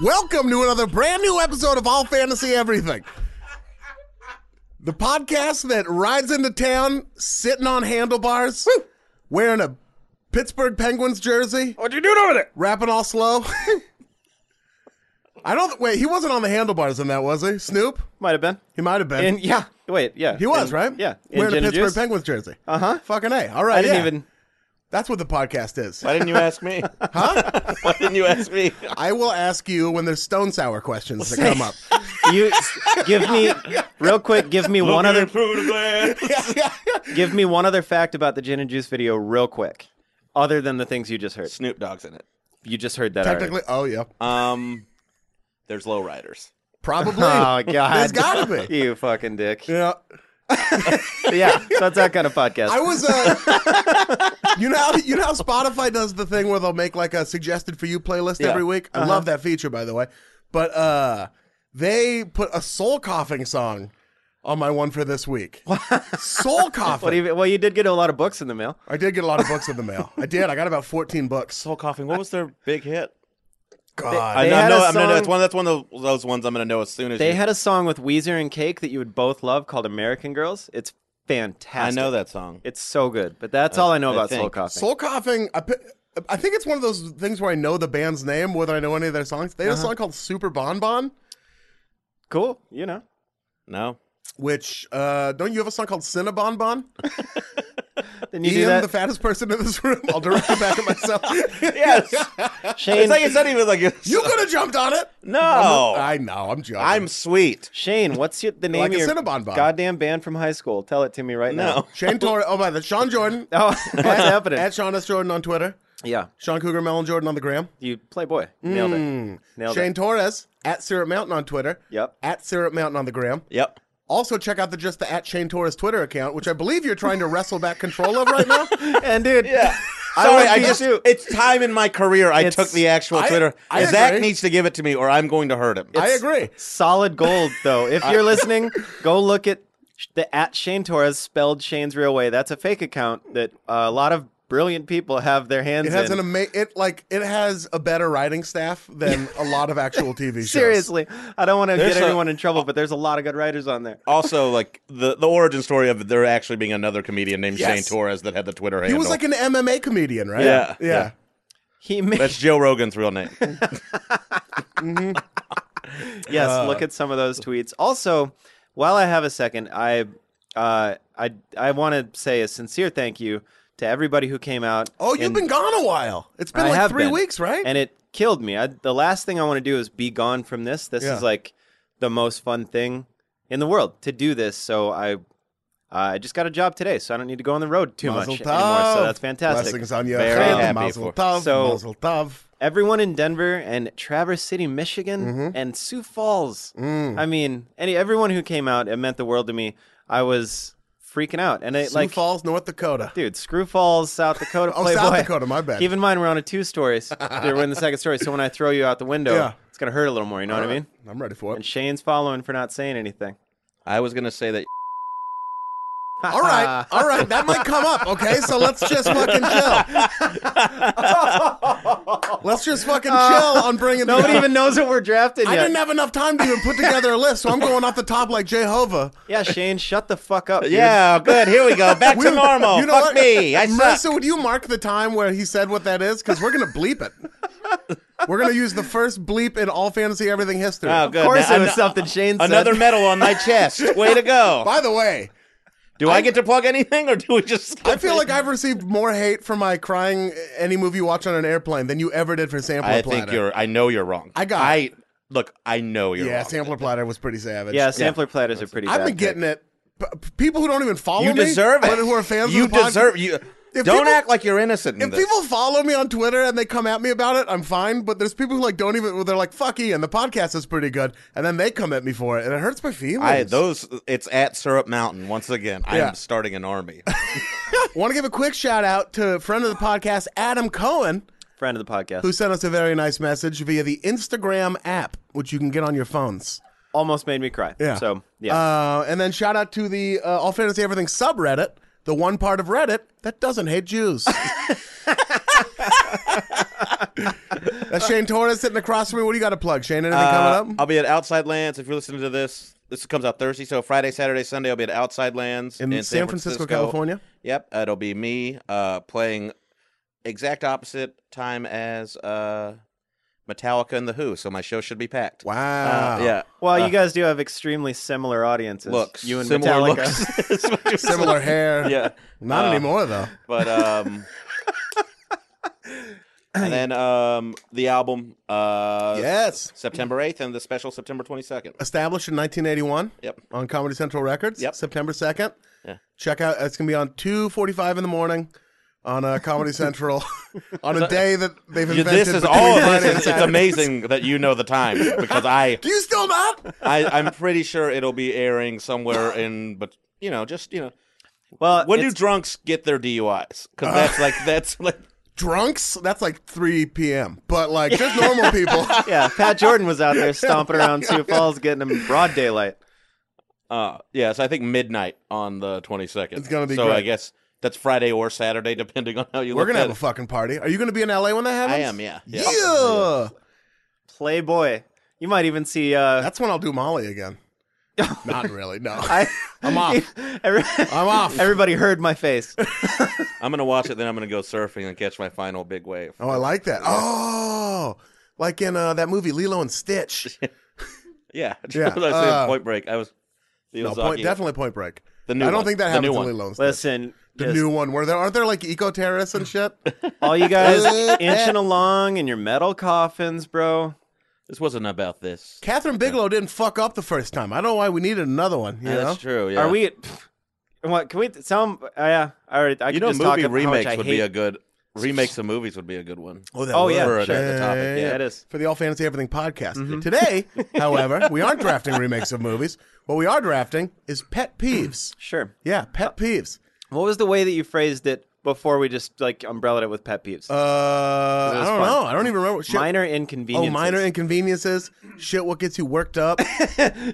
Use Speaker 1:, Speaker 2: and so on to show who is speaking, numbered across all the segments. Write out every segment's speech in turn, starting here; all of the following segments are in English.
Speaker 1: Welcome to another brand new episode of All Fantasy Everything. The podcast that rides into town sitting on handlebars, wearing a Pittsburgh Penguins jersey,
Speaker 2: What you doing over there?
Speaker 1: rapping all slow. I don't wait, he wasn't on the handlebars in that, was he? Snoop?
Speaker 2: Might have been.
Speaker 1: He might have been.
Speaker 2: And yeah, wait, yeah,
Speaker 1: he was,
Speaker 2: And-
Speaker 1: right?
Speaker 2: Yeah, And
Speaker 1: Wearing a
Speaker 2: gin and
Speaker 1: Pittsburgh
Speaker 2: juice?
Speaker 1: Penguins jersey.
Speaker 2: Uh-huh.
Speaker 1: Fucking A. All right.
Speaker 2: I didn't
Speaker 1: yeah.
Speaker 2: even.
Speaker 1: That's what the podcast is.
Speaker 3: Why didn't you ask me?
Speaker 1: Huh?
Speaker 3: Why didn't you ask me?
Speaker 1: I will ask you when there's stone sour questions that come up.
Speaker 2: You give me real quick. Give me one other.
Speaker 3: through the glass.
Speaker 2: Give me one other fact about the gin and juice video, real quick. Other than the things you just heard,
Speaker 3: Snoop Dogg's in it.
Speaker 2: you just heard that. already.
Speaker 1: Technically, oh yeah.
Speaker 3: Um, there's lowriders.
Speaker 1: Probably.
Speaker 2: Oh God!
Speaker 1: There's gotta be.
Speaker 2: You fucking dick.
Speaker 1: Yeah.
Speaker 2: Yeah, so it's that kind of podcast.
Speaker 1: I was uh You know how you know how Spotify does the thing where they'll make like a suggested for you playlist
Speaker 3: Yeah.
Speaker 1: every week? I
Speaker 2: Uh-huh.
Speaker 1: love that feature by the way. But uh they put a soul coughing song on my one for this week. soul coughing.
Speaker 2: What do you- well, you did get a lot of books in the mail.
Speaker 1: I did get a lot of books in the mail. I did. I got about 14 books.
Speaker 3: Soul coughing. What was their big hit?
Speaker 1: God.
Speaker 3: I
Speaker 2: They
Speaker 3: know.
Speaker 2: had
Speaker 3: know-
Speaker 2: a
Speaker 3: I'm gonna know.
Speaker 2: song-
Speaker 3: That's one. That's one of those ones I'm gonna know as soon as
Speaker 2: They
Speaker 3: you-
Speaker 2: had a song with Weezer and Cake that you would both love called "American Girls." It's
Speaker 3: I
Speaker 2: fantastic.
Speaker 3: know that song.
Speaker 2: It's so good, but that's all I know
Speaker 3: I
Speaker 2: about
Speaker 3: think.
Speaker 2: Soul Coughing.
Speaker 1: soul coughing I, pi- I think it's one of those things where I know the band's name whether I know any of their songs. They had
Speaker 2: Uh-huh.
Speaker 1: a song called Super Bon Bon,
Speaker 2: cool, you know.
Speaker 3: no.
Speaker 1: which uh don't you have a song called Cinnabon Bon?
Speaker 2: Then you do
Speaker 1: Ian,
Speaker 2: that.
Speaker 1: the fattest person in this room. I'll direct it back at myself.
Speaker 3: Yes.
Speaker 2: Shane,
Speaker 3: it's like it's not even like it's,
Speaker 1: You could have jumped on it.
Speaker 3: No.
Speaker 1: I know. I'm joking.
Speaker 3: Oh. I'm sweet.
Speaker 2: Shane, what's your, the name
Speaker 1: Like
Speaker 2: of
Speaker 1: a
Speaker 2: your
Speaker 1: Cinnabon Bun.
Speaker 2: goddamn band from high school? Tell it to me right
Speaker 3: No.
Speaker 1: Shane Torres. Oh, by the Sean Jordan.
Speaker 2: now. Oh, what's happening?
Speaker 1: At Sean S. Jordan on Twitter.
Speaker 2: yeah,
Speaker 1: Sean Cougar Melon Jordan on the gram.
Speaker 2: you play boy. Nailed it. Nailed
Speaker 1: Shane
Speaker 2: it.
Speaker 1: Torres at Syrup Mountain on Twitter.
Speaker 2: Yep.
Speaker 1: At Syrup Mountain on the gram.
Speaker 3: Yep.
Speaker 1: Also check out the just the at Shane Torres Twitter account, which I believe you're trying to wrestle back control of right now.
Speaker 2: And dude,
Speaker 3: Yeah.
Speaker 2: I
Speaker 3: Sorry,
Speaker 2: would
Speaker 3: I,
Speaker 2: be
Speaker 3: just
Speaker 2: too.
Speaker 3: it's time in my career I
Speaker 2: It's-
Speaker 3: took the actual
Speaker 1: I-
Speaker 3: Twitter.
Speaker 1: I
Speaker 3: Zach
Speaker 1: agree.
Speaker 3: needs to give it to me or I'm going to hurt him.
Speaker 1: I agree.
Speaker 2: solid gold though. If you're listening, go look at sh- the at Shane Torres spelled Shane's real way. That's a fake account that uh, a lot of brilliant people have their hands
Speaker 1: It has
Speaker 2: in.
Speaker 1: an ama- it like it has a better writing staff than a lot of actual TV shows.
Speaker 2: Seriously, I don't want to
Speaker 3: There's
Speaker 2: get
Speaker 3: a-
Speaker 2: anyone in trouble, but there's a lot of good writers on there.
Speaker 3: also like the the origin story of there actually being another comedian named
Speaker 1: Yes.
Speaker 3: Shane Torres that had the Twitter
Speaker 1: He
Speaker 3: handle.
Speaker 1: was like an MMA comedian, right?
Speaker 3: Yeah.
Speaker 1: Yeah.
Speaker 3: Yeah.
Speaker 2: He made
Speaker 3: That's Joe Rogan's real name.
Speaker 2: yes,
Speaker 3: uh,
Speaker 2: look at some of those tweets. Also, while I have a second, I uh, I I want to say a sincere thank you
Speaker 4: to everybody who came out.
Speaker 1: Oh, you've
Speaker 4: and-
Speaker 1: been gone a while. It's been
Speaker 4: I
Speaker 1: like
Speaker 4: have
Speaker 1: three
Speaker 4: been.
Speaker 1: weeks, right?
Speaker 4: and it killed me. I, the last thing I want to do is be gone from this. This
Speaker 1: Yeah.
Speaker 4: is like the most fun thing in the world to do this. So I, uh, I just got a job today, so I don't need to go on the road too
Speaker 1: Mazel
Speaker 4: much anymore.
Speaker 1: tov.
Speaker 4: So that's fantastic.
Speaker 1: Blessings on your
Speaker 4: Very
Speaker 1: head.
Speaker 4: happy
Speaker 1: Mazel
Speaker 3: for-
Speaker 1: tov,
Speaker 4: So-
Speaker 1: mazel tov.
Speaker 4: Everyone in Denver and Traverse City, Michigan,
Speaker 1: Mm-hmm.
Speaker 4: and Sioux Falls.
Speaker 1: Mm.
Speaker 4: I mean, any everyone who came out, it meant the world to me. I was freaking out, and it
Speaker 1: Sioux
Speaker 4: like
Speaker 1: Falls, North Dakota.
Speaker 4: dude, Screw Falls, South Dakota.
Speaker 1: Oh, South
Speaker 4: Playboy.
Speaker 1: Dakota, my bad.
Speaker 4: Keep in mind, we're on a two story. we're in the second story, so when I throw you out the window,
Speaker 1: Yeah.
Speaker 4: it's gonna hurt a little more. You know what I mean?
Speaker 1: I'm ready for
Speaker 4: And
Speaker 1: it.
Speaker 4: Shane's following for not saying anything.
Speaker 3: I was gonna say that
Speaker 1: All right, all right, that might come up. Okay, so let's just fucking chill. let's just fucking chill on bringing. the-
Speaker 4: Nobody Uh, even knows that we're drafted
Speaker 1: I
Speaker 4: yet.
Speaker 1: didn't have enough time to even put together a list, so I'm going off the top like Jehovah.
Speaker 4: yeah, Shane, shut the fuck up. dude.
Speaker 3: Yeah, good. Here we go. Back to normal.
Speaker 1: You know what?
Speaker 3: Fuck me. I suck.
Speaker 1: Marissa, would you mark the time where he said what that is? Because we're gonna bleep it. we're gonna use the first bleep in all fantasy everything history.
Speaker 3: Oh, good.
Speaker 4: Of course,
Speaker 3: Now-
Speaker 4: it was
Speaker 3: ano-
Speaker 4: something Shane said.
Speaker 3: Another medal on my chest. Way to go.
Speaker 1: By the way,
Speaker 3: Do I get to plug anything, or do we just?
Speaker 1: I feel like I've received more hate for my crying any movie you watch on an airplane than you ever did for Sampler
Speaker 3: I
Speaker 1: Platter.
Speaker 3: think you're. I know you're wrong.
Speaker 1: I got
Speaker 3: I look. I know you're
Speaker 1: yeah,
Speaker 3: wrong.
Speaker 1: Sampler Platter was pretty savage.
Speaker 4: yeah, sampler platters are pretty.
Speaker 1: I've
Speaker 4: bad,
Speaker 1: been getting it. P- people who don't even follow
Speaker 3: you
Speaker 1: me,
Speaker 3: deserve
Speaker 1: but
Speaker 3: it.
Speaker 1: who are fans
Speaker 3: you
Speaker 1: of the pod-
Speaker 3: deserve you.
Speaker 1: If
Speaker 3: don't
Speaker 1: people-
Speaker 3: act like you're innocent. In
Speaker 1: If
Speaker 3: this.
Speaker 1: people follow me on Twitter and they come at me about it, I'm fine. But there's people who like don't even. They're like, "Fuck Ian, the podcast is pretty good," and then they come at me for it, and it hurts my feelings.
Speaker 3: I those it's at Syrup Mountain once again. I
Speaker 1: Yeah.
Speaker 3: am starting an army.
Speaker 1: Want to give a quick shout out to friend of the podcast, Adam Cohen,
Speaker 4: friend of the podcast.
Speaker 1: who sent us a very nice message via the Instagram app, which you can get on your phones.
Speaker 4: Almost made me cry.
Speaker 1: Yeah.
Speaker 4: So yeah,
Speaker 1: Uh, and then shout out to the uh, All Fantasy Everything subreddit, the one part of Reddit that doesn't hate Jews. That's Shane Torres sitting across from me. What do you got to plug, Shane? Anything
Speaker 3: Uh,
Speaker 1: coming up?
Speaker 3: I'll be at Outside Lands. If you're listening to this, this comes out Thursday, so Friday, Saturday, Sunday, I'll be at Outside Lands
Speaker 1: In San Francisco, California?
Speaker 3: Yep, it'll be me uh, playing exact opposite time as uh, Metallica and the Who. So my show should be packed.
Speaker 1: Wow.
Speaker 3: Uh, yeah.
Speaker 4: well, you guys do have extremely similar audiences.
Speaker 3: Looks
Speaker 4: you and
Speaker 3: similar
Speaker 4: Metallica.
Speaker 3: looks. It's what you're saying.
Speaker 1: Similar hair.
Speaker 3: Yeah.
Speaker 1: Not
Speaker 3: Uh,
Speaker 1: anymore, though.
Speaker 3: but um and then um the album uh
Speaker 1: Yes.
Speaker 3: september 8th and the special september 22nd
Speaker 1: Established in 1981.
Speaker 3: yep
Speaker 1: on Comedy Central Records.
Speaker 3: Yep.
Speaker 1: September second.
Speaker 3: Yeah.
Speaker 1: Check out. It's gonna be on two forty-five in the morning on uh, Comedy Central on a day that they've
Speaker 3: You-
Speaker 1: invented.
Speaker 3: this is
Speaker 1: between
Speaker 3: all of
Speaker 1: Friday
Speaker 3: this
Speaker 1: and
Speaker 3: is, it's
Speaker 1: Saturday.
Speaker 3: amazing that you know the time because i
Speaker 1: Do you still not?
Speaker 3: i i'm pretty sure it'll be airing somewhere in but you know just you know
Speaker 4: Well,
Speaker 3: when do
Speaker 4: it's-
Speaker 3: drunks get their duis because that's like that's like
Speaker 1: Drunks? That's like three p.m. But like just normal people.
Speaker 4: yeah, Pat Jordan was out there stomping around Sioux Falls, getting them broad daylight.
Speaker 3: uh yeah so i think midnight on the 22nd
Speaker 1: It's gonna be
Speaker 3: so i
Speaker 1: great.
Speaker 3: guess that's friday or saturday depending on how you
Speaker 1: We're
Speaker 3: look
Speaker 1: gonna
Speaker 3: at
Speaker 1: have
Speaker 3: it.
Speaker 1: a fucking party. Are you gonna be in L.A. when that happens?
Speaker 3: I am, yeah.
Speaker 1: Yeah.
Speaker 3: Yeah.
Speaker 4: Playboy. You might even see. Uh,
Speaker 1: That's when I'll do Molly again. not really. No.
Speaker 4: I,
Speaker 1: I'm off.
Speaker 4: every-
Speaker 1: I'm off.
Speaker 4: everybody heard my face.
Speaker 3: I'm gonna watch it, then I'm gonna go surfing and catch my final big wave.
Speaker 1: Oh, I like that. Oh, like in uh, that movie Lilo and Stitch.
Speaker 3: Yeah,
Speaker 1: Yeah,
Speaker 3: I was saying
Speaker 1: uh,
Speaker 3: Point Break. I was the
Speaker 1: No,
Speaker 3: Ozaki.
Speaker 1: point, definitely Point Break.
Speaker 3: The new
Speaker 1: I don't
Speaker 3: one.
Speaker 1: think that
Speaker 3: The
Speaker 1: happens
Speaker 3: new
Speaker 1: in
Speaker 3: one.
Speaker 1: Lilo and Stitch.
Speaker 4: Listen,
Speaker 1: The
Speaker 4: just
Speaker 1: new one. Were there aren't there like eco terrorists and shit?
Speaker 4: all you guys inching along in your metal coffins, bro.
Speaker 3: This wasn't about this.
Speaker 1: Catherine Bigelow didn't fuck up the first time. I don't know why we needed another one. You
Speaker 3: Yeah,
Speaker 1: know?
Speaker 3: That's true. Yeah.
Speaker 4: Are we? pff, What can we? Some? Uh, yeah. All right. I
Speaker 3: You
Speaker 4: can
Speaker 3: know,
Speaker 4: just talk
Speaker 3: movie
Speaker 4: about how much
Speaker 3: remakes
Speaker 4: I
Speaker 3: would
Speaker 4: hate.
Speaker 3: be a good remakes of movies would be a good one.
Speaker 1: that
Speaker 4: Oh, yeah, sure.
Speaker 3: For the topic, yeah. Mm-hmm.
Speaker 4: it is.
Speaker 1: For the All Fantasy Everything podcast. Today, however, we aren't drafting remakes of movies. What we are drafting is pet peeves.
Speaker 4: Sure.
Speaker 1: Yeah, pet peeves.
Speaker 4: What was the way that you phrased it before we just like umbrellaed it with pet peeves?
Speaker 1: Uh, I
Speaker 4: was
Speaker 1: don't
Speaker 4: fun.
Speaker 1: know. I don't even remember. Shit.
Speaker 4: minor inconveniences.
Speaker 1: Oh, minor inconveniences. Shit, what gets you worked up?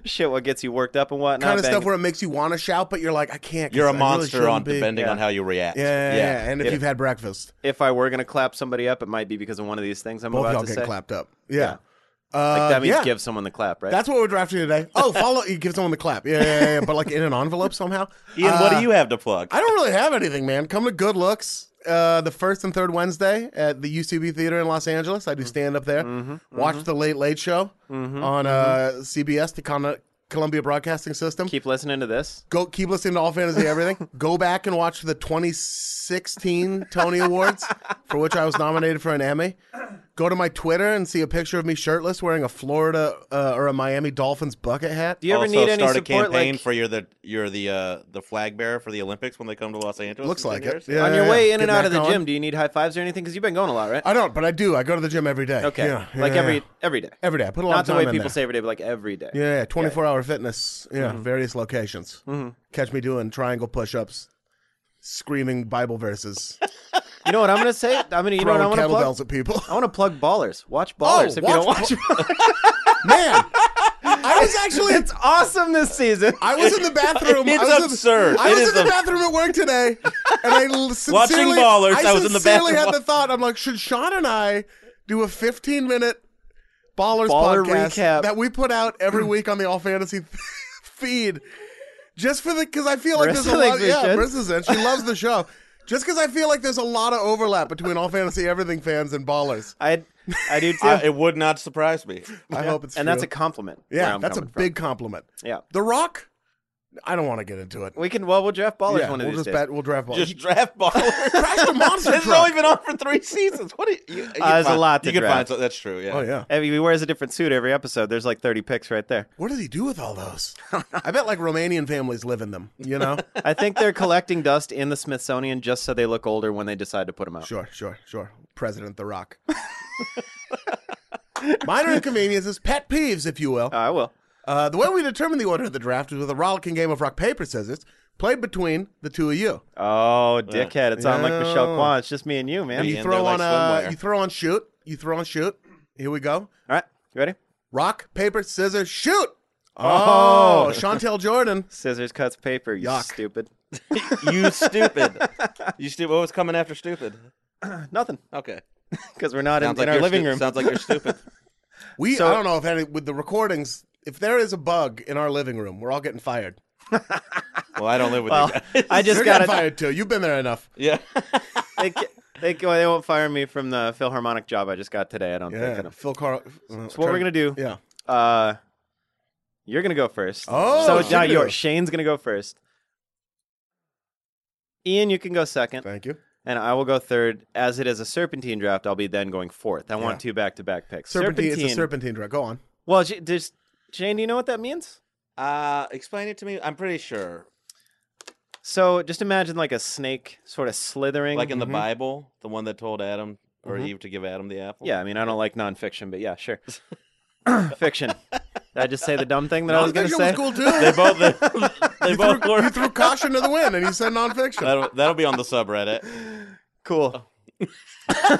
Speaker 4: shit. What gets you worked up and whatnot?
Speaker 1: kind of stuff
Speaker 4: banging-
Speaker 1: where it makes you want to shout, but you're like, I can't. 'cause
Speaker 3: You're
Speaker 1: I
Speaker 3: a
Speaker 1: really
Speaker 3: monster on
Speaker 1: shouldn't be.
Speaker 3: depending
Speaker 4: Yeah.
Speaker 3: on how you react.
Speaker 1: Yeah, yeah, yeah. And if
Speaker 4: Yeah.
Speaker 1: you've had breakfast.
Speaker 4: if I were gonna clap somebody up, it might be because of one of these things I'm
Speaker 1: Both
Speaker 4: about
Speaker 1: y'all
Speaker 4: to
Speaker 1: get
Speaker 4: say.
Speaker 1: clapped up. Yeah. Uh,
Speaker 4: Like that means
Speaker 1: yeah.
Speaker 4: give someone the clap, right?
Speaker 1: That's what we're drafting today. Oh, follow. You give someone the clap. Yeah, yeah, yeah. yeah. But like in an envelope somehow.
Speaker 3: Ian, what
Speaker 1: Uh,
Speaker 3: do you have to plug?
Speaker 1: I don't really have anything, man. Come to Good Looks. Uh, the first and third Wednesday at the UCB Theater in Los Angeles. I do stand up there. Watch the Late Late Show on uh, CBS, the con- Columbia Broadcasting System.
Speaker 4: Keep listening to this.
Speaker 1: go keep listening to all fantasy everything. go back and watch the 2016 Tony Awards for which I was nominated for an Emmy. Go to my Twitter and see a picture of me shirtless wearing a Florida uh, or a Miami Dolphins bucket hat.
Speaker 4: Do you ever
Speaker 3: also
Speaker 4: need any
Speaker 3: start a
Speaker 4: support?
Speaker 3: campaign
Speaker 4: like,
Speaker 3: for you're the you're the uh, the flag bearer for the Olympics when they come to Los Angeles.
Speaker 1: Looks
Speaker 3: in
Speaker 1: like
Speaker 3: 10
Speaker 1: it.
Speaker 3: years?
Speaker 1: Yeah,
Speaker 4: on your
Speaker 1: yeah,
Speaker 4: way
Speaker 1: yeah.
Speaker 4: in and
Speaker 1: Get
Speaker 4: out of the
Speaker 1: back on.
Speaker 4: gym, do you need high fives or anything? Because you've been going a lot, right?
Speaker 1: I don't, but I do. I go to the gym every day.
Speaker 4: okay,
Speaker 1: Yeah, yeah,
Speaker 4: like
Speaker 1: yeah.
Speaker 4: every every day.
Speaker 1: every day. I put a lot
Speaker 4: Not
Speaker 1: of
Speaker 4: the
Speaker 1: time
Speaker 4: way
Speaker 1: in
Speaker 4: people
Speaker 1: there.
Speaker 4: say Mm-hmm. every day, but like every day.
Speaker 1: Yeah, yeah, 24 hour fitness. Yeah, various locations.
Speaker 4: Mm-hmm.
Speaker 1: Catch me doing triangle push ups, screaming Bible verses,
Speaker 4: You know what I'm gonna say? I'm gonna. You know what I
Speaker 1: throwing
Speaker 4: want to plug?
Speaker 1: kettlebells at people.
Speaker 4: I want to plug Ballers. Watch
Speaker 1: Oh,
Speaker 4: Ballers if you don't watch.
Speaker 1: Man, I was actually.
Speaker 4: it's awesome this season.
Speaker 1: I was in the bathroom.
Speaker 3: It's
Speaker 1: I was in-
Speaker 3: absurd.
Speaker 1: I
Speaker 3: It
Speaker 1: was
Speaker 3: is
Speaker 1: in the
Speaker 3: ab-
Speaker 1: bathroom at work today, and I l- sincerely,
Speaker 3: Watching ballers, I was in the
Speaker 1: sincerely
Speaker 3: bathroom
Speaker 1: had the thought. I'm like, should Sean and I do a 15 minute ballers
Speaker 4: Baller
Speaker 1: podcast
Speaker 4: recap.
Speaker 1: that we put out every week on the All Fantasy feed, just for the because I feel like
Speaker 4: Marissa
Speaker 1: there's a
Speaker 4: thinks
Speaker 1: lot.
Speaker 4: we
Speaker 1: Yeah,
Speaker 4: should.
Speaker 1: Marissa's in. She loves the show. Just because I feel like there's a lot of overlap between All Fantasy Everything fans and ballers.
Speaker 4: I I do too.
Speaker 3: I- it would not surprise me.
Speaker 1: I hope it's
Speaker 4: and
Speaker 1: true.
Speaker 4: that's a compliment. where
Speaker 1: yeah,
Speaker 4: I'm
Speaker 1: that's a
Speaker 4: coming from.
Speaker 1: big compliment.
Speaker 4: Yeah.
Speaker 1: The Rock. I don't want to get into it.
Speaker 4: We can. Well, we'll draft Ballers
Speaker 1: Yeah,
Speaker 4: one of
Speaker 1: we'll
Speaker 4: these
Speaker 1: just
Speaker 4: days.
Speaker 1: bet. We'll draft ball.
Speaker 3: Just draft baller.
Speaker 1: crashed a monster
Speaker 3: it's
Speaker 1: truck.
Speaker 3: only been on for three seasons. What? Are you, you, you can
Speaker 4: Uh, there's a
Speaker 3: find-
Speaker 4: lot to
Speaker 3: You can
Speaker 4: draft.
Speaker 3: find so that's true. Yeah.
Speaker 1: oh yeah.
Speaker 4: I mean, he wears a different suit every episode. There's like 30 picks right there.
Speaker 1: What does he do with all those? I bet like Romanian families live in them. You know.
Speaker 4: I think they're collecting dust in the Smithsonian just so they look older when they decide to put them out.
Speaker 1: sure, sure, sure. President The Rock. Minor inconveniences, pet peeves, if you will.
Speaker 4: I will.
Speaker 1: Uh, the way we determine the order of the draft is with a rollicking game of rock paper scissors played between the two of you.
Speaker 4: Oh, dickhead! It's on like Michelle
Speaker 1: Yeah.
Speaker 4: Kwan. It's just me and you, man.
Speaker 3: Yeah.
Speaker 1: You
Speaker 3: And
Speaker 1: throw
Speaker 3: they're like
Speaker 1: on uh,
Speaker 3: swimwear.
Speaker 1: you throw on shoot. You throw on shoot. Here we go.
Speaker 4: All right, you ready?
Speaker 1: Rock paper scissors shoot.
Speaker 4: Oh.
Speaker 1: Chantel Jordan.
Speaker 4: Scissors cuts paper. You
Speaker 1: Yuck.
Speaker 4: stupid.
Speaker 3: you stupid. You stupid. What was coming after stupid?
Speaker 4: Nothing,
Speaker 3: Okay.
Speaker 4: because we're not in,
Speaker 3: Sounds
Speaker 4: in
Speaker 3: like
Speaker 4: our
Speaker 3: you're
Speaker 4: living
Speaker 3: stu-
Speaker 4: room.
Speaker 3: Sounds like you're stupid.
Speaker 1: We
Speaker 4: So-
Speaker 1: I don't know if any with the recordings. If there is a bug in our living room, we're all getting fired.
Speaker 3: Well, I don't live with
Speaker 4: Well,
Speaker 3: you guys.
Speaker 4: I just
Speaker 1: You're getting
Speaker 4: got
Speaker 1: fired too. You've been there enough.
Speaker 3: yeah.
Speaker 4: They, ca- they, ca- they won't fire me from the Philharmonic job I just got today. I don't
Speaker 1: Yeah,
Speaker 4: think.
Speaker 1: Phil Carl. So
Speaker 4: So what we're gonna do?
Speaker 1: Yeah.
Speaker 4: Uh, you're gonna go first.
Speaker 1: Oh,
Speaker 4: so it's
Speaker 1: you
Speaker 4: not
Speaker 1: do.
Speaker 4: yours. Shane's gonna go first. Ian, you can go second,
Speaker 1: Thank you.
Speaker 4: and I will go third. As it is a serpentine draft, I'll be then going fourth. I want two back-to-back picks.
Speaker 1: Serpentine. It's a serpentine drug. Go on.
Speaker 4: Well, j- does, Shane, do you know what that means?
Speaker 3: Uh, explain it to me. I'm pretty sure.
Speaker 4: So just imagine like a snake sort of slithering.
Speaker 3: Like in
Speaker 1: Mm-hmm.
Speaker 3: the Bible, the one that told Adam or Eve to give Adam the apple.
Speaker 4: Yeah, I mean, I don't like nonfiction, but yeah, sure. Fiction. Did I just say the dumb thing that I was going to
Speaker 1: Nonfiction
Speaker 4: say?
Speaker 1: was cool too.
Speaker 3: They both. They,
Speaker 1: you,
Speaker 3: both
Speaker 1: threw, you
Speaker 3: were.
Speaker 1: threw caution to the wind, and you said nonfiction.
Speaker 3: That'll, that'll be on the subreddit.
Speaker 4: Cool.
Speaker 3: You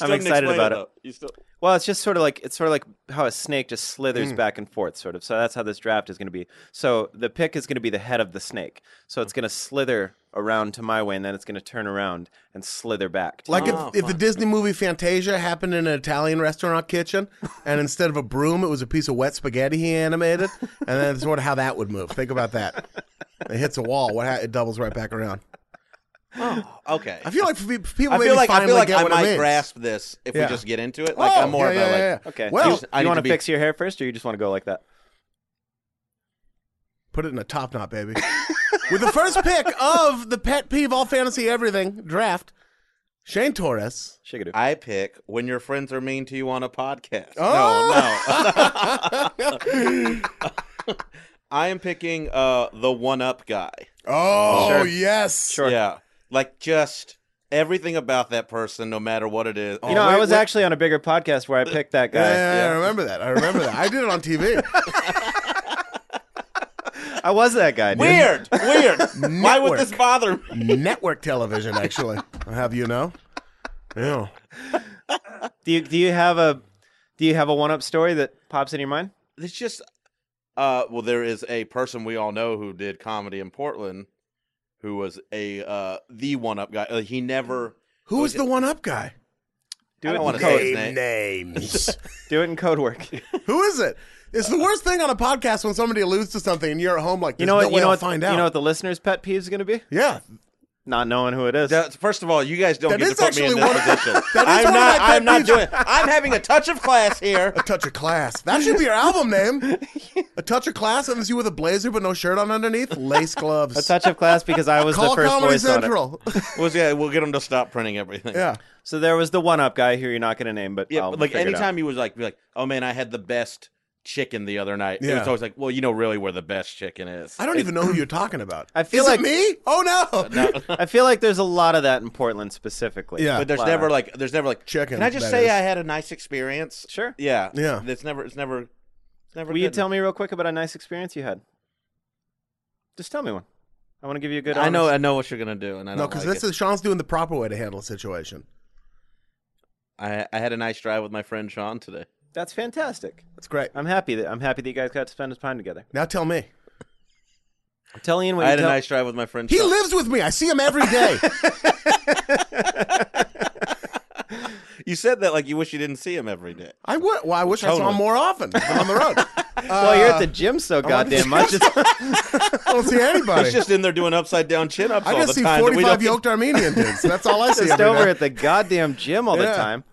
Speaker 4: I'm excited about it.
Speaker 3: though. You still.
Speaker 4: Well, it's just sort of like it's sort of like how a snake just slithers back and forth, sort of. So that's how this draft is going to be. So the pick is going to be the head of the snake. So it's going to slither around to my way, and then it's going to turn around and slither back. To
Speaker 1: Like
Speaker 3: Oh,
Speaker 1: if, if the
Speaker 3: fun.
Speaker 1: Disney movie Fantasia happened in an Italian restaurant kitchen, and instead of a broom, it was a piece of wet spaghetti he animated, and then sort of how that would move. Think about that. It hits a wall. What ha- it doubles right back around.
Speaker 3: Okay.
Speaker 1: I feel like f- people
Speaker 3: I
Speaker 1: maybe
Speaker 3: feel like I
Speaker 1: finally
Speaker 3: feel like
Speaker 1: get
Speaker 3: I
Speaker 1: what it
Speaker 3: might
Speaker 1: means.
Speaker 3: grasp this if
Speaker 1: Yeah.
Speaker 3: we just get into it. Like
Speaker 1: Oh,
Speaker 3: I'm more
Speaker 1: yeah,
Speaker 3: about
Speaker 1: yeah,
Speaker 3: like
Speaker 1: yeah.
Speaker 4: okay.
Speaker 1: Well,
Speaker 4: you,
Speaker 3: I need
Speaker 4: want to
Speaker 3: to be-
Speaker 4: fix your hair first, or you just want to go like that?
Speaker 1: Put it in a top knot, baby. With the first pick of the pet peeve, all fantasy, everything draft, Shane Torres.
Speaker 4: Shigadoo.
Speaker 3: I pick when your friends are mean to you on a podcast. No, no.
Speaker 1: Oh!
Speaker 3: I am picking uh the one up guy.
Speaker 1: Oh yes,
Speaker 4: Sure.
Speaker 3: Yeah. Like just everything about that person, no matter what it is.
Speaker 4: You know, I
Speaker 1: wait,
Speaker 4: was
Speaker 1: wait.
Speaker 4: actually on a bigger podcast where I picked that guy.
Speaker 1: Yeah, yeah, yeah, I remember that. I remember that. I did it on TV.
Speaker 4: I was that guy. Dude.
Speaker 3: Weird, weird. Why would this
Speaker 1: Network.
Speaker 3: bother me?
Speaker 1: Network television, actually. I'll have you know. Yeah.
Speaker 4: Do you do you have a do you have a one up story that pops in your mind?
Speaker 3: It's just, uh, well, there is a person we all know who did comedy in Portland, who was a uh the one up guy. Uh, he never.
Speaker 1: Who was the one up guy?
Speaker 4: Do
Speaker 3: I
Speaker 4: it
Speaker 3: don't
Speaker 4: in
Speaker 3: wanna
Speaker 4: code.
Speaker 3: say his name.
Speaker 1: names.
Speaker 4: Do it in code work.
Speaker 1: Who is it? It's the worst thing on a podcast when somebody alludes to something and you're at home like,
Speaker 4: You know what?
Speaker 1: No
Speaker 4: you
Speaker 1: way
Speaker 4: know
Speaker 1: I'll
Speaker 4: what?
Speaker 1: find
Speaker 4: you
Speaker 1: out.
Speaker 4: know what the listener's pet peeve is going to be?
Speaker 1: yeah.
Speaker 4: not knowing who it is.
Speaker 3: That- first of all, you guys don't
Speaker 1: That
Speaker 3: get
Speaker 1: is
Speaker 3: to put me in
Speaker 1: actually
Speaker 3: this
Speaker 1: one-
Speaker 3: position.
Speaker 1: That is
Speaker 3: I'm
Speaker 1: one of
Speaker 3: not.
Speaker 1: my
Speaker 3: I'm not
Speaker 1: pet
Speaker 3: doing. I'm having a touch of class here.
Speaker 1: A touch of class. That should be your album name. A touch of class, and it's you with a blazer but no shirt on underneath, lace gloves.
Speaker 4: a touch of class because I was
Speaker 1: Call
Speaker 4: the first
Speaker 1: Comedy
Speaker 4: voice on it.
Speaker 1: Central.
Speaker 3: Well, yeah, we'll get them to stop printing everything.
Speaker 1: yeah.
Speaker 4: So there was the one up guy who you're not going to name, but
Speaker 3: Yeah,
Speaker 4: I'll
Speaker 3: but, like
Speaker 4: figure it out.
Speaker 3: anytime he was like, be like, oh man, I had the best chicken the other night. It
Speaker 1: Yeah.
Speaker 3: was always like, well, you know really where the best chicken is.
Speaker 1: I don't even know who you're talking about.
Speaker 4: I feel
Speaker 1: Is
Speaker 4: like-
Speaker 1: it me. Oh no.
Speaker 4: I feel like there's a lot of that in Portland specifically.
Speaker 1: Yeah.
Speaker 3: But there's
Speaker 4: Wow.
Speaker 3: never like, there's never like
Speaker 1: Chicken,
Speaker 3: Can I just
Speaker 1: that
Speaker 3: say
Speaker 1: is.
Speaker 3: I had a nice experience?
Speaker 4: Sure.
Speaker 3: Yeah,
Speaker 1: Yeah.
Speaker 3: It's never, it's never, it's never.
Speaker 4: Will you
Speaker 3: good.
Speaker 4: tell me real quick about a nice experience you had? Just tell me one. I want to give you a good.
Speaker 3: I know,
Speaker 4: honest-
Speaker 3: I know what you're gonna do, and I don't
Speaker 1: No, because
Speaker 3: like
Speaker 1: this
Speaker 3: it.
Speaker 1: is Sean's doing the proper way to handle the situation.
Speaker 3: I, I had a nice drive with my friend Sean today.
Speaker 4: That's fantastic.
Speaker 1: That's great.
Speaker 4: I'm happy that I'm happy that you guys got to spend time together.
Speaker 1: Now tell me.
Speaker 4: Tell Ian what
Speaker 3: I
Speaker 4: you
Speaker 3: had
Speaker 4: tell.
Speaker 3: a nice drive with my friend.
Speaker 1: He
Speaker 3: Sean.
Speaker 1: lives with me. I see him every day.
Speaker 3: You said that like you wish you didn't see him every day.
Speaker 1: I would. Well, I wish I saw
Speaker 3: Totally.
Speaker 1: him more often. I'm on the road. Uh,
Speaker 4: well, you're at the gym so goddamn much.
Speaker 1: I don't see anybody.
Speaker 3: He's just in there doing upside down chin ups
Speaker 1: I
Speaker 3: all
Speaker 1: just
Speaker 3: the
Speaker 1: see
Speaker 3: time. that we
Speaker 1: 45
Speaker 3: don't-
Speaker 1: yoked Armenian dudes. That's all I see.
Speaker 4: just
Speaker 1: every
Speaker 4: over
Speaker 1: day.
Speaker 4: at the goddamn gym all the
Speaker 1: Yeah.
Speaker 4: time.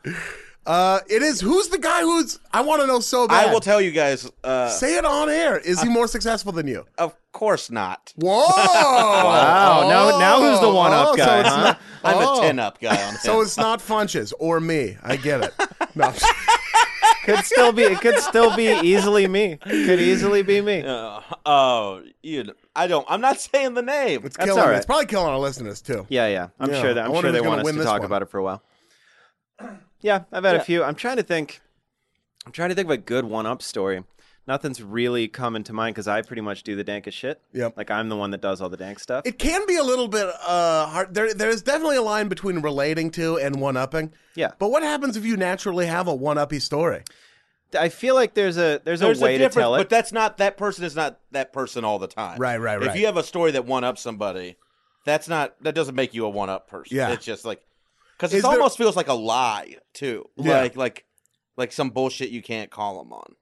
Speaker 1: Uh, it is. Who's the guy who's? I want to know so bad.
Speaker 3: I will tell you guys. Uh,
Speaker 1: Say it on air. Is he more successful than you?
Speaker 3: of course not.
Speaker 1: Whoa!
Speaker 4: Wow, now- now who's the one-up
Speaker 1: Oh,
Speaker 4: guy,
Speaker 1: So it's
Speaker 4: huh?
Speaker 1: not.
Speaker 3: I'm
Speaker 1: oh.
Speaker 3: a ten up guy on him.
Speaker 1: So it's not Funches or me. I get it. No, I'm just-
Speaker 4: Could still be. It could still be easily me. Could easily be me.
Speaker 3: Uh, oh, you. kn- I don't. I'm not saying the name.
Speaker 1: it's
Speaker 4: That's
Speaker 1: killing.
Speaker 4: all
Speaker 1: me.
Speaker 4: right.
Speaker 1: It's probably killing our listeners too.
Speaker 4: Yeah, yeah. I'm
Speaker 1: Yeah,
Speaker 4: sure that
Speaker 1: I
Speaker 4: I'm
Speaker 1: wonder
Speaker 4: sure they
Speaker 1: who's gonna
Speaker 4: want us
Speaker 1: win
Speaker 4: to
Speaker 1: this
Speaker 4: talk
Speaker 1: one.
Speaker 4: about it for a while. Yeah, I've had
Speaker 3: Yeah.
Speaker 4: a few. I'm trying to think. I'm trying to think of a good one-up story. Nothing's really coming to mind because I pretty much do the dankest shit.
Speaker 1: Yep.
Speaker 4: Like I'm the one that does all the dank stuff.
Speaker 1: It can be a little bit uh, hard. There, there is definitely a line between relating to and one upping.
Speaker 4: Yeah.
Speaker 1: But what happens if you naturally have a one uppy story?
Speaker 4: I feel like there's a there's,
Speaker 3: There's
Speaker 4: a way
Speaker 3: a
Speaker 4: to
Speaker 3: difference,
Speaker 4: tell it.
Speaker 3: but that's not that person is not that person all the time.
Speaker 1: Right, right,
Speaker 3: If
Speaker 1: right.
Speaker 3: you have a story that one up somebody, that's not that doesn't make you a one up person.
Speaker 1: Yeah.
Speaker 3: it's just like because
Speaker 1: Is
Speaker 3: it
Speaker 1: there-
Speaker 3: almost feels like a lie too.
Speaker 1: Yeah.
Speaker 3: Like like like some bullshit you can't call them on.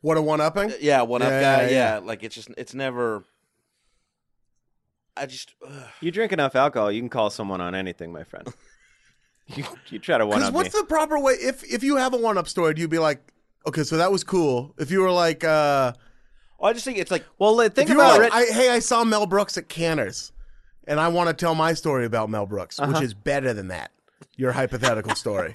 Speaker 1: What a one
Speaker 4: Uh,
Speaker 1: upping?
Speaker 3: Yeah, one up
Speaker 1: Yeah,
Speaker 3: guy.
Speaker 1: yeah,
Speaker 3: Yeah. like it's just it's never. I just ugh.
Speaker 4: you drink enough alcohol, you can call someone on anything, my friend. you, you try to
Speaker 1: Because
Speaker 4: one-up me.
Speaker 1: what's the proper way? If if you have a one up story, do you be like, okay, so that was cool? If you were like, uh,
Speaker 3: I just think it's like
Speaker 4: well, like, think
Speaker 1: if you were
Speaker 4: about
Speaker 1: like,
Speaker 4: it.
Speaker 1: I, hey, I saw Mel Brooks at Canners, and I want to tell my story about Mel Brooks,
Speaker 4: Uh-huh.
Speaker 1: which is better than that. Your hypothetical story.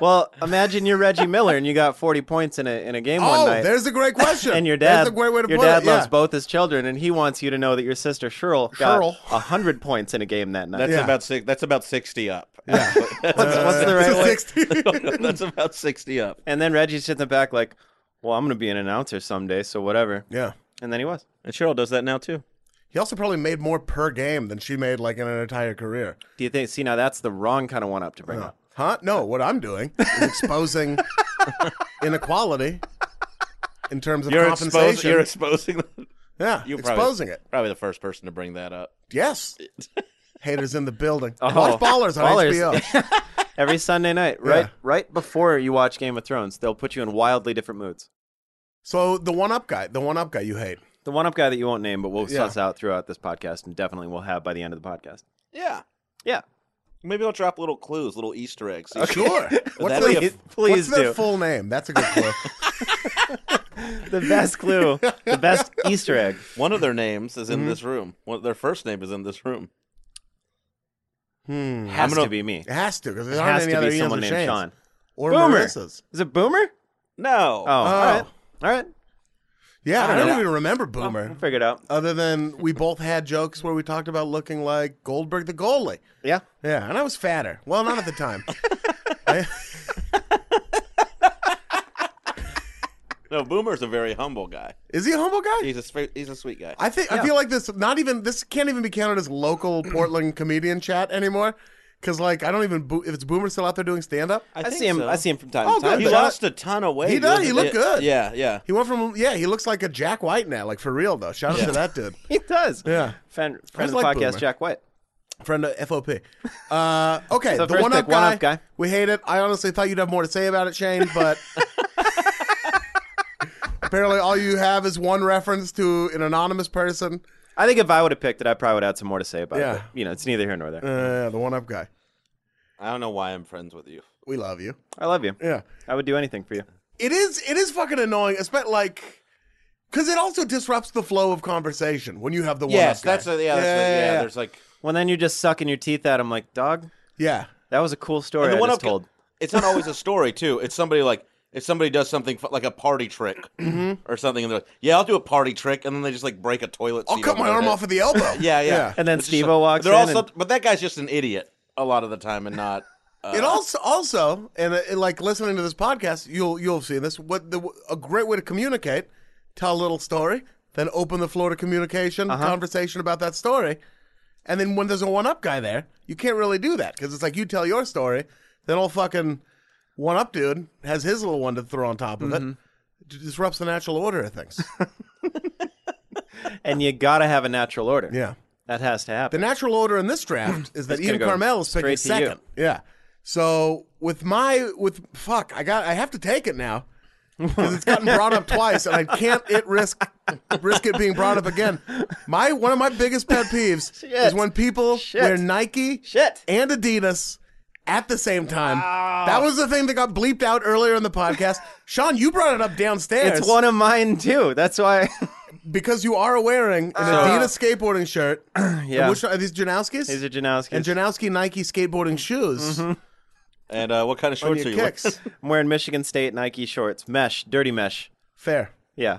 Speaker 4: well, imagine you're Reggie Miller and you got 40 points in a in a game one
Speaker 1: oh,
Speaker 4: night.
Speaker 1: there's a great question.
Speaker 4: and your dad,
Speaker 1: That's a great way to
Speaker 4: your
Speaker 1: put
Speaker 4: dad
Speaker 1: it.
Speaker 4: loves
Speaker 1: yeah.
Speaker 4: both his children, and he wants you to know that your sister Cheryl got
Speaker 1: Cheryl.
Speaker 4: a hundred points in a game that night.
Speaker 3: that's
Speaker 1: Yeah.
Speaker 3: about six. That's about sixty up.
Speaker 4: what's, what's the
Speaker 1: It's
Speaker 4: right
Speaker 1: a
Speaker 4: way?
Speaker 1: 60.
Speaker 3: that's about sixty up.
Speaker 4: And then Reggie's sitting in the back like, "Well, I'm going to be an announcer someday, so whatever."
Speaker 1: yeah.
Speaker 4: And then he was.
Speaker 3: And Cheryl does that now too.
Speaker 1: He also probably made more per game than she made like in an entire career.
Speaker 4: Do you think? See, now that's the wrong kind of one up to bring up.
Speaker 1: Huh? No, what I'm doing is exposing inequality in terms of
Speaker 3: You're
Speaker 1: compensation.
Speaker 3: exposing. You're exposing.
Speaker 1: yeah,
Speaker 3: You're probably-
Speaker 1: exposing it.
Speaker 3: Probably the first person to bring that up.
Speaker 1: Yes. Haters in the building.
Speaker 4: Oh.
Speaker 1: Watch Ballers on
Speaker 4: Ballers.
Speaker 1: HBO.
Speaker 4: Every Sunday night, right, right before you watch Game of Thrones, they'll put you in wildly different moods.
Speaker 1: so the one up guy, the one up guy you hate.
Speaker 4: The one up guy that you won't name, but we'll
Speaker 1: Yeah.
Speaker 4: suss out throughout this podcast, and definitely will have by the end of the podcast.
Speaker 3: Yeah.
Speaker 4: Yeah,
Speaker 3: Maybe I'll drop little clues, little Easter eggs.
Speaker 1: Sure. What's,
Speaker 3: That'd be
Speaker 1: their,
Speaker 3: a-
Speaker 4: please
Speaker 1: what's their
Speaker 4: do.
Speaker 1: full name? That's a good clue.
Speaker 4: the best clue, the best Easter egg.
Speaker 3: One of their names is in this room. One, their first name is in this room.
Speaker 4: Has
Speaker 3: gonna-
Speaker 4: to be me.
Speaker 1: it has to, because there
Speaker 4: It
Speaker 1: aren't
Speaker 4: has
Speaker 1: any
Speaker 4: to
Speaker 1: other
Speaker 4: be
Speaker 1: Ians
Speaker 4: someone
Speaker 1: or
Speaker 4: named
Speaker 1: Shanes.
Speaker 4: Sean.
Speaker 1: Or
Speaker 4: Boomer.
Speaker 1: Marissa's.
Speaker 4: Is it Boomer?
Speaker 3: No.
Speaker 4: Oh, all right, all right.
Speaker 1: Yeah, I don't,
Speaker 4: know.
Speaker 1: even remember Boomer.
Speaker 4: We'll figure it out.
Speaker 1: other than we both had jokes where we talked about looking like Goldberg the goalie.
Speaker 4: Yeah.
Speaker 1: Yeah, and I was fatter. Well, not at the time. I-
Speaker 3: No, Boomer's a very humble guy.
Speaker 1: is he a humble guy?
Speaker 3: He's a sp- he's a sweet guy.
Speaker 1: I think I feel like this. Not even this can't even be counted as local Portland comedian chat anymore. Because like I don't even bo- if it's Boomer still out there doing stand up.
Speaker 4: I, see him. I see him from time
Speaker 1: Oh,
Speaker 4: to time.
Speaker 3: He
Speaker 1: good.
Speaker 4: but-
Speaker 3: lost a ton of weight.
Speaker 1: He does. He
Speaker 3: wasn't
Speaker 1: looked good.
Speaker 3: Yeah, yeah.
Speaker 1: He went from yeah, he looks like a Jack White now, like for real though. Shout out to that dude,
Speaker 4: He does.
Speaker 1: Yeah.
Speaker 4: Friend, friend
Speaker 1: Just
Speaker 4: of the
Speaker 1: like
Speaker 4: podcast,
Speaker 1: Boomer.
Speaker 4: Jack White.
Speaker 1: friend of FOP. Uh, okay,
Speaker 4: So
Speaker 1: the
Speaker 4: first
Speaker 1: one up
Speaker 4: pick, one up guy.
Speaker 1: We hate it. I honestly thought you'd have more to say about it, Shane, but apparently all you have is one reference to an anonymous person.
Speaker 4: I think if I would have picked it, I probably would have had some more to say about
Speaker 1: Yeah.
Speaker 4: it. But, you know, it's neither here nor there.
Speaker 1: Uh, the one up guy.
Speaker 3: I don't know why I'm friends with you.
Speaker 1: We love you.
Speaker 4: I love you.
Speaker 1: Yeah.
Speaker 4: I would do anything for you.
Speaker 1: It is it is fucking annoying, especially like because it also disrupts the flow of conversation when you have the one
Speaker 3: yes,
Speaker 1: up guy.
Speaker 3: that's a, yeah, that's a- yeah, There's like
Speaker 4: Well, then you're just sucking your teeth out. I'm like, dog,
Speaker 1: yeah.
Speaker 4: that was a cool story
Speaker 3: and the
Speaker 4: I
Speaker 3: one
Speaker 4: just
Speaker 3: up.
Speaker 4: told.
Speaker 3: It's not always a story too. It's somebody like if somebody does something fu- like a party trick
Speaker 1: Mm-hmm.
Speaker 3: or something, and they're like, "Yeah, I'll do a party trick," and then they just like break a toilet.
Speaker 1: I'll
Speaker 3: seat
Speaker 1: cut
Speaker 3: over
Speaker 1: my
Speaker 3: their
Speaker 1: arm
Speaker 3: head.
Speaker 1: off at the elbow.
Speaker 3: Yeah, yeah.
Speaker 1: Yeah.
Speaker 4: And then
Speaker 3: It's just
Speaker 4: Steve-O
Speaker 3: like-
Speaker 4: walks
Speaker 3: they're
Speaker 4: in
Speaker 3: Also,
Speaker 4: and-
Speaker 3: but that guy's just an idiot a lot of the time, and not. Uh,
Speaker 1: It also also and uh, like listening to this podcast, you'll you'll see this. What the a great way to communicate, tell a little story, then open the floor to communication, conversation about that story, and then when there's a one up guy there, you can't really do that because it's like you tell your story, then old fucking one up dude has his little one to throw on top of it. it. Disrupts the natural order of things.
Speaker 4: And you got to have a natural order.
Speaker 1: yeah.
Speaker 4: That has to
Speaker 1: The
Speaker 4: happen.
Speaker 1: natural order in this draft is that
Speaker 4: It's gonna
Speaker 1: Ian
Speaker 4: go
Speaker 1: Carmel is picking
Speaker 4: straight to you.
Speaker 1: second. Yeah. So with my with fuck, I got I have to take it now because it's gotten brought up twice, and I can't it risk risk it being brought up again. My one of my biggest pet peeves is when people wear Nike
Speaker 4: Shit.
Speaker 1: and Adidas at the same time. That was the thing that got bleeped out earlier in the podcast. Sean, you brought it up downstairs
Speaker 4: It's one of mine, too. That's why.
Speaker 1: because you are wearing an Adidas skateboarding shirt.
Speaker 4: yeah.
Speaker 1: Which are these Janowskis?
Speaker 4: These are Janowski's.
Speaker 1: and Janowski Nike skateboarding
Speaker 4: Mm-hmm.
Speaker 1: shoes
Speaker 3: and uh, what kind of
Speaker 1: on
Speaker 3: shorts are
Speaker 1: your
Speaker 3: you wearing?
Speaker 1: kicks.
Speaker 4: I'm wearing Michigan State Nike shorts. Mesh. Dirty mesh.
Speaker 1: Fair.
Speaker 4: Yeah.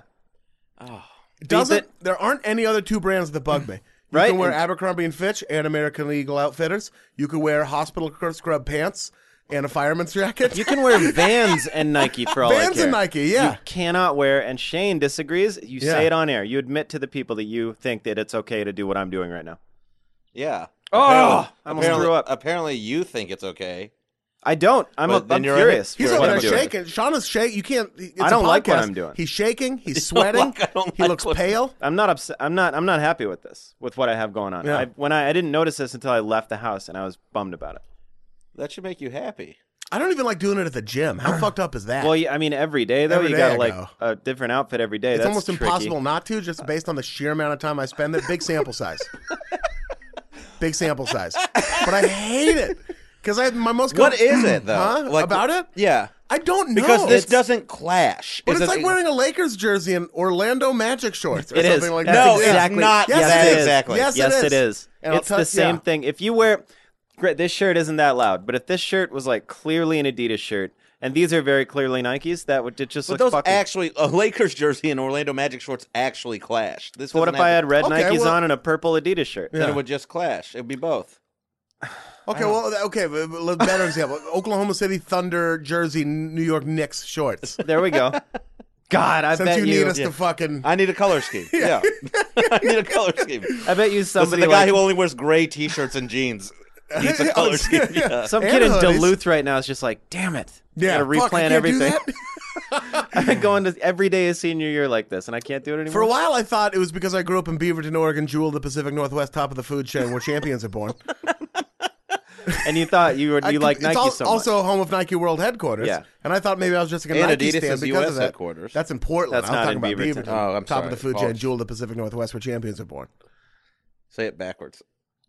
Speaker 1: Doesn't
Speaker 4: it.
Speaker 1: there aren't any other two brands that bug me. You
Speaker 4: Right,
Speaker 1: can wear
Speaker 4: and-
Speaker 1: Abercrombie and Fitch and American Eagle Outfitters. You could wear hospital cr- scrub pants and a fireman's jacket.
Speaker 4: You can wear Vans and Nike for all I
Speaker 1: Vans and
Speaker 4: care.
Speaker 1: Nike, yeah.
Speaker 4: You cannot wear, and Shane disagrees. You
Speaker 1: Yeah.
Speaker 4: say it on air. You admit to the people that you think that it's okay to do what I'm doing right now.
Speaker 3: Yeah.
Speaker 4: Oh,
Speaker 3: Apparently-
Speaker 4: I almost
Speaker 3: apparently-
Speaker 4: threw up.
Speaker 3: Apparently, you think it's okay.
Speaker 4: I don't. I'm,
Speaker 3: But
Speaker 4: a,
Speaker 3: then
Speaker 4: I'm
Speaker 3: you're
Speaker 4: curious.
Speaker 1: He's
Speaker 4: for
Speaker 1: over
Speaker 4: what
Speaker 1: there
Speaker 4: I'm doing.
Speaker 1: shaking. Sean is shaking. You can't. It's
Speaker 4: I don't
Speaker 1: a
Speaker 4: like what
Speaker 1: podcast.
Speaker 4: I'm doing.
Speaker 1: He's shaking. He's sweating.
Speaker 3: like- I don't
Speaker 1: he
Speaker 3: like
Speaker 1: looks
Speaker 3: what-
Speaker 1: pale.
Speaker 4: I'm not upset. I'm not. I'm not happy with this. With what I have going on.
Speaker 1: Yeah.
Speaker 4: I, when I, I didn't notice this until I left the house, and I was bummed about it.
Speaker 3: That should make you happy.
Speaker 1: I don't even like doing it at the gym. How fucked up is that?
Speaker 4: Well, yeah, I mean, every day though,
Speaker 1: Every
Speaker 4: you
Speaker 1: day I
Speaker 4: got like
Speaker 1: go.
Speaker 4: a different outfit every day.
Speaker 1: it's
Speaker 4: That's
Speaker 1: almost
Speaker 4: tricky.
Speaker 1: impossible not to, just based on the sheer amount of time I spend there. Big sample size. Big sample size. But I hate it because I my most.
Speaker 3: What is it though?
Speaker 1: Huh? About it?
Speaker 3: Yeah.
Speaker 1: I don't know
Speaker 3: Because this
Speaker 1: It's-
Speaker 3: doesn't clash.
Speaker 1: But
Speaker 3: Is
Speaker 1: it's,
Speaker 3: it-
Speaker 1: like wearing a Lakers jersey and Orlando Magic shorts or
Speaker 4: It
Speaker 1: something
Speaker 4: is.
Speaker 1: like
Speaker 4: That's
Speaker 1: that.
Speaker 3: No,
Speaker 1: Yeah.
Speaker 3: exact- it's not
Speaker 1: Yes,
Speaker 3: that
Speaker 1: it is.
Speaker 3: exactly.
Speaker 1: Yes, it is.
Speaker 4: it is.
Speaker 1: And I'll
Speaker 4: it's
Speaker 1: tell-
Speaker 4: the same
Speaker 1: yeah.
Speaker 4: thing. If you wear, great, this shirt isn't that loud, but if this shirt was like clearly an Adidas shirt, and these are very clearly Nikes, that would it just
Speaker 3: But
Speaker 4: look
Speaker 3: those
Speaker 4: fucking.
Speaker 3: actually, a Lakers jersey and Orlando Magic shorts actually clashed. This
Speaker 4: what if
Speaker 3: doesn't
Speaker 4: I
Speaker 3: happen.
Speaker 4: had red
Speaker 1: Okay,
Speaker 4: Nikes
Speaker 1: well-
Speaker 4: on and a purple Adidas shirt?
Speaker 3: Then it would just clash. It'd be both.
Speaker 1: Okay, well, th- okay, but- but a better example: Oklahoma City Thunder jersey, New York Knicks shorts.
Speaker 4: There we go. God, I
Speaker 1: Since
Speaker 4: bet
Speaker 1: you
Speaker 4: you.
Speaker 1: need us to fucking
Speaker 3: I need a color scheme. Yeah, I need a color scheme.
Speaker 4: I bet you
Speaker 3: Listen,
Speaker 4: somebody
Speaker 3: the guy
Speaker 4: like-
Speaker 3: who only wears gray T-shirts and jeans needs a color scheme. Yeah.
Speaker 4: some
Speaker 1: and
Speaker 4: kid in
Speaker 1: hoodies.
Speaker 4: Duluth right now is just like, damn it.
Speaker 1: yeah,
Speaker 4: Gotta
Speaker 1: fuck, I
Speaker 4: replan
Speaker 1: can't do
Speaker 4: everything.
Speaker 1: that.
Speaker 4: I've been going to every day of senior year like this, and I can't do it anymore.
Speaker 1: For a while, I thought it was because I grew up in Beaverton, Oregon, jewel of the Pacific Northwest, top of the food chain, where champions are born.
Speaker 4: And you thought you were
Speaker 1: I
Speaker 4: you
Speaker 1: could-
Speaker 4: like
Speaker 1: it's
Speaker 4: Nike
Speaker 1: al-
Speaker 4: so much.
Speaker 1: also home of Nike World headquarters.
Speaker 4: Yeah.
Speaker 1: and I thought maybe I was just like a
Speaker 3: And
Speaker 1: Nike
Speaker 3: Adidas
Speaker 1: stand
Speaker 3: is
Speaker 1: because
Speaker 3: US
Speaker 1: of that.
Speaker 3: headquarters.
Speaker 1: That's in Portland.
Speaker 4: That's
Speaker 1: I'm
Speaker 4: not
Speaker 1: talking
Speaker 4: in
Speaker 1: about
Speaker 4: Beaverton.
Speaker 1: Beaverton.
Speaker 3: Oh, I'm
Speaker 1: top of
Speaker 3: sorry.
Speaker 1: the food chain,
Speaker 3: Apologies.
Speaker 1: jewel of the Pacific Northwest, where champions are born.
Speaker 3: Say it backwards.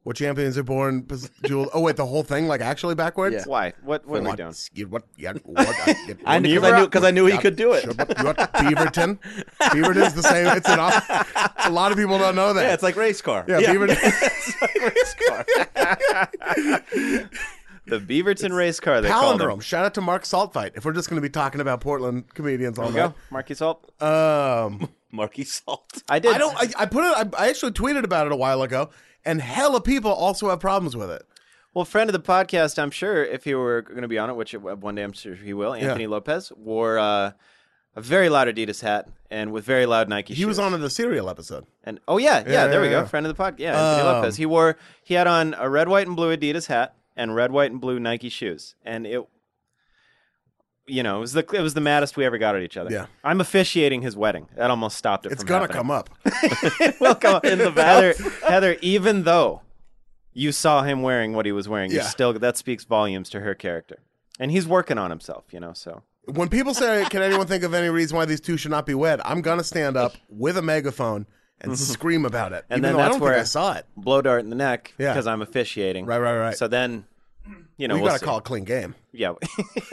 Speaker 1: Where champions are born, Pas- jewel. Oh wait, the whole thing like actually backwards.
Speaker 3: Yeah.
Speaker 4: Why? What what are we doing?
Speaker 1: You what? Yeah, what I-
Speaker 3: I
Speaker 1: what-
Speaker 3: knew because I knew because I knew he could do it.
Speaker 1: Sure, what- what- Beaverton. Beaverton's the same. It's an. off- A lot of people don't know that.
Speaker 3: Yeah, it's like race car.
Speaker 1: yeah, Beaverton.
Speaker 3: race car.
Speaker 4: The Beaverton race car they called
Speaker 1: Palindrome.
Speaker 4: him.
Speaker 1: Shout out to Mark Saltfight. If we're just going to be talking about Portland comedians all
Speaker 4: Go,
Speaker 1: night,
Speaker 4: Marquis Holt.
Speaker 1: um,
Speaker 3: Marky Salt.
Speaker 4: I did.
Speaker 1: I don't. I, I put it. I, I actually tweeted about it a while ago, and hella people also have problems with it.
Speaker 4: Well, friend of the podcast, I'm sure if he were going to be on it, which one day I'm sure he will, Anthony Lopez wore uh, a very loud Adidas hat and with very loud Nike
Speaker 1: He was on in the serial episode.
Speaker 4: And oh yeah, yeah,
Speaker 1: Yeah,
Speaker 4: there we
Speaker 1: yeah,
Speaker 4: go.
Speaker 1: yeah. Um,
Speaker 4: Friend of the podcast. Yeah, Anthony Lopez. He wore he had on a red, white, and blue Adidas hat and red, white, and blue Nike shoes. And it you know, it was the it was the maddest we ever got at each other.
Speaker 1: Yeah.
Speaker 4: I'm officiating his wedding. That almost stopped it
Speaker 1: It's
Speaker 4: from
Speaker 1: gonna
Speaker 4: happening.
Speaker 1: come up.
Speaker 4: it will come up in the Heather, Heather, even though you saw him wearing what he was wearing, you
Speaker 1: Yeah.
Speaker 4: still that speaks volumes to her character. And he's working on himself, you know, so
Speaker 1: When people say, "Can anyone think of any reason why these two should not be wed?" I'm gonna stand up with a megaphone and scream about it.
Speaker 4: Mm-hmm. And
Speaker 1: even
Speaker 4: then
Speaker 1: though I
Speaker 4: that's
Speaker 1: don't
Speaker 4: where
Speaker 1: think I saw it.
Speaker 4: blow dart in the neck
Speaker 1: Yeah.
Speaker 4: because I'm officiating.
Speaker 1: Right, right, right.
Speaker 4: So then, you know,
Speaker 1: we
Speaker 4: we'll
Speaker 1: gotta
Speaker 4: see.
Speaker 1: call a clean game.
Speaker 4: Yeah,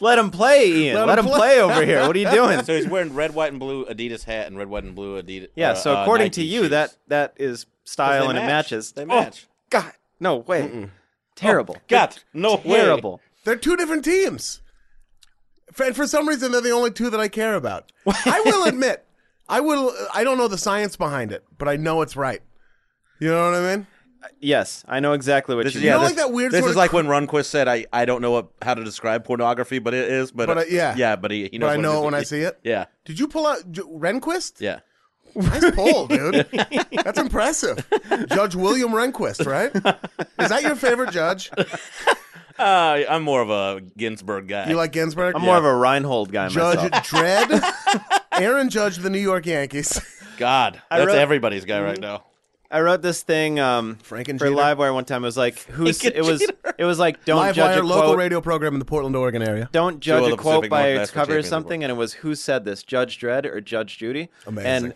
Speaker 4: let him play, Ian. Let,
Speaker 1: Let 'em
Speaker 4: him
Speaker 1: play.
Speaker 4: play over here. What are you doing?
Speaker 3: So he's wearing red, white, and blue Adidas hat and red, white, and blue Adidas.
Speaker 4: yeah.
Speaker 3: uh,
Speaker 4: So
Speaker 3: uh,
Speaker 4: according
Speaker 3: Nike
Speaker 4: to you,
Speaker 3: shoes.
Speaker 4: that that is
Speaker 3: 'Cause
Speaker 4: style
Speaker 3: they
Speaker 4: and it
Speaker 3: match.
Speaker 4: matches.
Speaker 3: They
Speaker 4: Oh,
Speaker 3: match. Oh,
Speaker 4: God, no way. Terrible.
Speaker 3: God, no way.
Speaker 4: Terrible.
Speaker 1: They're two different teams. For- And for some reason, they're the only two that I care about. I will admit, I will. I don't know the science behind it, but I know it's right. You know what I mean?
Speaker 4: Yes, I know exactly what
Speaker 3: This
Speaker 4: you
Speaker 3: is
Speaker 4: mean.
Speaker 3: yeah.
Speaker 1: know,
Speaker 3: this,
Speaker 1: like that weird
Speaker 3: This
Speaker 1: sort
Speaker 3: is
Speaker 1: of
Speaker 3: like when Runquist said, "I I don't know what, how to describe pornography, but it is." But,
Speaker 1: But,
Speaker 3: uh,
Speaker 1: uh, yeah.
Speaker 3: yeah. But he, he knows
Speaker 1: But I
Speaker 3: what
Speaker 1: know
Speaker 3: is.
Speaker 1: it when I see it.
Speaker 3: Yeah,
Speaker 1: Did you pull out J- Rehnquist?
Speaker 3: yeah.
Speaker 1: Nice pull, dude. That's impressive. Judge William Rehnquist, right? Is that your favorite judge?
Speaker 3: Uh, I'm more of a Ginsburg guy.
Speaker 1: You like Ginsburg?
Speaker 4: I'm more of a Reinhold guy
Speaker 1: Judge
Speaker 4: myself.
Speaker 1: Dredd, Aaron Judge of the New York Yankees.
Speaker 3: God? That's
Speaker 4: wrote-
Speaker 3: everybody's guy right now.
Speaker 4: I wrote this thing um, for
Speaker 1: Franken Jeter.
Speaker 4: Livewire one time. It was like who's
Speaker 3: Franken
Speaker 4: it was
Speaker 3: Jeter.
Speaker 4: it was like don't
Speaker 1: Live
Speaker 4: judge
Speaker 1: Wire,
Speaker 4: a
Speaker 1: local
Speaker 4: quote
Speaker 1: radio program in the Portland, Oregon area.
Speaker 4: don't judge
Speaker 3: Jewel
Speaker 4: a
Speaker 3: of the
Speaker 4: quote
Speaker 3: Pacific
Speaker 4: by
Speaker 3: Northwest
Speaker 4: its
Speaker 3: for
Speaker 4: cover or
Speaker 3: champions of the
Speaker 4: something, and it was who said this, Judge Dredd or Judge Judy?
Speaker 1: Amazing.
Speaker 4: And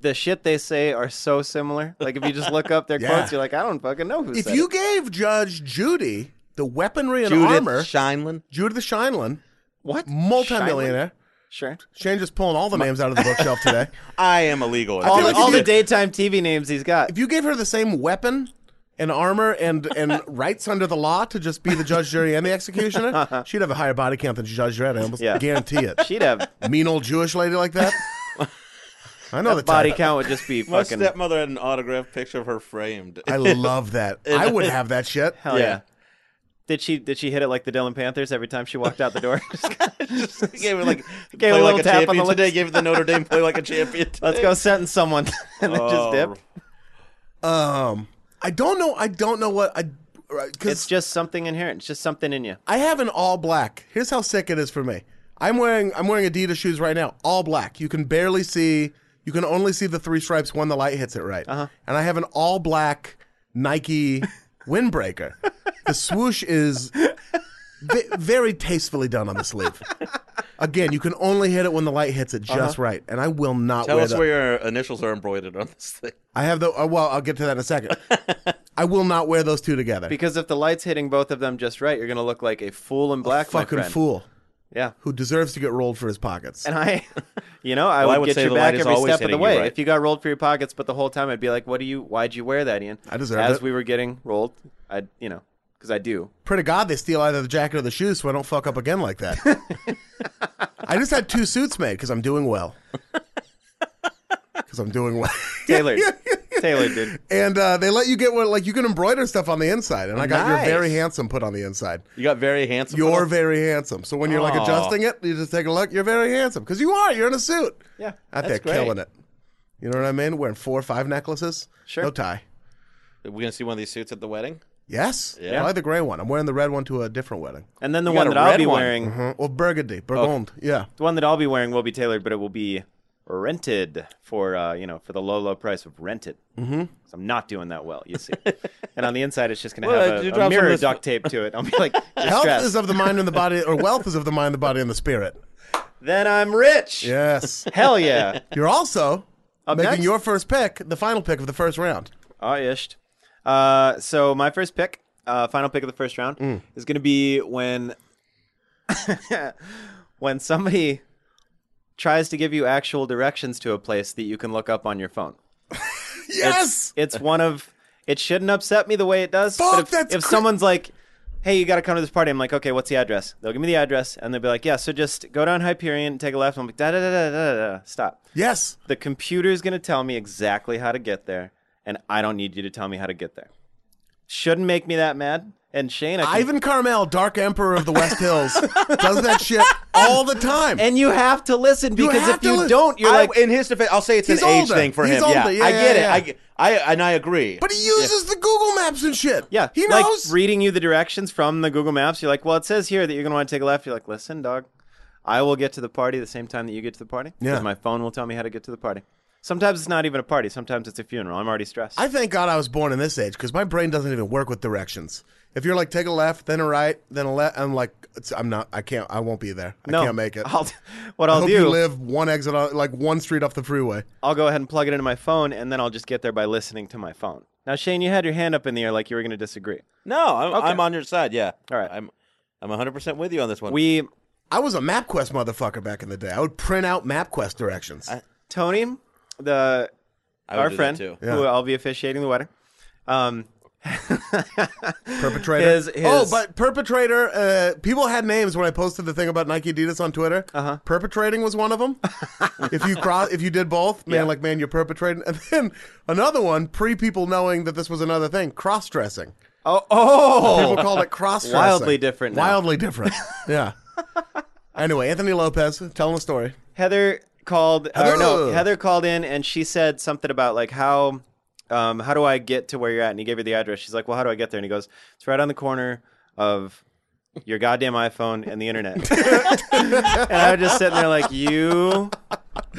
Speaker 4: the shit they say are so similar. Like if you just look up their
Speaker 1: Yeah.
Speaker 4: quotes, you're like, I don't fucking know who
Speaker 1: If
Speaker 4: said
Speaker 1: you
Speaker 4: it.
Speaker 1: gave Judge Judy the weaponry and
Speaker 3: Judith
Speaker 1: armor,
Speaker 3: Scheinlin.
Speaker 1: Judith the Shineland,
Speaker 4: what
Speaker 1: multimillionaire.
Speaker 4: Shiloh? Sure.
Speaker 1: Shane just pulling all the names out of the bookshelf today.
Speaker 3: I am illegal.
Speaker 1: feel
Speaker 4: All,
Speaker 1: like
Speaker 4: the,
Speaker 1: if
Speaker 4: all
Speaker 1: you-
Speaker 4: the daytime TV names he's got.
Speaker 1: If you gave her the same weapon and armor and, and rights under the law to just be the judge, jury, and the executioner, she'd have a higher body count than Judge Dredd. I almost
Speaker 4: Uh-huh. Yeah.
Speaker 1: guarantee it.
Speaker 4: She'd have
Speaker 1: mean old Jewish lady like that. I know the
Speaker 4: body
Speaker 1: type.
Speaker 4: count would just be
Speaker 3: My
Speaker 4: fucking
Speaker 3: stepmother had an autographed picture of her framed.
Speaker 1: I love that. I would have that shit.
Speaker 4: hell yeah. Did she did she hit it like the Dillon Panthers every time she walked out the door?
Speaker 3: Just gave her like
Speaker 4: Gave her a
Speaker 3: play
Speaker 4: little
Speaker 3: like a
Speaker 4: tap on the
Speaker 3: champion today.
Speaker 4: lips.
Speaker 3: Gave her the Notre Dame play like a champion.
Speaker 4: Let's go sentence someone and then just dip.
Speaker 3: Oh.
Speaker 1: Um, I don't know. I don't know what I
Speaker 4: It's
Speaker 1: because
Speaker 4: just something inherent. It's just something in you.
Speaker 1: I have an all black. Here's how sick it is for me. I'm wearing I'm wearing Adidas shoes right now, all black. You can barely see. You can only see the three stripes when the light hits it right. Uh-huh. And I have an all black Nike windbreaker. The swoosh is ve- very tastefully done on the sleeve. Again, you can only hit it when the light hits it just right, and I will not
Speaker 3: Tell
Speaker 1: wear
Speaker 3: us
Speaker 1: the-
Speaker 3: where your initials are embroidered on this thing.
Speaker 1: I have the. Uh, well, I'll get to that in a second. I will not wear those two together.
Speaker 4: Because if the light's hitting both of them just right, you're gonna look like a fool in black. my
Speaker 1: fucking
Speaker 4: friend.
Speaker 1: fool
Speaker 4: Yeah.
Speaker 1: who deserves to get rolled for his pockets.
Speaker 4: And I, you know, I
Speaker 3: Well, I
Speaker 4: would,
Speaker 3: would
Speaker 4: get
Speaker 3: say
Speaker 4: your
Speaker 3: the
Speaker 4: back
Speaker 3: light is
Speaker 4: every
Speaker 3: always
Speaker 4: step of the
Speaker 3: hitting you
Speaker 4: way.
Speaker 3: right.
Speaker 4: If you got rolled for your pockets, but the whole time I'd be like, "What do you? Why'd you wear that, Ian?"
Speaker 1: I deserved
Speaker 4: As
Speaker 1: it.
Speaker 4: we were getting rolled, I, you know, because I do.
Speaker 1: Pray to God they steal either the jacket or the shoes, so I don't fuck up again like that. I just had two suits made because I'm doing well. Because I'm doing well.
Speaker 4: Taylor, Taylor, dude,
Speaker 1: and uh, they let you get what, like you can embroider stuff on the inside, and I got
Speaker 4: Nice.
Speaker 1: your very handsome put on the inside.
Speaker 3: You got very handsome.
Speaker 1: You're
Speaker 3: little-
Speaker 1: very handsome. So when you're like
Speaker 3: Oh. Aw.
Speaker 1: adjusting it, you just take a look. You're very handsome because you are. You're in a suit.
Speaker 4: Yeah,
Speaker 1: out there
Speaker 3: that's great.
Speaker 1: killing it. You know what I mean? Wearing four or five necklaces.
Speaker 4: Sure.
Speaker 1: No tie.
Speaker 3: Are we gonna see one of these suits at the wedding?
Speaker 1: Yes.
Speaker 3: Yeah.
Speaker 1: I like the gray one. I'm wearing the red one to a different wedding.
Speaker 4: and then the
Speaker 3: You
Speaker 4: one
Speaker 3: got
Speaker 4: that
Speaker 3: a
Speaker 4: I'll
Speaker 3: red
Speaker 4: be
Speaker 3: one.
Speaker 4: wearing,
Speaker 1: Uh-huh.
Speaker 4: Oh.
Speaker 1: Well, burgundy, burgund. Yeah.
Speaker 4: the one that I'll be wearing will be tailored, but it will be rented for, uh, you know, for the low, low price of rented. Mm-hmm. I'm not doing that well, you see. and on the inside, it's just gonna
Speaker 3: Well, uh,
Speaker 4: have
Speaker 3: you
Speaker 4: a,
Speaker 3: drop
Speaker 4: a
Speaker 3: some of
Speaker 4: mirror
Speaker 3: this-
Speaker 4: duct tape to it. I'll be like,
Speaker 1: Health
Speaker 4: distressed.
Speaker 1: is of the mind and the body, or wealth is of the mind, the body, and the spirit.
Speaker 4: then I'm rich.
Speaker 1: Yes.
Speaker 4: Hell yeah.
Speaker 1: You're also making
Speaker 4: next?
Speaker 1: your first pick, the final pick of the first round.
Speaker 4: Ah, isht. Uh, so my first pick, uh, final pick of the first round,
Speaker 3: Mm.
Speaker 4: is going to be when when somebody tries to give you actual directions to a place that you can look up on your phone.
Speaker 1: Yes.
Speaker 4: It's one of it shouldn't upset me the way it does.
Speaker 1: Fuck,
Speaker 4: but if,
Speaker 1: that's
Speaker 4: if
Speaker 1: cra-
Speaker 4: someone's like, "Hey, you got to come to this party," I'm like, "Okay, what's the address?" They'll give me the address, and they'll be like, "Yeah, so just go down Hyperion, take a left." I'm like, "Da da da da da da, stop."
Speaker 1: yes.
Speaker 4: The computer's going to tell me exactly how to get there, and I don't need you to tell me how to get there. Shouldn't make me that mad. And Shane, I can-
Speaker 1: Ivan Carmel, Dark Emperor of the West Hills, does that shit all the time.
Speaker 4: and you have to listen
Speaker 1: You
Speaker 4: because
Speaker 1: have
Speaker 4: if
Speaker 1: to
Speaker 4: you
Speaker 1: li-
Speaker 4: don't, you're
Speaker 3: I,
Speaker 4: like,
Speaker 3: in his defense, I'll say it's an
Speaker 1: He's
Speaker 3: age
Speaker 1: older.
Speaker 3: thing for
Speaker 1: He's
Speaker 3: him.
Speaker 1: older.
Speaker 3: Yeah,
Speaker 1: Yeah,
Speaker 3: I
Speaker 1: yeah,
Speaker 3: get
Speaker 1: yeah.
Speaker 3: it. I, I and I agree.
Speaker 1: but he uses the Google Maps and shit.
Speaker 4: yeah,
Speaker 1: He
Speaker 4: like
Speaker 1: knows.
Speaker 4: reading you the directions from the Google Maps. You're like, well, it says here that you're going to want to take a left. You're like, listen, dog, I will get to the party the same time that you get to the party. 'cause
Speaker 1: Yeah.
Speaker 4: my phone will tell me how to get to the party. Sometimes it's not even a party. Sometimes it's a funeral. I'm already stressed.
Speaker 1: I thank God I was born in this age because my brain doesn't even work with directions. If you're like, take a left, then a right, then a left, I'm like, it's, I'm not, I can't, I won't be there. I
Speaker 4: no,
Speaker 1: can't make it.
Speaker 4: I'll, what
Speaker 1: I
Speaker 4: I'll
Speaker 1: hope
Speaker 4: do,
Speaker 1: you live one exit, on, like one street off the freeway.
Speaker 4: I'll go ahead and plug it into my phone, and then I'll just get there by listening to my phone. Now, Shane, you had your hand up in the air like you were going to disagree.
Speaker 3: No, I'm,
Speaker 4: Okay.
Speaker 3: I'm on your side. Yeah.
Speaker 4: All right.
Speaker 3: I'm I'm 100% with you on this one.
Speaker 4: We,
Speaker 1: I was a MapQuest motherfucker back in the day. I would print out MapQuest directions.
Speaker 3: I-
Speaker 4: Tony, the
Speaker 3: I would
Speaker 4: our
Speaker 3: do that
Speaker 4: friend
Speaker 3: too.
Speaker 4: who I'll be officiating the wedding. Um,
Speaker 1: perpetrator.
Speaker 4: his- his-
Speaker 1: Oh, but perpetrator. Uh, people had names when I posted the thing about Nike Adidas on Twitter.
Speaker 4: Uh-huh.
Speaker 1: Perpetrating was one of them. if you cross, if you did both, man,
Speaker 4: Yeah.
Speaker 1: like man, you're perpetrating. And then another one, pre people knowing that this was another thing, cross dressing.
Speaker 4: oh, oh,
Speaker 1: People called it cross dressing.
Speaker 4: Wildly different now.
Speaker 1: Wildly different. yeah. Anyway, Anthony Lopez telling a story.
Speaker 4: Heather called or no,
Speaker 1: Heather!
Speaker 4: Heather called in and she said something about like how um, how do I get to where you're at? And he gave her the address. She's like, Well, how do I get there? And he goes, It's right on the corner of your goddamn iPhone and the internet. and I was just sitting there like, You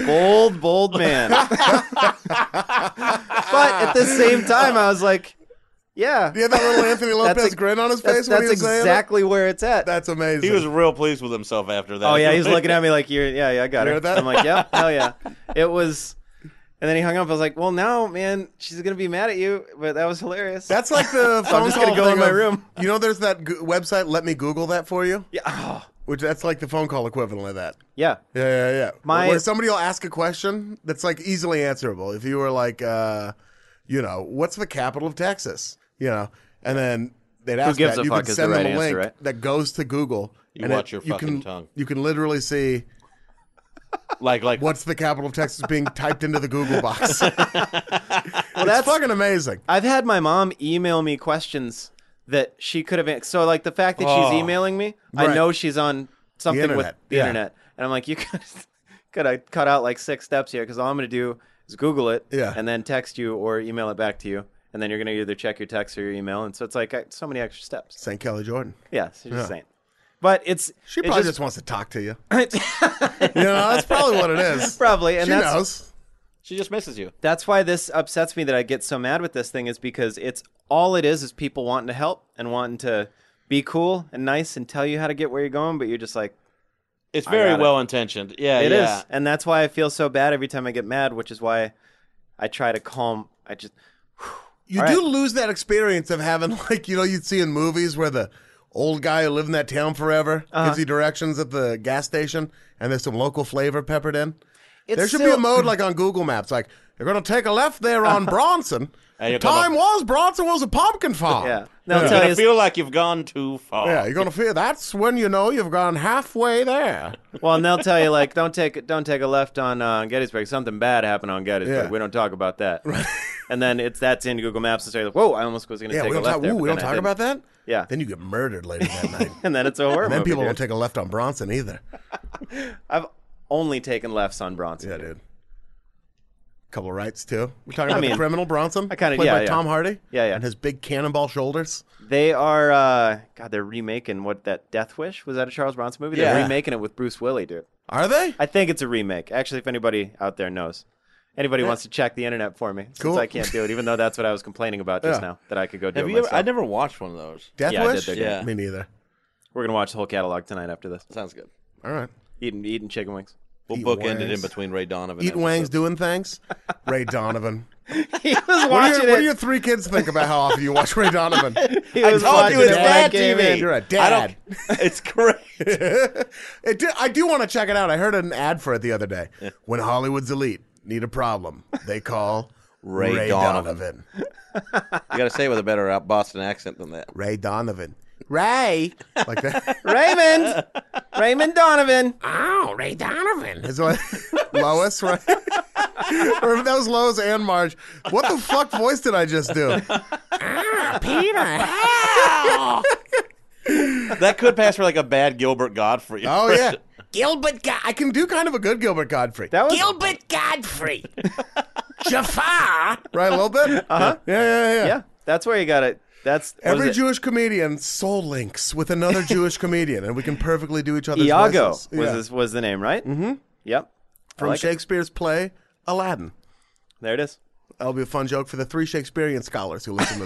Speaker 4: bold, bold man. but at the same time, I was like, Yeah.
Speaker 1: You had that little Anthony Lopez
Speaker 4: ex-
Speaker 1: grin on his
Speaker 4: That's,
Speaker 1: face when
Speaker 4: that's
Speaker 1: he was saying it?
Speaker 4: exactly where it's at.
Speaker 1: That's amazing.
Speaker 3: He was real pleased with himself after that.
Speaker 4: Oh yeah, he's looking at me like you're. Yeah, yeah, I got
Speaker 1: You
Speaker 4: her.
Speaker 1: heard that?
Speaker 4: I'm like, yeah, hell yeah. It was, and then he hung up. I was like, well, now, man, she's gonna be mad at you, but that was hilarious.
Speaker 1: That's like the phone
Speaker 4: just
Speaker 1: call
Speaker 4: gonna go
Speaker 1: thing
Speaker 4: in my
Speaker 1: of-
Speaker 4: room.
Speaker 1: You know, there's that go- website. Let me Google that for you.
Speaker 4: yeah, oh,
Speaker 1: Which that's like the phone call equivalent of that.
Speaker 4: yeah.
Speaker 1: Yeah, yeah, yeah.
Speaker 4: My-
Speaker 1: Where somebody will ask a question that's like easily answerable. If you were like, uh, you know, what's the capital of Texas? You know, and then they'd ask
Speaker 4: gives
Speaker 1: that.
Speaker 4: a
Speaker 1: you
Speaker 4: fuck
Speaker 1: can
Speaker 4: is the
Speaker 1: send
Speaker 4: right
Speaker 1: them a
Speaker 4: answer,
Speaker 1: link
Speaker 4: right?
Speaker 1: that goes to Google.
Speaker 3: You
Speaker 1: and
Speaker 3: watch
Speaker 1: it-
Speaker 3: your
Speaker 1: you
Speaker 3: fucking
Speaker 1: can,
Speaker 3: tongue.
Speaker 1: You can literally see
Speaker 3: like like
Speaker 1: what's the capital of Texas being typed into the Google box. well,
Speaker 4: that's-
Speaker 1: that's fucking amazing.
Speaker 4: I've had my mom email me questions that she could have. So like the fact that
Speaker 3: Oh.
Speaker 4: she's emailing me, I
Speaker 1: Right.
Speaker 4: know she's on something with
Speaker 1: internet,
Speaker 4: the
Speaker 1: yeah.
Speaker 4: internet, and I'm like, you could could I cut out like six steps here because all I'm gonna do is Google it,
Speaker 1: Yeah.
Speaker 4: and then text you or email it back to you. And then you're gonna either check your text or your email, and so it's like I, so many extra steps.
Speaker 1: St. Kelly Jordan.
Speaker 4: Yeah, so just saying. But it's
Speaker 1: She
Speaker 4: it
Speaker 1: probably just, wants to talk to you. you know, that's probably what it is.
Speaker 4: probably, and
Speaker 1: she
Speaker 4: that's
Speaker 1: knows.
Speaker 3: she just misses you.
Speaker 4: that's why this upsets me that I get so mad with this thing is because it's all it is is people wanting to help and wanting to be cool and nice and tell you how to get where you're going, but you're just like
Speaker 3: It's very
Speaker 4: got it.
Speaker 3: well intentioned. Yeah,
Speaker 4: it is,
Speaker 3: yeah.
Speaker 4: and that's why I feel so bad every time I get mad, which is why I try to calm. I just
Speaker 1: You
Speaker 4: All
Speaker 1: do
Speaker 4: right.
Speaker 1: lose that experience of having like you know you'd see in movies where the old guy who lived in that town forever
Speaker 4: Uh-huh.
Speaker 1: gives you directions at the gas station and there's some local flavor peppered in.
Speaker 4: It's
Speaker 1: there should be
Speaker 4: still-
Speaker 1: a mode like on Google Maps, like you're gonna take a left there on Bronson.
Speaker 3: And
Speaker 1: The
Speaker 3: you come up-
Speaker 1: time was Bronson was a pumpkin farm.
Speaker 4: yeah. No, I'll
Speaker 1: yeah.
Speaker 3: You're
Speaker 4: tell
Speaker 3: gonna
Speaker 4: you,
Speaker 3: feel like you've gone too far.
Speaker 1: Yeah, you're gonna feel that's when you know you've gone halfway there.
Speaker 4: Well, and they'll tell you like, don't take don't take a left on uh, Gettysburg. Something bad happened on Gettysburg.
Speaker 1: Yeah.
Speaker 4: We don't talk about that. And then it's that's in Google Maps, and so you're like, whoa, I almost was going to
Speaker 1: Yeah,
Speaker 4: take
Speaker 1: we
Speaker 4: a
Speaker 1: don't
Speaker 4: left
Speaker 1: talk.
Speaker 4: there.
Speaker 1: Ooh,
Speaker 4: but
Speaker 1: we
Speaker 4: then
Speaker 1: don't
Speaker 4: I
Speaker 1: talk
Speaker 4: didn't."
Speaker 1: about that.
Speaker 4: Yeah.
Speaker 1: Then you get murdered later that night.
Speaker 4: And then it's a horror
Speaker 1: And then
Speaker 4: movie,
Speaker 1: people
Speaker 4: dude.
Speaker 1: don't take a left on Bronson either.
Speaker 4: I've only taken lefts on Bronson.
Speaker 1: Yeah, dude. Couple of rights too. We're talking about
Speaker 4: mean,
Speaker 1: the criminal Bronson. I
Speaker 4: kinda-
Speaker 1: played
Speaker 4: yeah,
Speaker 1: by
Speaker 4: yeah.
Speaker 1: Tom Hardy.
Speaker 4: Yeah, yeah.
Speaker 1: And his big cannonball shoulders.
Speaker 4: They are uh God, they're remaking what that Death Wish? Was that a Charles Bronson movie? They're
Speaker 3: Yeah.
Speaker 4: remaking it with Bruce Willie, dude.
Speaker 1: Are they?
Speaker 4: I think it's a remake. Actually, if anybody out there knows. Anybody wants to check the internet for me since
Speaker 1: Cool.
Speaker 4: I can't do it, even though that's what I was complaining about just
Speaker 1: Yeah.
Speaker 4: now, that I could go do
Speaker 3: Have
Speaker 4: it
Speaker 3: you ever,
Speaker 4: myself.
Speaker 3: I never watched one of those.
Speaker 1: Death
Speaker 4: Yeah, I did
Speaker 1: Wish.
Speaker 4: dig
Speaker 3: it. Yeah.
Speaker 1: me neither.
Speaker 4: We're gonna watch the whole catalog tonight after this.
Speaker 3: Sounds good.
Speaker 1: All right.
Speaker 4: Eating eating chicken wings.
Speaker 3: We'll
Speaker 1: Eat
Speaker 3: bookend it
Speaker 1: wangs.
Speaker 3: in between Ray Donovan.
Speaker 1: Eat
Speaker 3: episodes.
Speaker 1: Wangs doing things. Ray Donovan.
Speaker 4: he was
Speaker 1: What
Speaker 4: watching
Speaker 1: do, your, what do
Speaker 4: it.
Speaker 1: your three kids think about how often you watch Ray Donovan?
Speaker 4: He
Speaker 3: I
Speaker 4: was
Speaker 3: told
Speaker 4: watching
Speaker 3: you it's
Speaker 4: it
Speaker 3: bad
Speaker 4: when I came in.
Speaker 3: TV.
Speaker 1: You're a
Speaker 3: I
Speaker 1: dad.
Speaker 3: don't, it's great.
Speaker 1: It do- I do want to check it out. I heard an ad for it the other day. When Hollywood's elite need a problem, they call
Speaker 3: Ray
Speaker 1: Ray
Speaker 3: Donovan.
Speaker 1: Donovan.
Speaker 3: You got to say it with a better uh, Boston accent than that.
Speaker 1: Ray Donovan. Ray. Like that.
Speaker 4: Raymond, Raymond Donovan.
Speaker 1: Oh, Ray Donovan. Is what, Lois, right? or that was Lois and Marge. What the fuck voice did I just do? ah, Peter.
Speaker 3: That could pass for like a bad Gilbert Godfrey.
Speaker 1: oh, yeah.
Speaker 3: impression.
Speaker 1: Gilbert God. I can do kind of a good Gilbert Godfrey.
Speaker 4: That was
Speaker 5: Gilbert Godfrey. Jafar.
Speaker 1: right, a little bit? Uh-huh. Yeah, yeah, yeah.
Speaker 4: yeah. That's where you got it. That's what
Speaker 1: Every
Speaker 4: is it?
Speaker 1: Jewish comedian soul links with another Jewish comedian, and we can perfectly do each other's
Speaker 4: Iago
Speaker 1: voices.
Speaker 4: was
Speaker 1: Yeah.
Speaker 4: his, was the name, right? Mm-hmm. Yep. I
Speaker 1: From
Speaker 4: like it.
Speaker 1: Shakespeare's play, Aladdin.
Speaker 4: There it is.
Speaker 1: That'll be a fun joke for the three Shakespearean scholars who listen to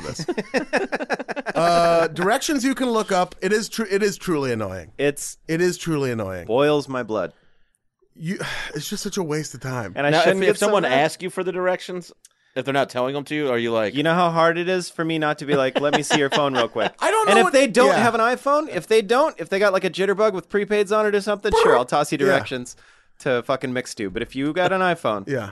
Speaker 1: this. uh, directions you can look up. It is true. It is truly annoying.
Speaker 4: It's
Speaker 1: It is truly annoying.
Speaker 4: boils my blood.
Speaker 1: You, it's just such a waste of time.
Speaker 4: And I
Speaker 3: Now, if,
Speaker 4: shouldn't
Speaker 3: if
Speaker 4: get
Speaker 3: someone
Speaker 4: somewhere.
Speaker 3: asks you for the directions, if they're not telling them to you, are you like,
Speaker 4: You know how hard it is for me not to be like, let me see your phone real quick.
Speaker 1: I don't know
Speaker 4: And if
Speaker 1: what-
Speaker 4: they don't
Speaker 1: yeah.
Speaker 4: have an iPhone, if they don't, if they got like a jitterbug with prepaids on it or something, sure, I'll toss you directions to fucking mix to. But if you got an iPhone,
Speaker 1: yeah,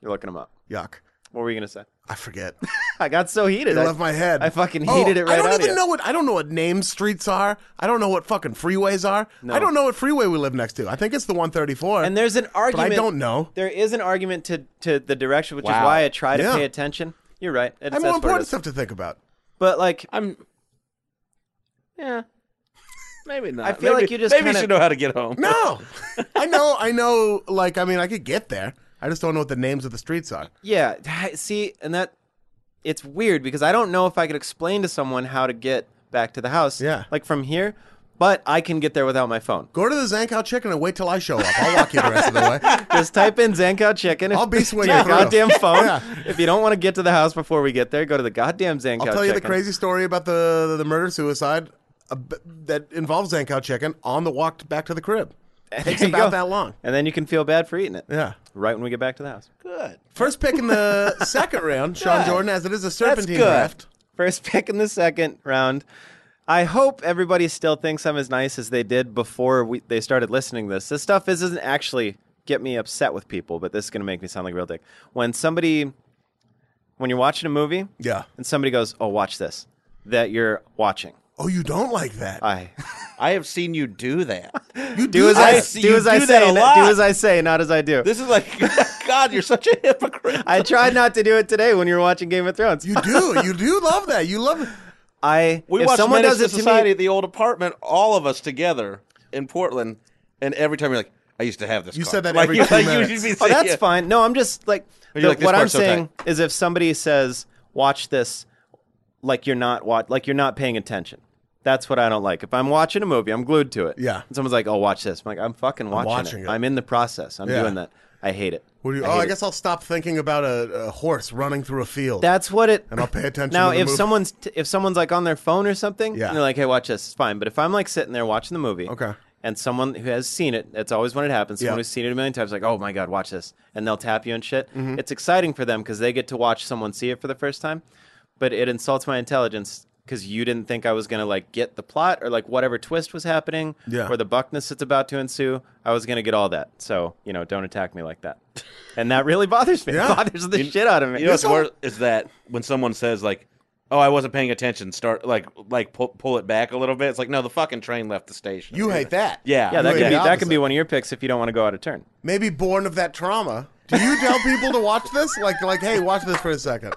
Speaker 4: you're looking them up.
Speaker 1: yuck.
Speaker 4: What were you gonna say?
Speaker 1: I forget.
Speaker 4: I got so heated.
Speaker 1: It
Speaker 4: I,
Speaker 1: left my head.
Speaker 4: I fucking
Speaker 1: Oh,
Speaker 4: heated it right
Speaker 1: I don't
Speaker 4: out of
Speaker 1: even
Speaker 4: you.
Speaker 1: know what I don't know what named streets are. I don't know what fucking freeways are. I don't know what freeway we live next to. I think it's the 134.
Speaker 4: And there's an argument.
Speaker 1: don't know.
Speaker 4: There is an argument to to the direction, which
Speaker 3: Wow.
Speaker 4: is why I try to
Speaker 1: Yeah.
Speaker 4: pay attention. You're right. It's,
Speaker 1: and
Speaker 4: that's what
Speaker 1: more
Speaker 4: it
Speaker 1: important
Speaker 4: is.
Speaker 1: stuff to think about.
Speaker 4: But like,
Speaker 3: I'm, yeah, maybe not.
Speaker 4: I feel
Speaker 3: Maybe-
Speaker 4: like you just
Speaker 3: maybe
Speaker 4: kinda-
Speaker 3: you should know how to get home.
Speaker 1: No, I know. I know. Like I mean, I could get there. I just don't know what the names of the streets are.
Speaker 4: yeah. See, and that it's weird because I don't know if I could explain to someone how to get back to the house.
Speaker 1: Yeah.
Speaker 4: Like from here, but I can get there without my phone.
Speaker 1: Go to the Zankow Chicken and wait till I show up. I'll walk you the rest of the way.
Speaker 4: Just type in Zankow Chicken.
Speaker 1: I'll be
Speaker 4: to
Speaker 1: swinging
Speaker 4: your
Speaker 1: through.
Speaker 4: goddamn phone.
Speaker 1: Yeah.
Speaker 4: If you don't want to get to the house before we get there, go to the goddamn Zankow.
Speaker 1: I'll tell you the
Speaker 4: Chicken.
Speaker 1: crazy story about the the murder suicide uh, b- that involves Zankow Chicken on the walk back to the crib. Takes
Speaker 4: you
Speaker 1: about
Speaker 4: go.
Speaker 1: that long.
Speaker 4: And then you can feel bad for eating it.
Speaker 1: Yeah.
Speaker 4: Right when we get back to the house.
Speaker 3: Good.
Speaker 1: First pick in the second round, Sean Jordan, as it is a serpentine
Speaker 3: good.
Speaker 1: draft.
Speaker 4: First pick in the second round. I hope everybody still thinks I'm as nice as they did before we, they started listening to this. This stuff is, doesn't actually get me upset with people, but this is going to make me sound like a real dick. When somebody, when you're watching a movie
Speaker 1: Yeah.
Speaker 4: and somebody goes, oh, watch this, that you're watching.
Speaker 1: Oh, you don't like that.
Speaker 4: I
Speaker 3: I have seen you do that.
Speaker 1: you
Speaker 4: do as I,
Speaker 3: I see
Speaker 4: do
Speaker 3: you
Speaker 4: as I
Speaker 3: do that
Speaker 4: say,
Speaker 3: a
Speaker 4: not, do
Speaker 3: lot.
Speaker 4: as I say, not as I do.
Speaker 3: This is like, God, you're such a hypocrite.
Speaker 4: I tried not to do it today when you're watching Game of Thrones.
Speaker 1: You do. You do love that. You love it.
Speaker 4: I
Speaker 3: we
Speaker 4: if
Speaker 3: watched
Speaker 4: someone
Speaker 3: Menace
Speaker 4: does it
Speaker 3: to
Speaker 4: to
Speaker 3: Society
Speaker 4: me,
Speaker 3: at the old apartment, all of us together in Portland, and every time you're like, I used to have this.
Speaker 1: You
Speaker 3: car."
Speaker 1: said that
Speaker 3: Like,
Speaker 1: every
Speaker 3: you-
Speaker 1: two
Speaker 3: like, you
Speaker 1: minutes.
Speaker 3: should be
Speaker 4: Oh,
Speaker 3: saying-
Speaker 4: that's
Speaker 3: yeah.
Speaker 4: fine. No, I'm just like, the,
Speaker 3: Or you like, this
Speaker 4: what I'm
Speaker 3: part's so
Speaker 4: saying is if somebody says, "Watch this," like you're not wa- like you're not paying attention. That's what I don't like. If I'm watching a movie, I'm glued to it.
Speaker 1: Yeah.
Speaker 4: And someone's like, "Oh, watch this." I'm like, "I'm fucking watching,
Speaker 1: watching it.
Speaker 4: I'm in the process. I'm
Speaker 1: Yeah.
Speaker 4: doing that. I hate it."
Speaker 1: What do you,
Speaker 4: I
Speaker 1: oh,
Speaker 4: hate
Speaker 1: I
Speaker 4: it.
Speaker 1: guess I'll stop thinking about a, a horse running through a field.
Speaker 4: That's what it.
Speaker 1: And I'll pay attention
Speaker 4: Now,
Speaker 1: to the
Speaker 4: if
Speaker 1: movie.
Speaker 4: someone's t- if someone's like on their phone or something,
Speaker 1: Yeah.
Speaker 4: and they're like, "Hey, watch this," it's fine. But if I'm like sitting there watching the movie,
Speaker 1: Okay.
Speaker 4: and someone who has seen it, that's always when it happens. Someone
Speaker 1: Yeah.
Speaker 4: who's seen it a million times, like, "Oh my god, watch this," and they'll tap you and shit.
Speaker 1: Mm-hmm.
Speaker 4: It's exciting for them because they get to watch someone see it for the first time. But it insults my intelligence because you didn't think I was gonna like get the plot or like whatever twist was happening
Speaker 1: Yeah.
Speaker 4: or the buckness that's about to ensue. I was gonna get all that. So you know, don't attack me like that. And that really bothers me.
Speaker 1: Yeah.
Speaker 4: It bothers the shit out of me.
Speaker 3: You know what's worse is that when someone says like, "Oh, I wasn't paying attention," start like like pull, pull it back a little bit. It's like, no, the fucking train left the station.
Speaker 1: you hate that.
Speaker 3: Yeah.
Speaker 4: Yeah, that
Speaker 1: You
Speaker 4: could
Speaker 1: hate
Speaker 4: be
Speaker 1: the
Speaker 4: that could be
Speaker 1: opposite.
Speaker 4: one of your picks if you don't want to go out of turn.
Speaker 1: Maybe born of that trauma. Do you tell people to watch this? Like, like, hey, watch this for a second,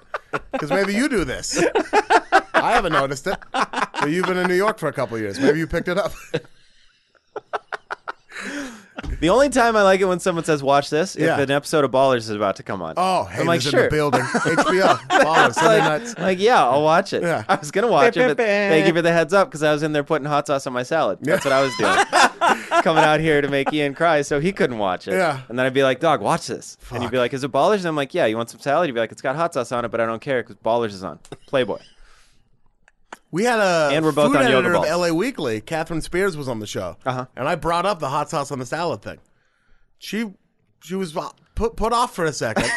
Speaker 1: because maybe you do this. I haven't noticed it, but you've been in New York for a couple years. Maybe you picked it up.
Speaker 4: The only time I like it when someone says "Watch this"
Speaker 1: Yeah.
Speaker 4: if an episode of Ballers is about to come on.
Speaker 1: Oh,
Speaker 4: I'm
Speaker 1: hey,
Speaker 4: like,
Speaker 1: this in
Speaker 4: sure.
Speaker 1: the building. HBO, Ballers, Sunday nights.
Speaker 4: Like, yeah, I'll watch it.
Speaker 1: Yeah.
Speaker 4: I was gonna watch it, but
Speaker 3: Ba-ba-ba.
Speaker 4: they give you the heads up because I was in there putting hot sauce on my salad. That's what I was doing, coming out here to make Ian cry, so he couldn't watch it.
Speaker 1: Yeah.
Speaker 4: And then I'd be like, "Dog, watch this," and you'd be like, "Is it Ballers?" And I'm like, "Yeah." You want some salad? You'd be like, "It's got hot sauce on it, but I don't care because Ballers is on Playboy."
Speaker 1: We had a
Speaker 4: And we're both
Speaker 1: food
Speaker 4: on yoga
Speaker 1: editor of
Speaker 4: balls.
Speaker 1: LA Weekly. Catherine Spears was on the show,
Speaker 4: Uh-huh.
Speaker 1: and I brought up the hot sauce on the salad thing. She she was uh, put put off for a second,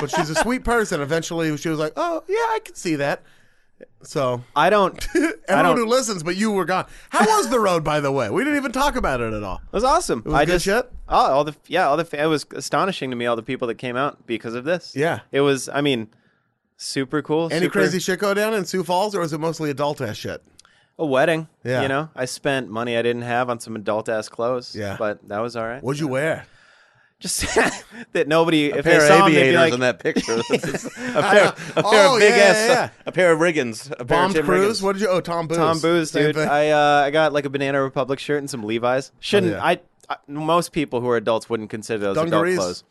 Speaker 1: but she's a sweet person. Eventually, she was like, "Oh yeah, I can see that." So
Speaker 4: I don't. I
Speaker 1: everyone
Speaker 4: don't.
Speaker 1: who listens, but you were gone. How was the road, by the way? We didn't even talk about it at all.
Speaker 4: It was awesome.
Speaker 1: was
Speaker 4: I
Speaker 1: good
Speaker 4: just
Speaker 1: shit?
Speaker 4: Oh, all the yeah, all the fa- it was astonishing to me all the people that came out because of this.
Speaker 1: Yeah.
Speaker 4: it was. I mean, super cool.
Speaker 1: Any
Speaker 4: super-
Speaker 1: crazy shit go down in Sioux Falls, or is it mostly adult ass shit?
Speaker 4: a wedding.
Speaker 1: Yeah.
Speaker 4: you know, I spent money I didn't have on some adult ass clothes.
Speaker 1: Yeah.
Speaker 4: but that was all right.
Speaker 1: What'd you wear?
Speaker 4: Just that nobody if they
Speaker 3: pair of
Speaker 4: saw me, they'd be
Speaker 3: aviators
Speaker 4: like,
Speaker 3: in that picture. a pair, a pair
Speaker 1: Oh,
Speaker 3: of big
Speaker 1: yeah,
Speaker 3: ass,
Speaker 1: yeah, yeah.
Speaker 3: a pair of Riggins, a pair
Speaker 1: Bomb
Speaker 3: of Tim
Speaker 1: Cruise?
Speaker 3: Riggins.
Speaker 1: What did you? Oh, Tom Booze.
Speaker 4: Tom Booze,
Speaker 1: Same
Speaker 4: dude.
Speaker 1: thing.
Speaker 4: I uh, I got like a Banana Republic shirt and some Levi's. Shouldn't
Speaker 1: yeah.
Speaker 4: I, I? Most people who are adults wouldn't consider those
Speaker 1: Dungarees?
Speaker 4: adult clothes.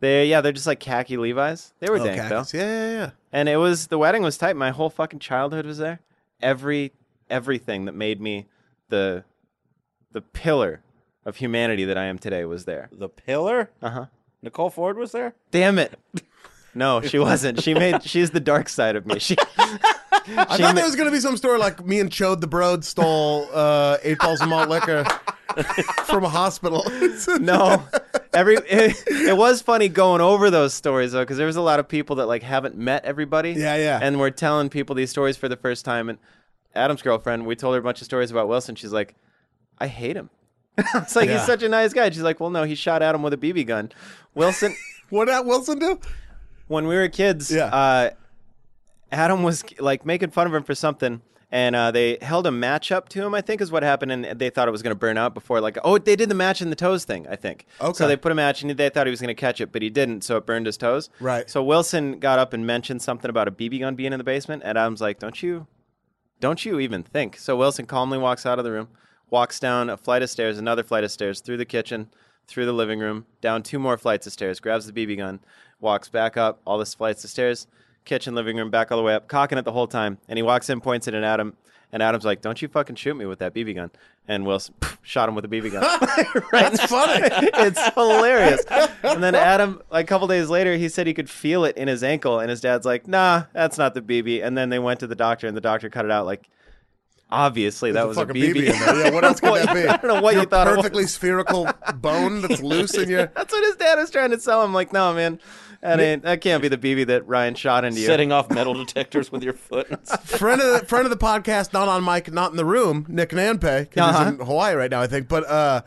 Speaker 4: They yeah, they're just like khaki Levi's. They were
Speaker 1: Oh,
Speaker 4: dank though.
Speaker 1: khakis. Yeah, yeah, yeah.
Speaker 4: And it was the wedding was tight. My whole fucking childhood was there. Every everything that made me the the pillar of humanity that I am today was there.
Speaker 3: The Pillar.
Speaker 4: Uh huh.
Speaker 3: Nicole Ford was there.
Speaker 4: Damn it. No, she wasn't. She made. She's the dark side of me. She.
Speaker 1: I thought there was going to be some story like me and Chode the Broad stole uh, eight balls of malt liquor from a hospital.
Speaker 4: no every it, it was funny going over those stories though because there was a lot of people that like haven't met everybody
Speaker 1: Yeah, yeah.
Speaker 4: and we're telling people these stories for the first time and adam's girlfriend we told her a bunch of stories about wilson she's like i hate him it's like he's such a nice guy she's like well no he shot adam with a bb gun wilson
Speaker 1: What did Wilson do?
Speaker 4: when we were kids,
Speaker 1: Yeah.
Speaker 4: uh, Adam was like making fun of him for something. And uh, they held a match up to him, I think, is what happened. And they thought it was going to burn out before, like, oh, they did the match in the toes thing, I think.
Speaker 1: Okay.
Speaker 4: So they put a match and they thought he was going to catch it, but he didn't. So it burned his toes.
Speaker 1: Right.
Speaker 4: So Wilson got up and mentioned something about a BB gun being in the basement. And Adam's like, don't you, don't you even think. So Wilson calmly walks out of the room, walks down a flight of stairs, another flight of stairs, through the kitchen, through the living room, down two more flights of stairs, grabs the BB gun, walks back up all the flights of stairs, kitchen, living room, back all the way up, cocking it the whole time. And he walks in, points it at Adam, and Adam's like, "Don't you fucking shoot me with that BB gun." And Wilson shot him with a BB gun. That's funny. it's hilarious. And then Adam, like a couple days later, he said he could feel it in his ankle, and his dad's like, "Nah, that's not the BB." And then they went to the doctor, and the doctor cut it out. Like, obviously, that was a
Speaker 1: fucking
Speaker 4: BB.
Speaker 1: in there. Yeah, what else could that be?
Speaker 4: I don't know what
Speaker 1: Your
Speaker 4: you thought it was.
Speaker 1: Perfectly spherical bone that's loose in your.
Speaker 4: That's what his dad was trying to sell him. Like, no, man, that ain't that can't be the BB that Ryan shot into you.
Speaker 3: Setting off metal detectors with your foot.
Speaker 1: friend of the friend of the podcast, not on mic, not in the room, Nick Nanpe, 'cause
Speaker 4: Uh-huh.
Speaker 1: he's in Hawaii right now, I think. But uh,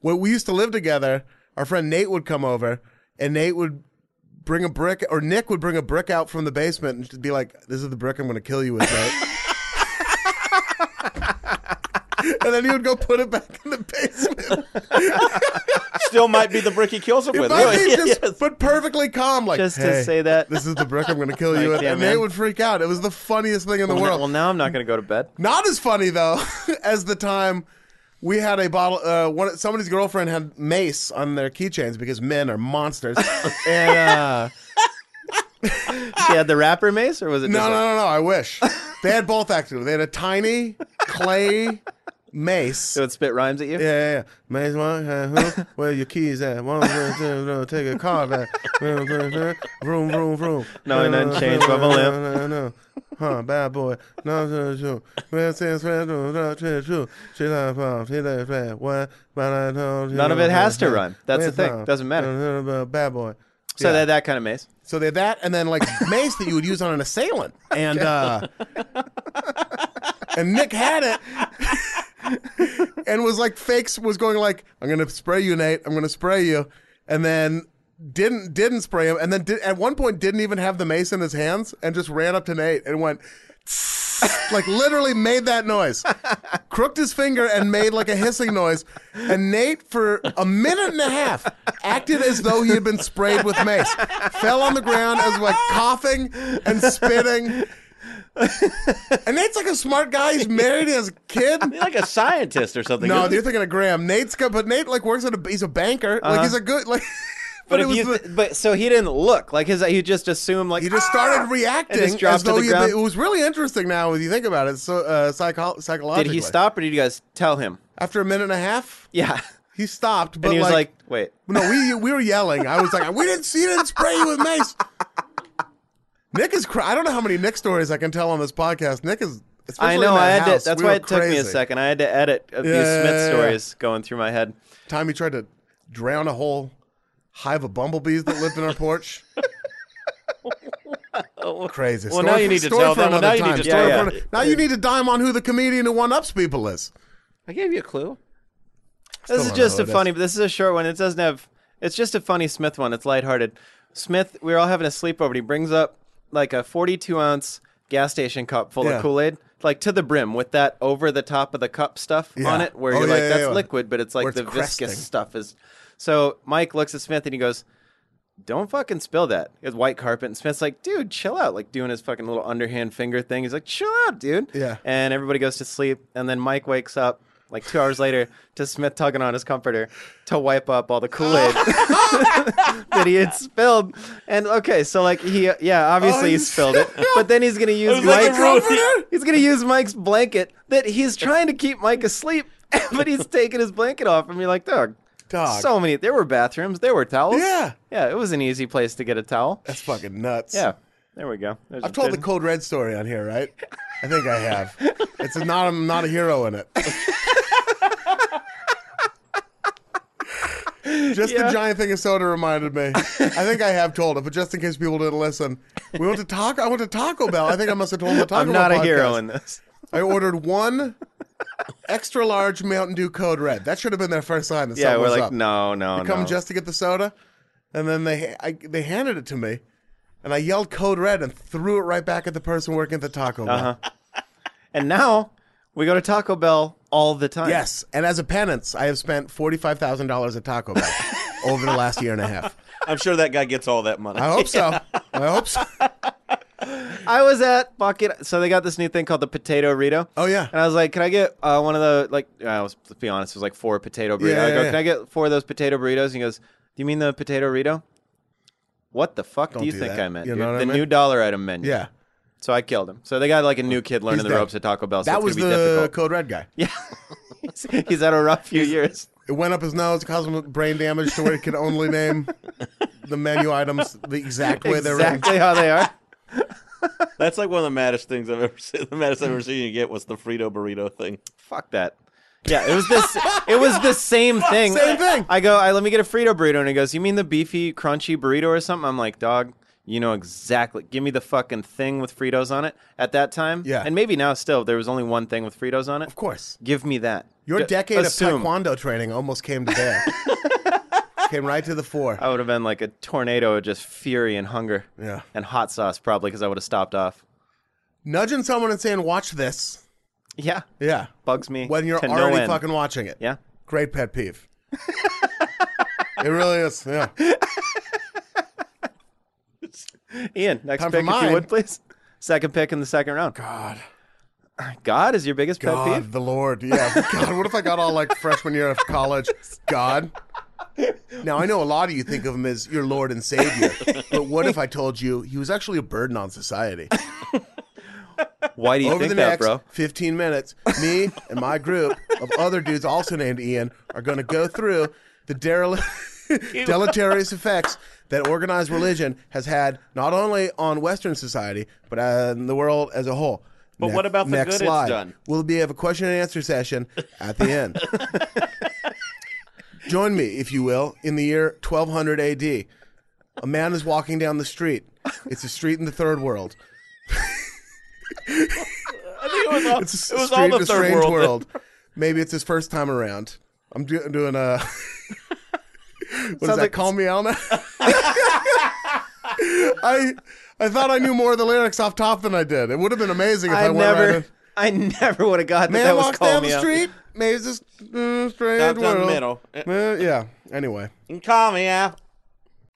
Speaker 1: when we used to live together, our friend Nate would come over, and Nate would bring a brick, or Nick would bring a brick out from the basement and just be like, "This is the brick I'm going to kill you with, Nate." and then he would go put it back in the basement.
Speaker 3: Still might be the brick he kills him
Speaker 1: It
Speaker 3: with.
Speaker 1: might
Speaker 3: really.
Speaker 1: be just, but perfectly calm, like
Speaker 4: Just to
Speaker 1: "Hey,
Speaker 4: say that."
Speaker 1: this is the brick I'm going to kill you
Speaker 4: Like,
Speaker 1: with,
Speaker 4: yeah,
Speaker 1: and
Speaker 4: man.
Speaker 1: Nate would freak out. It was the funniest thing in the
Speaker 4: Well, now-
Speaker 1: world.
Speaker 4: well, now I'm not going to go to bed.
Speaker 1: Not as funny though as the time we had a bottle. Uh, one somebody's girlfriend had mace on their keychains because men are monsters. and uh,
Speaker 4: She had the rapper mace, or was it?
Speaker 1: no,
Speaker 4: just
Speaker 1: no,
Speaker 4: like-
Speaker 1: no, no. I wish they had both actually. They had a tiny clay mace.
Speaker 4: So it spit rhymes at you.
Speaker 1: Yeah, yeah, yeah. Maze one, uh, who? Where your keys at? One, two, two, no, take a car back. Vroom, vroom, vroom. Uh,
Speaker 4: No, it doesn't change, but I'm a limp.
Speaker 1: No, no, no. Huh, bad boy. No, no, no. Well, since we're doing the true, true, she like pop, she like fat, what? But I told you-
Speaker 4: None of it has to rhyme. That's the thing. Doesn't
Speaker 1: matter. Bad boy.
Speaker 4: So
Speaker 1: Yeah.
Speaker 4: they had that kind of mace.
Speaker 1: So they had that, and then like mace that you would use on an assailant, and uh, and Nick had it, and was like fakes was going like, "I'm gonna spray you, Nate. I'm gonna spray you," and then didn't didn't spray him, and then did, at one point didn't even have the mace in his hands, and just ran up to Nate and went. like literally made that noise, crooked his finger and made like a hissing noise, and Nate for a minute and a half acted as though he had been sprayed with mace, fell on the ground as like coughing and spitting. And Nate's like a smart guy. He's married. He has a kid.
Speaker 3: You're like a scientist or something.
Speaker 1: No,
Speaker 3: isn't
Speaker 1: you're
Speaker 3: it?
Speaker 1: thinking of Graham. Nate's got, but Nate like works at a. He's a banker. Like he's a good like.
Speaker 4: Uh-huh. But,
Speaker 1: it
Speaker 4: if
Speaker 1: was
Speaker 4: you,
Speaker 1: the-
Speaker 4: but so he didn't look like his. He just assumed like
Speaker 1: He just
Speaker 4: "Ah!"
Speaker 1: started reacting
Speaker 4: And just dropped
Speaker 1: as though
Speaker 4: to the
Speaker 1: he had been-
Speaker 4: ground.
Speaker 1: it was really interesting. Now, when you think about it, so uh, psycho- psychologically,
Speaker 4: "Ah!" Did he stop or did you guys tell him?
Speaker 1: after a minute and a half?
Speaker 4: Yeah.
Speaker 1: He stopped, but
Speaker 4: and he was
Speaker 1: like,
Speaker 4: like, wait.
Speaker 1: no, we we were yelling. I was like, we didn't see, didn't spray you with mace. Nick is. Cr- I don't know how many Nick stories I can tell on this podcast. Nick is.
Speaker 4: I
Speaker 1: especially in
Speaker 4: know.
Speaker 1: that
Speaker 4: I had
Speaker 1: house,
Speaker 4: to, that's
Speaker 1: we
Speaker 4: why
Speaker 1: were
Speaker 4: it took me a
Speaker 1: crazy.
Speaker 4: second. I had to edit a few
Speaker 1: Yeah, yeah,
Speaker 4: Smith
Speaker 1: yeah, yeah.
Speaker 4: stories going through my head.
Speaker 1: Time he tried to drown a whole hive of bumblebees that lived in our porch. Crazy.
Speaker 3: Well, now you need to tell
Speaker 1: for
Speaker 3: that one.
Speaker 1: another
Speaker 3: Now you need
Speaker 1: time.
Speaker 3: to tell
Speaker 1: Story
Speaker 4: that
Speaker 1: for another- Now you need to dime on who the comedian who one ups people is.
Speaker 3: I gave you a clue.
Speaker 4: This is
Speaker 1: don't know
Speaker 4: just
Speaker 1: who
Speaker 4: a
Speaker 1: it is.
Speaker 4: funny. This is a short one. It doesn't have. It's just a funny Smith one. It's lighthearted. Smith, we were all having a sleepover. and He brings up like a 42 ounce gas station cup full
Speaker 1: Yeah.
Speaker 4: of Kool Aid, like to the brim, with that over the top of the cup stuff
Speaker 1: Yeah.
Speaker 4: on it, where
Speaker 1: Oh,
Speaker 4: you're
Speaker 1: yeah,
Speaker 4: like,
Speaker 1: yeah,
Speaker 4: that's
Speaker 1: yeah.
Speaker 4: liquid, but it's like
Speaker 1: Where it's
Speaker 4: the
Speaker 1: cresting.
Speaker 4: viscous stuff is. So Mike looks at Smith and he goes, don't fucking spill that. It's white carpet. And Smith's like, dude, chill out. Like doing his fucking little underhand finger thing. He's like, chill out, dude.
Speaker 1: Yeah.
Speaker 4: And everybody goes to sleep. And then Mike wakes up like two hours later to Smith tugging on his comforter to wipe up all the Kool Aid that he had spilled. And okay, so like he, yeah, obviously
Speaker 1: Oh,
Speaker 4: he spilled it. But then he's going to use
Speaker 3: like,
Speaker 4: Mike's,
Speaker 3: "Ruin
Speaker 1: it."
Speaker 4: he's going to use Mike's blanket that he's trying to keep Mike asleep. But he's taking his blanket off and be like, dog,
Speaker 1: Dog.
Speaker 4: So many. There were bathrooms. There were towels.
Speaker 1: Yeah.
Speaker 4: Yeah. It was an easy place to get a towel.
Speaker 1: That's fucking nuts.
Speaker 4: Yeah. There we go. There's
Speaker 1: I've
Speaker 4: a-
Speaker 1: told the
Speaker 4: there's-
Speaker 1: Code Red story on here, right? I think I have. It's a not I'm not a hero in it. just the
Speaker 4: Yeah.
Speaker 1: giant thing of soda reminded me. I think I have told it, but just in case people didn't listen, we went to Taco. I went to Taco Bell. I think I must have told the Taco
Speaker 4: I'm
Speaker 1: Bell
Speaker 4: not a
Speaker 1: podcast.
Speaker 4: hero in this.
Speaker 1: I ordered one extra large Mountain Dew Code Red. That should have been their first sign. That
Speaker 4: Yeah,
Speaker 1: something
Speaker 4: we're
Speaker 1: was
Speaker 4: like,
Speaker 1: up.
Speaker 4: no, no,
Speaker 1: I come
Speaker 4: no.
Speaker 1: just to get the soda, and then they I, they handed it to me, and I yelled code red and threw it right back at the person working at the Taco
Speaker 4: Uh-huh.
Speaker 1: Bell.
Speaker 4: and now we go to Taco Bell all the time.
Speaker 1: Yes, and as a penance, I have spent forty five thousand dollars at Taco Bell over the last year and a half.
Speaker 3: I'm sure that guy gets all that money.
Speaker 1: I hope so. I hope so.
Speaker 4: I was at Bucket. So they got this new thing called the Potato Rito.
Speaker 1: Oh yeah,
Speaker 4: And I was like, "Can I get uh, one of the like?" I was let's be honest, it was like four potato burritos.
Speaker 1: Yeah,
Speaker 4: I
Speaker 1: yeah,
Speaker 4: go,
Speaker 1: yeah.
Speaker 4: "Can I get four of those potato burritos?" And he goes, "Do you mean the potato burrito?" What the fuck
Speaker 1: Don't
Speaker 4: do you
Speaker 1: do
Speaker 4: think
Speaker 1: that.
Speaker 4: I meant?
Speaker 1: You
Speaker 4: dude?
Speaker 1: know what I
Speaker 4: the
Speaker 1: meant?
Speaker 4: new dollar item menu.
Speaker 1: yeah.
Speaker 4: So I killed him. So they got like a new kid learning
Speaker 1: He's
Speaker 4: the
Speaker 1: dead.
Speaker 4: ropes at Taco Bell. So
Speaker 1: that
Speaker 4: it's
Speaker 1: was the
Speaker 4: gonna be difficult.
Speaker 1: code red guy.
Speaker 4: yeah. he's, he's had a rough few years.
Speaker 1: It went up his nose, caused him brain damage to where he could only name the menu items the exact way they're written.
Speaker 4: Exactly how they are.
Speaker 3: That's like one of the maddest things I've ever seen. The maddest I've ever seen you get was the Frito burrito thing.
Speaker 4: Fuck that. Yeah, it was this. It was the same thing.
Speaker 1: Same thing.
Speaker 4: I go, I let me get a Frito burrito, and he goes, "You mean the beefy, crunchy burrito or something?" I'm like, "Dog, you know exactly. Give me the fucking thing with Fritos on it." At that time,
Speaker 1: Yeah.
Speaker 4: and maybe now still, there was only one thing with Fritos on it.
Speaker 1: Of course.
Speaker 4: Give me that.
Speaker 1: Your
Speaker 4: D-
Speaker 1: decade
Speaker 4: assume.
Speaker 1: of taekwondo training almost came to bear. came right to the fore.
Speaker 4: I would have been like a tornado of just fury and hunger.
Speaker 1: Yeah.
Speaker 4: And hot sauce probably because I would have stopped off.
Speaker 1: Nudging someone and saying, "Watch this."
Speaker 4: Yeah.
Speaker 1: Yeah.
Speaker 4: Bugs me.
Speaker 1: When you're
Speaker 4: to no
Speaker 1: already
Speaker 4: end.
Speaker 1: fucking watching it.
Speaker 4: Yeah.
Speaker 1: Great pet peeve. it really is. Yeah.
Speaker 4: Ian, next
Speaker 1: Time for
Speaker 4: pick if you
Speaker 1: mine.
Speaker 4: would please. Second pick in the second round. God. God is your biggest pet peeve.
Speaker 1: God, the Lord. Yeah. God, what if I got all like freshman year of college? God. Now I know a lot of you think of him as your Lord and Savior, but what if I told you he was actually a burden on society?
Speaker 4: Why do you
Speaker 1: Over
Speaker 4: think
Speaker 1: the
Speaker 4: that,
Speaker 1: next
Speaker 4: bro?
Speaker 1: 15 minutes, me and my group of other dudes, also named Ian, are going to go through the derel- deleterious effects that organized religion has had not only on Western society, but on the world as a whole. But
Speaker 3: what about the
Speaker 1: next
Speaker 3: good it's
Speaker 1: slide?
Speaker 3: done?
Speaker 1: We'll be have a question and answer session at the end. Join me, if you will, in the year 1200 AD. A man is walking down the street. It's a street in the third world.
Speaker 3: I think it was all,
Speaker 1: It's
Speaker 3: it was
Speaker 1: strange,
Speaker 3: all
Speaker 1: a
Speaker 3: the
Speaker 1: strange
Speaker 3: third world.
Speaker 1: Maybe it's his first time around. I'm do- doing a. what is that?
Speaker 4: Sounds like-
Speaker 1: Call me Alma. I I thought I knew more of the lyrics off top than I did. It would have been amazing if I,
Speaker 4: I
Speaker 1: went right
Speaker 4: never
Speaker 1: in.
Speaker 4: I never would have gotten that,
Speaker 1: Man
Speaker 4: that was
Speaker 1: walks down
Speaker 4: calling me
Speaker 1: the
Speaker 4: out.
Speaker 1: street. Maybe it's this mm, strange
Speaker 3: Down the
Speaker 1: world.
Speaker 3: middle. Eh,
Speaker 1: Uh, yeah. Anyway,
Speaker 3: Call me out.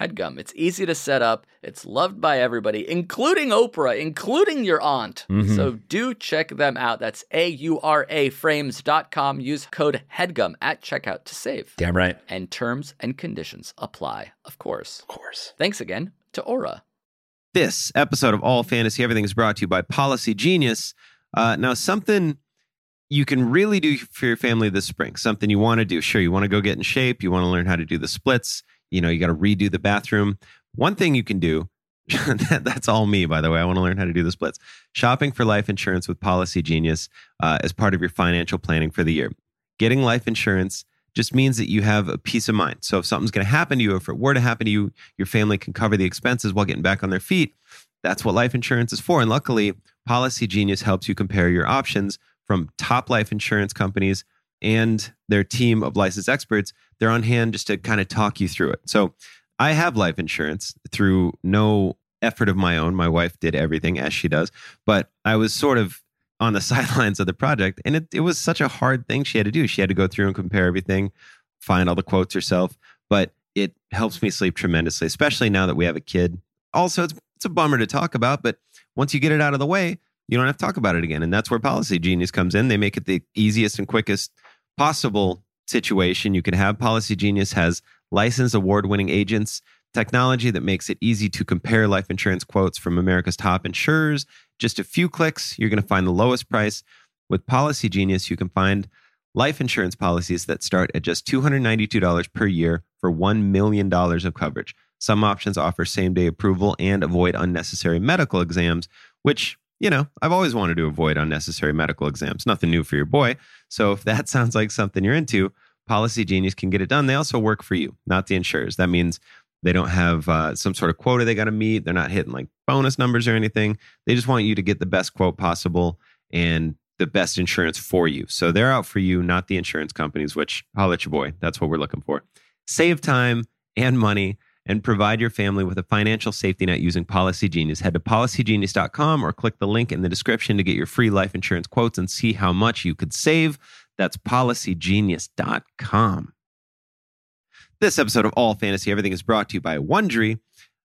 Speaker 6: HEADGUM. It's easy to set up, it's loved by everybody, including Oprah, including your aunt.
Speaker 7: Mhm.
Speaker 6: So do check them out. That's A U R A frames.com. Use code HEADGUM at checkout to save.
Speaker 7: Damn right.
Speaker 6: And terms and conditions apply, of course.
Speaker 7: Of course.
Speaker 6: Thanks again to Aura.
Speaker 8: This episode of All Fantasy Everything is brought to you by Policy Genius, Uh, now, something you can really do for your family this spring, something you want to do. Sure, you want to go get in shape, you want to learn how to do the splits, you know, you got to redo the bathroom. One thing you can do, that, that's all me, by the way. I want to learn how to do the splits. Shopping for life insurance with Policy Genius uh, as part of your financial planning for the year. Getting life insurance just means that you have a peace of mind. So if something's going to happen to you, if it were to happen to you, your family can cover the expenses while getting back on their feet. That's what life insurance is for. And luckily, Policy Genius helps you compare your options from top life insurance companies and their team of licensed experts. They're on hand just to kind of talk you through it. So I have life insurance through no effort of my own. My wife did everything as she does, but I was sort of on the sidelines of the project. And it, it was such a hard thing she had to do. She had to go through and compare everything, find all the quotes herself. But it helps me sleep tremendously, especially now that we have a kid. Also, it's, it's a bummer to talk about, but once you get it out of the way, you don't have to talk about it again. And that's where Policy Genius comes in. They make it the easiest and quickest possible situation you can have. Policy Genius has licensed award winning agents, technology that makes it easy to compare life insurance quotes from America's top insurers. Just a few clicks, you're going to find the lowest price. With Policy Genius, you can find life insurance policies that start at just $292 per year for $1 million of coverage. Some options offer same day approval and avoid unnecessary medical exams, which, you know, I've always wanted to avoid unnecessary medical exams. Nothing new for your boy. So if that sounds like something you're into, Policy Genius can get it done. They also work for you, not the insurers. That means they don't have uh, some sort of quota they got to meet. They're not hitting like bonus numbers or anything. They just want you to get the best quote possible and the best insurance for you. So they're out for you, not the insurance companies, which I'll let your boy. That's what we're looking for. Save time and money and provide your family with a financial safety net using Policy Genius. Head to policygenius.com or click the link in the description to get your free life insurance quotes and see how much you could save. That's policygenius.com. This episode of All Fantasy Everything is brought to you by Wondery.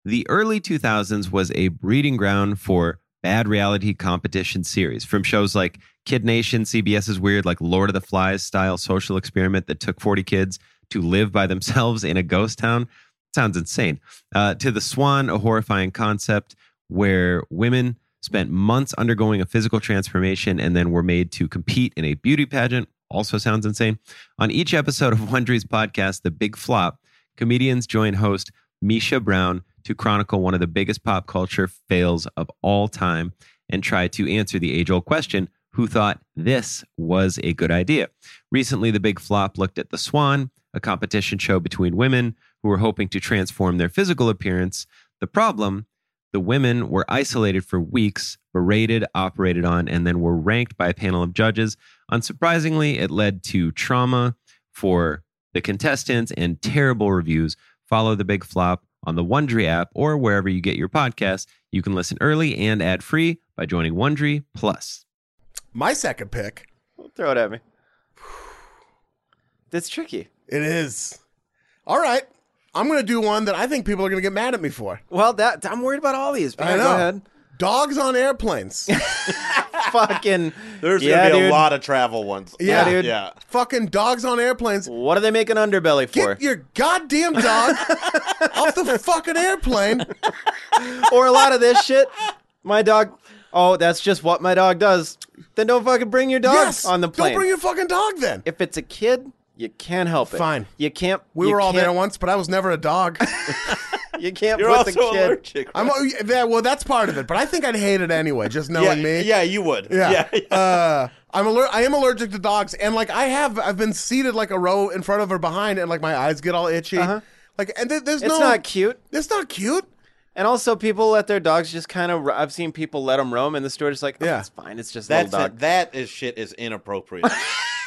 Speaker 8: The early 2000s was a breeding ground for bad reality competition series from shows like Kid Nation, CBS's weird, like Lord of the Flies style social experiment that took 40 kids to live by themselves in a ghost town. Sounds insane. Uh, to The Swan, a horrifying concept where women spent months undergoing a physical transformation and then were made to compete in a beauty pageant. Also sounds insane. On each episode of Wondery's podcast, The Big Flop, comedians join host Misha Brown to chronicle one of the biggest pop culture fails of all time and try to answer the age old question who thought this was a good idea? Recently, The Big Flop looked at The Swan, a competition show between women who were hoping to transform their physical appearance. The problem the women were isolated for weeks, berated, operated on, and then were ranked by a panel of judges. Unsurprisingly, it led to trauma for the contestants and terrible reviews. Follow the big flop on the Wondry app or wherever you get your podcasts. You can listen early and ad free by joining Wondry Plus.
Speaker 1: My second pick.
Speaker 4: Throw it at me. That's tricky.
Speaker 1: It is. All right. I'm going to do one that I think people are going to get mad at me for.
Speaker 4: Well, that I'm worried about all these. But
Speaker 1: I know.
Speaker 4: Go ahead.
Speaker 1: Dogs on airplanes.
Speaker 4: Fucking.
Speaker 3: There's
Speaker 4: Yeah,
Speaker 3: gonna be
Speaker 4: dude.
Speaker 3: a lot of travel ones.
Speaker 1: Yeah,
Speaker 4: dude.
Speaker 3: Yeah.
Speaker 1: Fucking dogs on airplanes.
Speaker 4: What are they making underbelly for?
Speaker 1: Get your goddamn dog off the fucking airplane.
Speaker 4: or a lot of this shit. My dog. Oh, that's just what my dog does. Then don't fucking bring your dog
Speaker 1: Yes.
Speaker 4: on the plane.
Speaker 1: Don't bring your fucking dog then.
Speaker 4: if it's a kid, you can't help it.
Speaker 1: Fine.
Speaker 4: You can't.
Speaker 1: We
Speaker 4: you
Speaker 1: were all
Speaker 4: can't-
Speaker 1: there once, but I was never a dog.
Speaker 4: You can't
Speaker 3: You're
Speaker 4: put
Speaker 3: also
Speaker 4: the kid.
Speaker 3: allergic.
Speaker 1: I'm yeah, well, that's part of it, but I think I'd hate it anyway, just
Speaker 3: yeah,
Speaker 1: knowing me.
Speaker 3: yeah, you would.
Speaker 1: Yeah.
Speaker 3: Yeah. yeah.
Speaker 1: Uh, I'm aller- I am allergic to dogs, and like I have, I've been seated like a row in front of or behind, and like my eyes get all itchy. Like, and th- there's
Speaker 4: Uh-huh. It's
Speaker 1: no.
Speaker 4: not cute.
Speaker 1: It's not cute.
Speaker 4: And also, people let their dogs just kind of. I've seen people let them roam in the store, just like, oh,
Speaker 1: Yeah.
Speaker 4: it's fine. It's just a
Speaker 3: That's
Speaker 4: little dog.
Speaker 3: it. that is shit is inappropriate.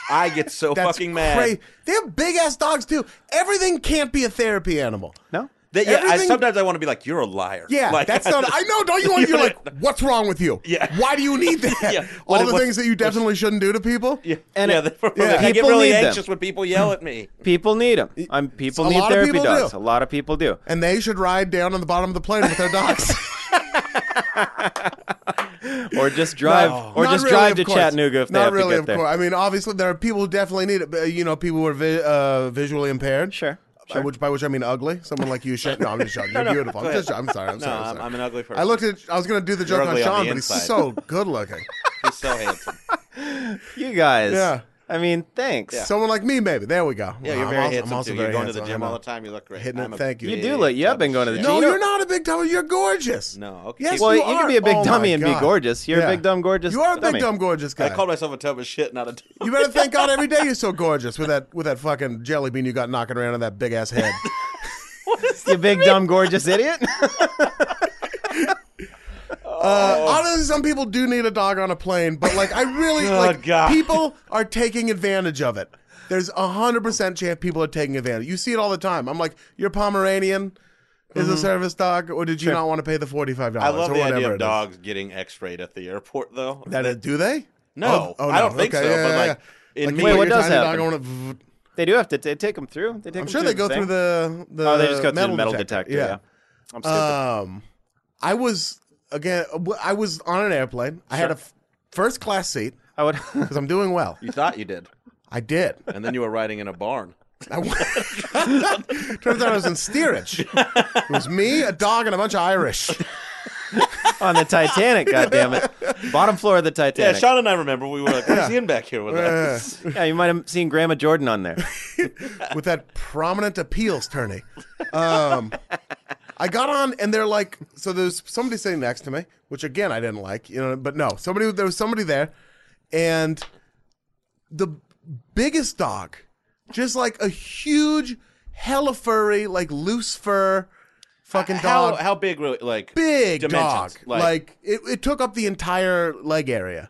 Speaker 3: I get so
Speaker 1: That's
Speaker 3: fucking mad.
Speaker 1: cra- They have big ass dogs too. Everything can't be a therapy animal.
Speaker 4: no.
Speaker 3: That, yeah, I,
Speaker 1: Everything-
Speaker 3: sometimes I want to be like, you're a liar.
Speaker 1: Yeah,
Speaker 3: like,
Speaker 1: that's not. I know. Don't you want? You're
Speaker 3: You're
Speaker 1: like, what's wrong with you?
Speaker 3: Yeah.
Speaker 1: Why do you need that?
Speaker 3: Yeah.
Speaker 1: All
Speaker 3: What-
Speaker 1: the
Speaker 3: what-
Speaker 1: things that you definitely shouldn't do to people.
Speaker 3: Yeah,
Speaker 4: And
Speaker 3: yeah,
Speaker 4: it-
Speaker 3: they're-
Speaker 4: yeah.
Speaker 3: like, I get
Speaker 4: People
Speaker 3: really
Speaker 4: need them.
Speaker 3: anxious when people yell at me.
Speaker 4: People need them. I'm, people
Speaker 1: a
Speaker 4: need
Speaker 1: lot of
Speaker 4: therapy
Speaker 1: people
Speaker 4: dogs.
Speaker 1: do.
Speaker 4: A lot of people do.
Speaker 1: And they should ride down on the bottom of the plane with their dogs.
Speaker 4: Or just drive. Or
Speaker 3: Oh.
Speaker 1: Not
Speaker 4: just
Speaker 1: really,
Speaker 4: drive
Speaker 1: of
Speaker 4: to
Speaker 1: course.
Speaker 4: Chattanooga if they
Speaker 1: Not
Speaker 4: have
Speaker 1: really,
Speaker 4: to get
Speaker 1: of
Speaker 4: there.
Speaker 1: course. I mean, obviously there are people who definitely need it. But, uh, you know, people who are vi- uh, visually impaired.
Speaker 4: Sure,
Speaker 1: By which, by which I mean ugly. Someone like you, Shane. No, I'm just joking. You're beautiful. I'm, just, I'm sorry. I'm
Speaker 3: No,
Speaker 1: sorry. I'm,
Speaker 3: I'm,
Speaker 1: sorry.
Speaker 3: I'm an ugly person.
Speaker 1: I looked at. I was going to do the joke on
Speaker 3: ugly on
Speaker 1: Sean,
Speaker 3: the
Speaker 1: but he's
Speaker 3: inside.
Speaker 1: so good looking.
Speaker 3: He's so handsome.
Speaker 4: You guys.
Speaker 1: Yeah.
Speaker 4: I mean, thanks.
Speaker 1: Someone like me, maybe. There we go.
Speaker 3: Yeah,
Speaker 1: I'm
Speaker 3: you're very
Speaker 1: also- I'm
Speaker 3: handsome
Speaker 1: also
Speaker 3: too.
Speaker 1: very
Speaker 3: You're going to the
Speaker 1: handsome.
Speaker 3: gym
Speaker 1: I know.
Speaker 3: all the time. You look great.
Speaker 1: Hitting
Speaker 3: I'm
Speaker 1: it.
Speaker 3: a
Speaker 1: Thank you.
Speaker 4: You
Speaker 3: big
Speaker 4: do look- you have been going
Speaker 3: dumb
Speaker 4: to the
Speaker 3: shit.
Speaker 1: No,
Speaker 4: You know-
Speaker 1: you're not a big dummy. You're gorgeous.
Speaker 3: No, okay.
Speaker 1: Yes,
Speaker 4: Well,
Speaker 1: you,
Speaker 4: you, can be a big
Speaker 1: are. Oh my
Speaker 4: dummy and be
Speaker 1: God.
Speaker 4: gorgeous. You're
Speaker 1: Yeah.
Speaker 4: a big dumb gorgeous.
Speaker 1: You are a big
Speaker 4: dummy.
Speaker 1: dumb gorgeous guy.
Speaker 3: I called myself a tub of shit, not a. T-
Speaker 1: you better thank God every day you're so gorgeous with that with that fucking jelly bean you got knocking around on that big ass head.
Speaker 4: You big dumb gorgeous idiot.
Speaker 3: Oh.
Speaker 1: Uh, honestly, some people do need a dog on a plane, but like I really
Speaker 3: Oh,
Speaker 1: like
Speaker 3: God.
Speaker 1: people are taking advantage of it. There's a hundred percent chance people are taking advantage. You see it all the time. I'm like, your Pomeranian is a service dog, or did you not want to pay the forty five
Speaker 3: Mm-hmm. I
Speaker 1: dollars?
Speaker 3: love
Speaker 1: or
Speaker 3: the
Speaker 1: whatever
Speaker 3: idea
Speaker 1: it
Speaker 3: of
Speaker 1: is.
Speaker 3: dogs getting X-rayed at the airport, though.
Speaker 1: That is, do they?
Speaker 3: no,
Speaker 1: Oh, oh,
Speaker 3: I don't
Speaker 1: no.
Speaker 3: think
Speaker 1: Okay,
Speaker 3: so.
Speaker 1: yeah,
Speaker 3: but
Speaker 1: yeah,
Speaker 3: like, in
Speaker 1: Like,
Speaker 3: me,
Speaker 1: you
Speaker 4: Wait,
Speaker 1: put
Speaker 4: what
Speaker 1: your
Speaker 4: does
Speaker 1: tiny
Speaker 4: happen?
Speaker 1: dog on a-
Speaker 4: they do have to t- take them through. They take
Speaker 1: I'm
Speaker 4: 'em
Speaker 1: sure they
Speaker 4: through
Speaker 1: go through
Speaker 4: thing.
Speaker 1: the the.
Speaker 4: Oh, they just go through the metal detector. Yeah. I'm stupid.
Speaker 1: Um, I was again. I was on an airplane. I had a f- first class seat
Speaker 4: I would.
Speaker 1: because I'm doing well.
Speaker 3: you thought you did,
Speaker 1: I did.
Speaker 3: and then you were riding in a barn.
Speaker 1: I w- Turns out I was in steerage. It was me, a dog, and a bunch of Irish.
Speaker 4: on the Titanic, goddammit. Bottom floor of the
Speaker 3: Yeah,
Speaker 4: Titanic.
Speaker 3: Sean and I remember we were like, "Where's Ian back here with
Speaker 1: Uh,
Speaker 3: us?"
Speaker 4: Yeah, you might have seen Grandma Jordan on there.
Speaker 1: with that prominent appeals tourney. Um, I got on, and they're like, so there's somebody sitting next to me, which again I didn't like, you know. But no, somebody there was somebody there, and the biggest dog, just like a huge, hella furry, like loose fur, fucking
Speaker 3: Uh, How
Speaker 1: dog,
Speaker 3: how big really like
Speaker 1: big
Speaker 3: dimensions?
Speaker 1: dog. Like, it, it took up the entire leg area,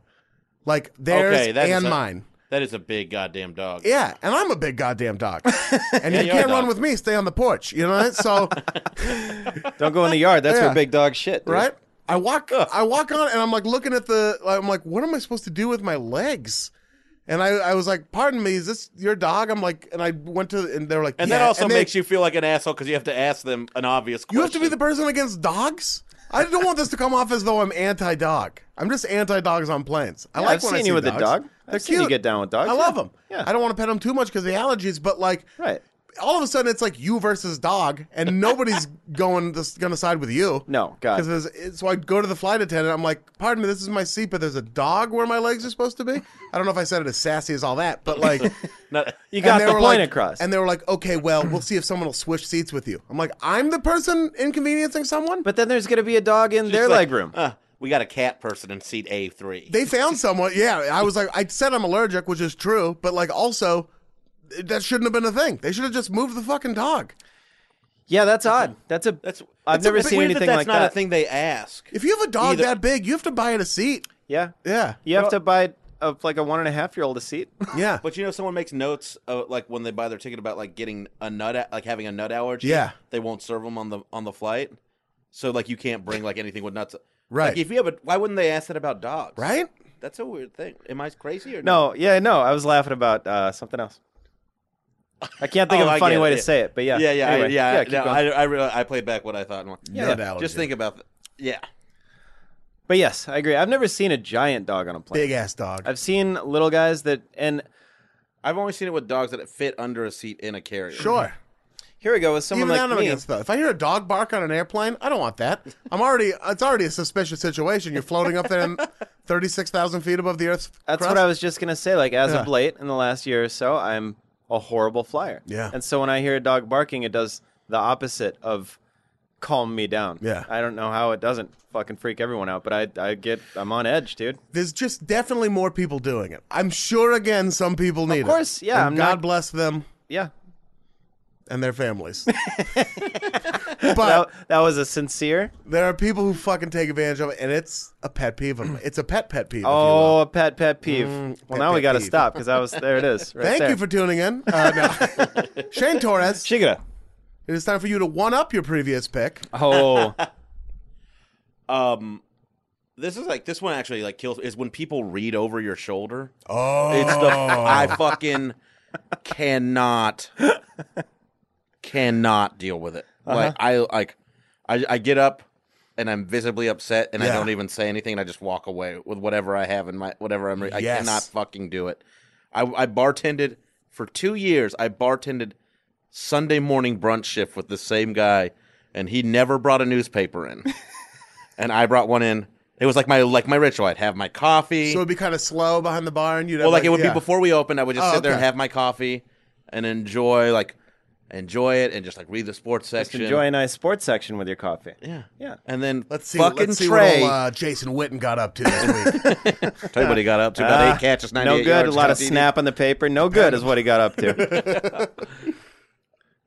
Speaker 1: like theirs
Speaker 3: okay, that is
Speaker 1: and
Speaker 3: a-
Speaker 1: mine.
Speaker 3: That is a big goddamn dog.
Speaker 1: Yeah, and I'm a big goddamn dog, and you
Speaker 3: you're a
Speaker 1: can't run
Speaker 3: dog.
Speaker 1: with me. Stay on the porch, you know. So
Speaker 4: Don't go in the yard. That's
Speaker 1: Yeah.
Speaker 4: where big dog shit. dude.
Speaker 1: right? I walk I walk on and I'm like looking at the I'm like, what am I supposed to do with my legs? And I, I was like, pardon me, is this your dog? I'm like, and I went to and they were like,
Speaker 3: And that
Speaker 1: "Yeah,"
Speaker 3: also
Speaker 1: and they-
Speaker 3: makes you feel like an asshole because you have to ask them an obvious question.
Speaker 1: You have to be the person against dogs? I don't want this to come off as though I'm anti dog. I'm just anti dogs on planes. I
Speaker 4: Yeah,
Speaker 1: like
Speaker 4: I've
Speaker 1: when I
Speaker 4: seen
Speaker 1: see
Speaker 4: you with a
Speaker 1: dogs.
Speaker 4: dog. I've
Speaker 1: They're
Speaker 4: seen you
Speaker 1: cute.
Speaker 4: get down with dogs,
Speaker 1: I love
Speaker 4: yeah.
Speaker 1: them.
Speaker 4: Yeah.
Speaker 1: I don't want to pet them too much because of the allergies, but like,
Speaker 4: Right.
Speaker 1: all of a sudden it's like you versus dog, and nobody's going to, gonna side with you.
Speaker 4: No, God.
Speaker 1: Because so I go to the flight attendant. I'm like, "Pardon me, this is my seat, but there's a dog where my legs are supposed to be." I don't know if I said it as sassy as all that, but like,
Speaker 3: Not-
Speaker 4: You
Speaker 1: and
Speaker 4: got
Speaker 1: they
Speaker 4: the
Speaker 1: were
Speaker 4: point
Speaker 1: like-
Speaker 4: across.
Speaker 1: And they were like, "Okay, well, we'll see if someone will switch seats with you." I'm like, "I'm the person inconveniencing someone."
Speaker 4: but then there's going to be a dog in their
Speaker 3: It's like,
Speaker 4: leg room.
Speaker 3: "Uh, we got a cat person in seat A three.
Speaker 1: they found someone. Yeah, I was like, I said I'm allergic, which is true, but like also. That shouldn't have been a thing. They should have just moved the fucking dog.
Speaker 4: yeah, that's odd. That's a.
Speaker 3: That's
Speaker 4: I've
Speaker 3: it's a
Speaker 4: never
Speaker 3: bit
Speaker 4: seen
Speaker 3: weird
Speaker 4: anything
Speaker 3: that
Speaker 4: like
Speaker 3: that's not
Speaker 4: that.
Speaker 3: a thing they ask.
Speaker 1: If you have a dog
Speaker 3: Either-
Speaker 1: that big, you have to buy it a seat.
Speaker 4: Yeah.
Speaker 1: Yeah.
Speaker 4: You have to buy a, like a one and a half year old a seat.
Speaker 1: Yeah.
Speaker 3: But you know, someone makes notes of, like when they buy their ticket about like getting a nut, a- like having a nut allergy.
Speaker 1: Yeah.
Speaker 3: they won't serve them on the on the flight, so like you can't bring like anything with nuts.
Speaker 1: Right.
Speaker 3: Like, if you have a, why wouldn't they ask that about dogs?
Speaker 1: right?
Speaker 3: That's a weird thing. Am I crazy or
Speaker 4: No, yeah, no. I was laughing about uh, something else. I can't think
Speaker 3: Oh,
Speaker 4: of
Speaker 3: I
Speaker 4: a
Speaker 3: get
Speaker 4: funny
Speaker 3: it,
Speaker 4: way
Speaker 3: yeah.
Speaker 4: to say it, but yeah.
Speaker 3: Yeah, yeah,
Speaker 4: Anyway,
Speaker 3: I, yeah.
Speaker 4: keep
Speaker 3: no,
Speaker 4: going.
Speaker 3: I, I, real- I played back what I thought. And went,
Speaker 1: Nut
Speaker 3: yeah,
Speaker 1: allergy.
Speaker 3: just think about. th- yeah,
Speaker 4: But yes, I agree. I've never seen a giant dog on a plane.
Speaker 1: Big ass dog.
Speaker 4: I've seen little guys that, and
Speaker 3: I've only seen it with dogs that fit under a seat in a carrier.
Speaker 1: Sure.
Speaker 4: here we go with someone
Speaker 1: Even that
Speaker 4: like
Speaker 1: I'm
Speaker 4: me.
Speaker 1: against though. If I hear a dog bark on an airplane, I don't want that. I'm already it's already a suspicious situation. You're floating up there in thirty six thousand feet above the earth.
Speaker 4: That's what I was just gonna say. Like as of
Speaker 1: Yeah.
Speaker 4: late, in the last year or so, I'm a horrible flyer.
Speaker 1: Yeah.
Speaker 4: And so when I hear a dog barking, it does the opposite of calm me down.
Speaker 1: Yeah.
Speaker 4: I don't know how it doesn't fucking freak everyone out, but I I get I'm on edge, dude.
Speaker 1: There's just definitely more people doing it. I'm sure again some people need it.
Speaker 4: course, yeah,
Speaker 1: And
Speaker 4: I'm
Speaker 1: God
Speaker 4: not-
Speaker 1: bless them
Speaker 4: Yeah.
Speaker 1: and their families.
Speaker 4: That,
Speaker 1: but
Speaker 4: that was a sincere.
Speaker 1: there are people who fucking take advantage of it and it's a pet peeve of mine. It's a pet pet peeve. if you will.
Speaker 4: Oh, a pet pet peeve. well,
Speaker 1: Mm, pet
Speaker 4: now we
Speaker 1: pet
Speaker 4: got to
Speaker 1: peeve.
Speaker 4: stop because I was there. It is. Right
Speaker 1: Thank
Speaker 4: there.
Speaker 1: you for tuning in. Uh, no. Shane Torres, it
Speaker 4: Shigura.
Speaker 1: is time for you to one up your previous pick.
Speaker 4: Oh,
Speaker 3: Um, this is like this one actually like kills is when people read over your shoulder.
Speaker 1: Oh,
Speaker 3: It's the I fucking cannot cannot deal with it.
Speaker 1: Uh-huh.
Speaker 3: Like I like I, I get up and I'm visibly upset and I
Speaker 1: Yeah.
Speaker 3: don't even say anything and I just walk away with whatever I have in my whatever I'm re- I
Speaker 1: Yes.
Speaker 3: cannot fucking do it. I I bartended for 2 years. I bartended Sunday morning brunch shift with the same guy and he never brought a newspaper in. and I brought one in. It was like my like my ritual. I'd have my coffee.
Speaker 1: So it'd be kind of slow behind the bar, and you'd.
Speaker 3: well,
Speaker 1: have,
Speaker 3: like it would
Speaker 1: yeah.
Speaker 3: be before we opened. I would just
Speaker 1: Oh,
Speaker 3: sit there and
Speaker 1: okay.
Speaker 3: have my coffee and enjoy like enjoy it and just like read the sports
Speaker 4: Just
Speaker 3: section.
Speaker 4: enjoy a nice sports section with your coffee.
Speaker 3: Yeah.
Speaker 4: Yeah.
Speaker 3: And then
Speaker 1: Let's see.
Speaker 3: fucking
Speaker 1: let's see
Speaker 3: Trey.
Speaker 1: what old, uh, Jason Witten got up to this week.
Speaker 3: Tell you what he got up to. About
Speaker 4: Ah,
Speaker 3: eight catches,
Speaker 4: No
Speaker 3: 98
Speaker 4: good.
Speaker 3: yards,
Speaker 4: a lot of
Speaker 3: got a DD.
Speaker 4: snap on the paper. No good is what he got up to.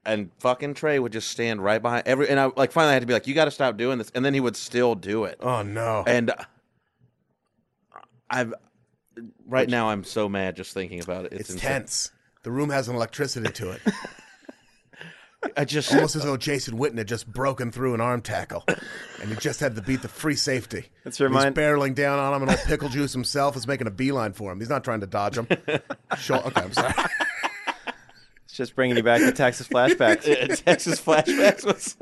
Speaker 3: And fucking Trey would just stand right behind every. And I like finally I had to be like, you got to stop doing this. And then he would still do it.
Speaker 1: oh no!
Speaker 3: And I've right now I'm so mad just thinking about it. It's,
Speaker 1: it's
Speaker 3: insane.
Speaker 1: tense. The room has an electricity to it,
Speaker 3: I just
Speaker 1: almost as though Jason Witten had just broken through an arm tackle, and he just had to beat the free safety.
Speaker 4: It's
Speaker 1: And
Speaker 4: remind-
Speaker 1: He's barreling down on him, and old pickle juice himself is making a beeline for him. He's not trying to dodge him. Sure. Okay, I'm sorry.
Speaker 4: It's just bringing you back to Texas flashbacks.
Speaker 3: Texas flashbacks was.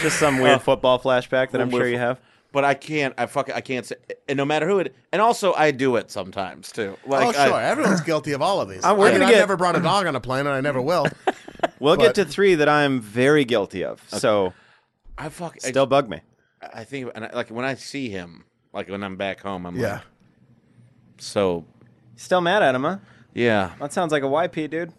Speaker 4: just some
Speaker 3: Oh.
Speaker 4: weird football flashback that I'm
Speaker 3: Weird
Speaker 4: sure you have.
Speaker 3: But I can't. I fuck. I can't say. And no matter who it. And also, I do it sometimes too. Like,
Speaker 1: oh sure,
Speaker 3: I,
Speaker 1: everyone's guilty of all of these. I,
Speaker 4: we're
Speaker 1: mean,
Speaker 4: gonna
Speaker 1: I
Speaker 4: get-
Speaker 1: never brought a dog on a plane, and I never will.
Speaker 4: We'll
Speaker 1: But-
Speaker 4: get to three that I'm very guilty of. So
Speaker 3: I fuck. I-
Speaker 4: still bug me.
Speaker 3: I think, and I, like when I see him, like when I'm back home, I'm
Speaker 1: yeah.
Speaker 3: like, so
Speaker 4: Still mad at him, huh?
Speaker 3: yeah,
Speaker 4: That sounds like a YP, dude.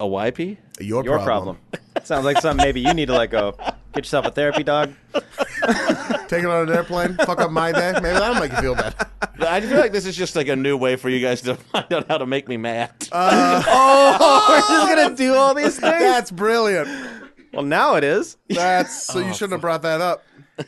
Speaker 3: a YP.
Speaker 1: Your,
Speaker 4: Your
Speaker 1: problem.
Speaker 4: problem. sounds like something maybe you need to let go. Get yourself a therapy dog.
Speaker 1: Take it on an airplane. Fuck up my day. Maybe that'll make you feel better.
Speaker 3: I feel like this is just like a new way for you guys to find out how to make me mad.
Speaker 1: Uh,
Speaker 4: We're just gonna do all these things.
Speaker 1: That's brilliant.
Speaker 4: well, now it is,
Speaker 1: That's so
Speaker 4: Oh,
Speaker 1: you shouldn't have brought that up.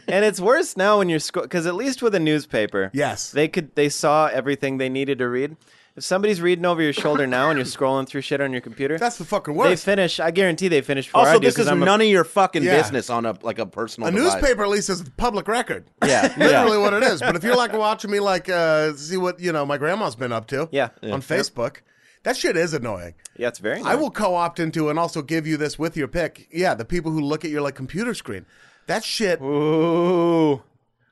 Speaker 4: and it's worse now when you're because at least with a newspaper,
Speaker 1: Yes.
Speaker 4: they could they saw everything they needed to read. If somebody's reading over your shoulder now and you're scrolling through shit on your computer,
Speaker 1: That's the fucking
Speaker 4: they
Speaker 1: worst.
Speaker 4: finish. I guarantee they finish. Before I
Speaker 3: also,
Speaker 4: do,
Speaker 3: this
Speaker 4: 'cause
Speaker 3: is
Speaker 4: I'm a-
Speaker 3: none of your fucking
Speaker 1: Yeah.
Speaker 3: business on a like a personal.
Speaker 1: a
Speaker 3: device.
Speaker 1: newspaper at least is public record.
Speaker 3: Yeah,
Speaker 1: Literally
Speaker 3: yeah.
Speaker 1: what it is. But if you're like watching me like uh see what you know my grandma's been up to
Speaker 4: Yeah.
Speaker 1: on Facebook, that shit is annoying.
Speaker 4: yeah, it's very.
Speaker 1: I will co opt into and also give you this with your pick. Yeah, the people who look at your like computer screen. That shit
Speaker 4: Ooh.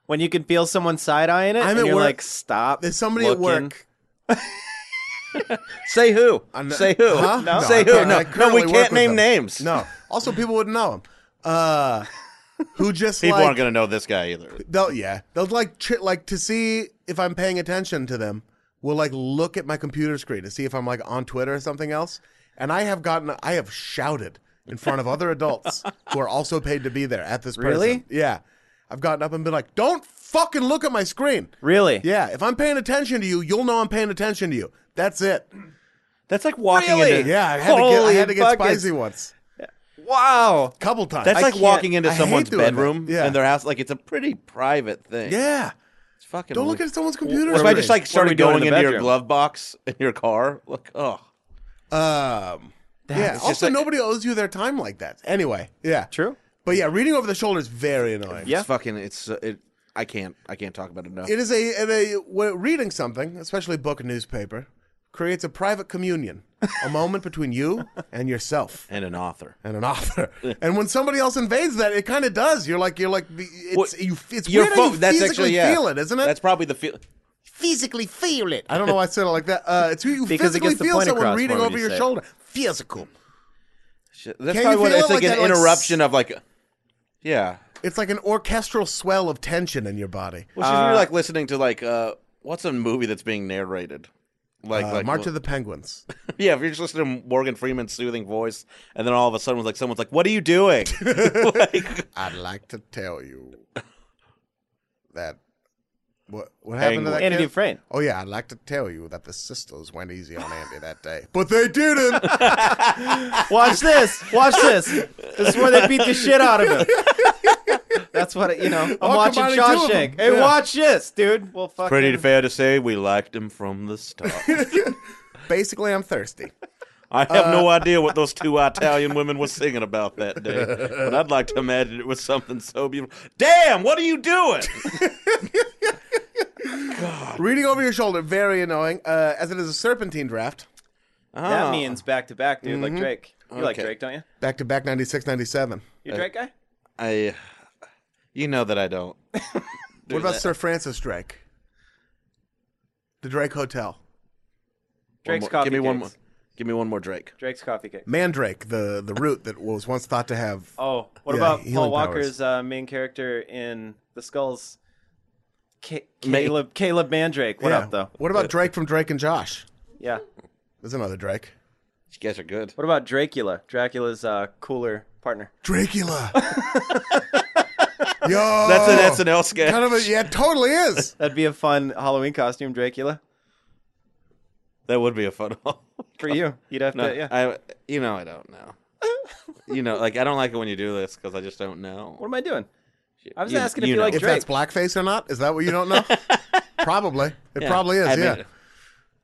Speaker 4: When you can feel someone side eyeing it,
Speaker 1: I'm
Speaker 4: and
Speaker 1: at
Speaker 4: you're
Speaker 1: work-
Speaker 4: like, "Stop!"
Speaker 1: there's somebody
Speaker 4: looking.
Speaker 1: at work
Speaker 3: Say who?
Speaker 1: I'm-
Speaker 3: Say who?
Speaker 1: Huh? No,
Speaker 3: Say
Speaker 1: I
Speaker 3: who?
Speaker 1: can't-
Speaker 3: Oh, No,
Speaker 1: I
Speaker 3: no,
Speaker 1: currently
Speaker 3: we
Speaker 1: work
Speaker 3: can't
Speaker 1: with
Speaker 3: name
Speaker 1: them.
Speaker 3: names.
Speaker 1: No. Also, people wouldn't know him. Uh, who just
Speaker 3: people
Speaker 1: like,
Speaker 3: aren't gonna know this guy either.
Speaker 1: they'll yeah they'll like ch- like to see if I'm paying attention to them. Will like look at my computer screen to see if I'm like on Twitter or something else. And I have gotten I have shouted in front of other adults who are also paid to be there at this person.
Speaker 4: Really?
Speaker 1: Yeah. I've gotten up and been like, "Don't fucking look at my screen."
Speaker 4: Really?
Speaker 1: Yeah, if I'm paying attention to you, you'll know I'm paying attention to you. That's it.
Speaker 3: That's like walking
Speaker 4: Really?
Speaker 3: into.
Speaker 1: Yeah, I had to get I
Speaker 4: Holy
Speaker 1: had to get
Speaker 4: buckets.
Speaker 1: spicy once.
Speaker 4: Wow.
Speaker 1: Couple times.
Speaker 3: That's
Speaker 4: I
Speaker 3: like
Speaker 4: can't-
Speaker 3: walking into
Speaker 1: I hate
Speaker 3: someone's
Speaker 1: doing that.
Speaker 3: bedroom
Speaker 1: Yeah.
Speaker 3: and their house. Like it's a pretty private thing.
Speaker 1: yeah.
Speaker 3: It's fucking.
Speaker 1: Don't look
Speaker 3: weird.
Speaker 1: at someone's computer.
Speaker 3: What if I
Speaker 1: screen.
Speaker 3: just like
Speaker 4: What are we
Speaker 3: started
Speaker 4: doing
Speaker 3: going
Speaker 4: in the
Speaker 3: into your
Speaker 4: bedroom?
Speaker 3: glove box in your car? Look, oh,
Speaker 1: Um, yeah.
Speaker 3: just
Speaker 1: Also,
Speaker 3: like-
Speaker 1: nobody owes you their time like that. Anyway, yeah.
Speaker 4: True.
Speaker 1: But yeah, reading over the shoulder is very annoying.
Speaker 4: Yeah.
Speaker 3: it's fucking. It's uh, it. I can't. I can't talk about it enough.
Speaker 1: It is a, it a when reading something, especially a book and newspaper, creates a private communion, a moment between you and yourself
Speaker 3: and an author.
Speaker 1: and an author. and when somebody else invades that, it kind of does. You're like, you're like, it's
Speaker 3: Well,
Speaker 1: you. It's
Speaker 3: Your
Speaker 1: weird how
Speaker 3: phone.
Speaker 1: you
Speaker 3: that's
Speaker 1: physically
Speaker 3: actually yeah.
Speaker 1: feel it, isn't it?
Speaker 3: That's probably the feel.
Speaker 5: Physically feel it.
Speaker 1: I don't know why I said it like that. Uh, it's who you
Speaker 4: Because it
Speaker 1: physically
Speaker 4: gets the
Speaker 1: feel
Speaker 4: point
Speaker 1: someone
Speaker 4: across
Speaker 1: reading
Speaker 4: more when
Speaker 1: over
Speaker 4: you
Speaker 1: your
Speaker 4: say it.
Speaker 1: shoulder. Physical.
Speaker 3: Shit, That's
Speaker 1: Can you
Speaker 3: probably what
Speaker 1: feel
Speaker 3: it's
Speaker 1: it
Speaker 3: like,
Speaker 1: like
Speaker 3: an
Speaker 1: that, like,
Speaker 3: interruption of like. Yeah.
Speaker 1: It's like an orchestral swell of tension in your body.
Speaker 3: Which is you're like listening to like uh what's a movie that's being narrated. Like,
Speaker 1: Uh,
Speaker 3: like
Speaker 1: March of the Penguins.
Speaker 3: yeah, if you're just listening to Morgan Freeman's soothing voice, and then all of a sudden, like someone's like, "What are you doing?" like,
Speaker 1: I'd like to tell you that what what happened to that
Speaker 4: Andy
Speaker 1: kid?
Speaker 4: Dufresne.
Speaker 1: Oh yeah, I'd like to tell you that the sisters went easy on Andy that day, but they didn't.
Speaker 4: Watch this. Watch this. This is where they beat the shit out of him. That's what it, you know. I'm
Speaker 1: All
Speaker 4: watching
Speaker 1: combining two of them.
Speaker 4: Shawshank. Hey,
Speaker 1: Yeah.
Speaker 4: watch this, dude. Well, fuck.
Speaker 3: pretty fair to say we liked him from the start.
Speaker 1: Basically, I'm thirsty.
Speaker 3: I have no idea what those two Italian women were singing about that day, but I'd like to imagine it was something so beautiful. Damn, what are you doing?
Speaker 1: Reading over your shoulder, very annoying. Uh, as it is a serpentine draft,
Speaker 4: That
Speaker 3: Oh.
Speaker 4: means back to back, dude.
Speaker 1: Mm-hmm.
Speaker 4: Like Drake. You like
Speaker 3: Okay. Uh,
Speaker 4: Drake, don't you?
Speaker 1: back to back, 96, 97.
Speaker 4: You a Drake guy?
Speaker 3: I, you know that I don't. do
Speaker 1: What about
Speaker 3: that.
Speaker 1: Sir Francis Drake? The Drake Hotel,
Speaker 3: One
Speaker 4: Drake's
Speaker 3: more-
Speaker 4: coffee.
Speaker 3: Give me one more.
Speaker 4: cakes.
Speaker 3: Give me one more Drake.
Speaker 4: Drake's coffee cake.
Speaker 1: Mandrake, the the root that was once thought to have
Speaker 4: Oh, what
Speaker 1: Yeah,
Speaker 4: about
Speaker 1: healing
Speaker 4: Paul
Speaker 1: powers.
Speaker 4: Walker's uh, main character in The Skulls? Ca-
Speaker 3: May-
Speaker 4: Caleb Caleb Mandrake. What
Speaker 1: Yeah.
Speaker 4: up though?
Speaker 1: What about Drake from Drake and Josh?
Speaker 4: Yeah.
Speaker 1: There's another Drake.
Speaker 3: You guys are good.
Speaker 4: What about Dracula? Dracula's uh, cooler partner.
Speaker 1: Dracula. Yo.
Speaker 3: That's an SNL sketch.
Speaker 1: Kind of a, yeah, it totally is.
Speaker 4: That'd be a fun Halloween costume, Dracula.
Speaker 3: That would be a fun one.
Speaker 4: For you, you'd have
Speaker 3: Uh, No,
Speaker 4: to. Yeah.
Speaker 3: I, you know, I don't know. you know, like I don't like it when you do this because I just don't
Speaker 4: what
Speaker 3: know.
Speaker 4: am I doing? I was
Speaker 3: You-
Speaker 4: asking if
Speaker 3: you
Speaker 4: you,
Speaker 3: know.
Speaker 4: like
Speaker 1: If
Speaker 4: Drake.
Speaker 1: that's blackface or not, is that what you don't know? probably. It
Speaker 3: Yeah,
Speaker 1: probably is,
Speaker 3: I
Speaker 1: yeah.
Speaker 3: mean,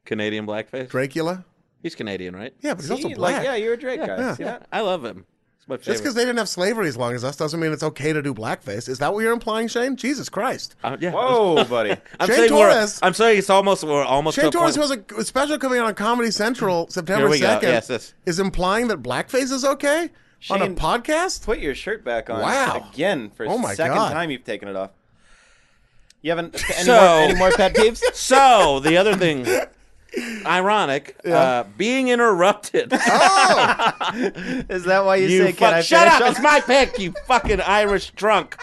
Speaker 3: Canadian blackface.
Speaker 1: Dracula?
Speaker 3: He's Canadian, right?
Speaker 1: Yeah, but he's also
Speaker 4: See,
Speaker 1: black.
Speaker 4: Like, yeah, you're a Drake guy. See that?
Speaker 3: I love him. It's my favorite.
Speaker 1: Just because they didn't have slavery as long as us doesn't mean it's okay to do blackface. Is that what you're implying, Shane? Jesus Christ.
Speaker 3: I'm, Uh, yeah,
Speaker 4: Whoa, buddy.
Speaker 3: I'm
Speaker 1: Shane
Speaker 3: saying we're-
Speaker 1: Torres-
Speaker 3: I'm sorry, it's almost we're almost. to
Speaker 1: Shane
Speaker 3: a
Speaker 1: Torres, who
Speaker 3: point-
Speaker 1: has a special coming out on Comedy Central September
Speaker 3: Here we go.
Speaker 1: 2nd,
Speaker 3: Yes, yes.
Speaker 1: is implying that blackface is okay on a
Speaker 4: Shane-
Speaker 1: podcast?
Speaker 4: Put your shirt back on.
Speaker 1: Wow.
Speaker 4: Again for
Speaker 1: Oh my
Speaker 4: second
Speaker 1: God.
Speaker 4: time you've taken it off. You haven't any,
Speaker 3: So-
Speaker 4: more, any more pet peeves?
Speaker 3: So the other thing, ironic, uh, being interrupted.
Speaker 4: Is that why you,
Speaker 3: you
Speaker 4: say
Speaker 3: fuck,
Speaker 4: can I
Speaker 3: shut
Speaker 4: finish
Speaker 3: up!
Speaker 4: up?"
Speaker 3: It's my pick. You fucking Irish drunk.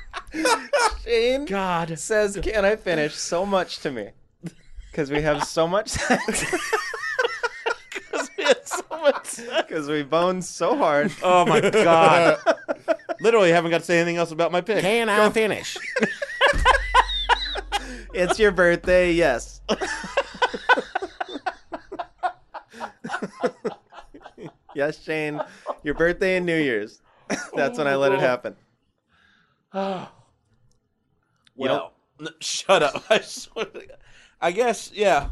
Speaker 4: Shane
Speaker 3: God.
Speaker 4: says can I finish so much to me because we have so much sex because we bone so hard.
Speaker 3: Oh my god. Literally haven't got to say anything else about my pick.
Speaker 1: Can I finish?
Speaker 4: It's your birthday, yes. yes, Shane. Your birthday and New Year's. That's when I
Speaker 1: Oh
Speaker 4: let it happen. You don't-
Speaker 3: Well, n- shut up. I, swear to God. I guess, yeah,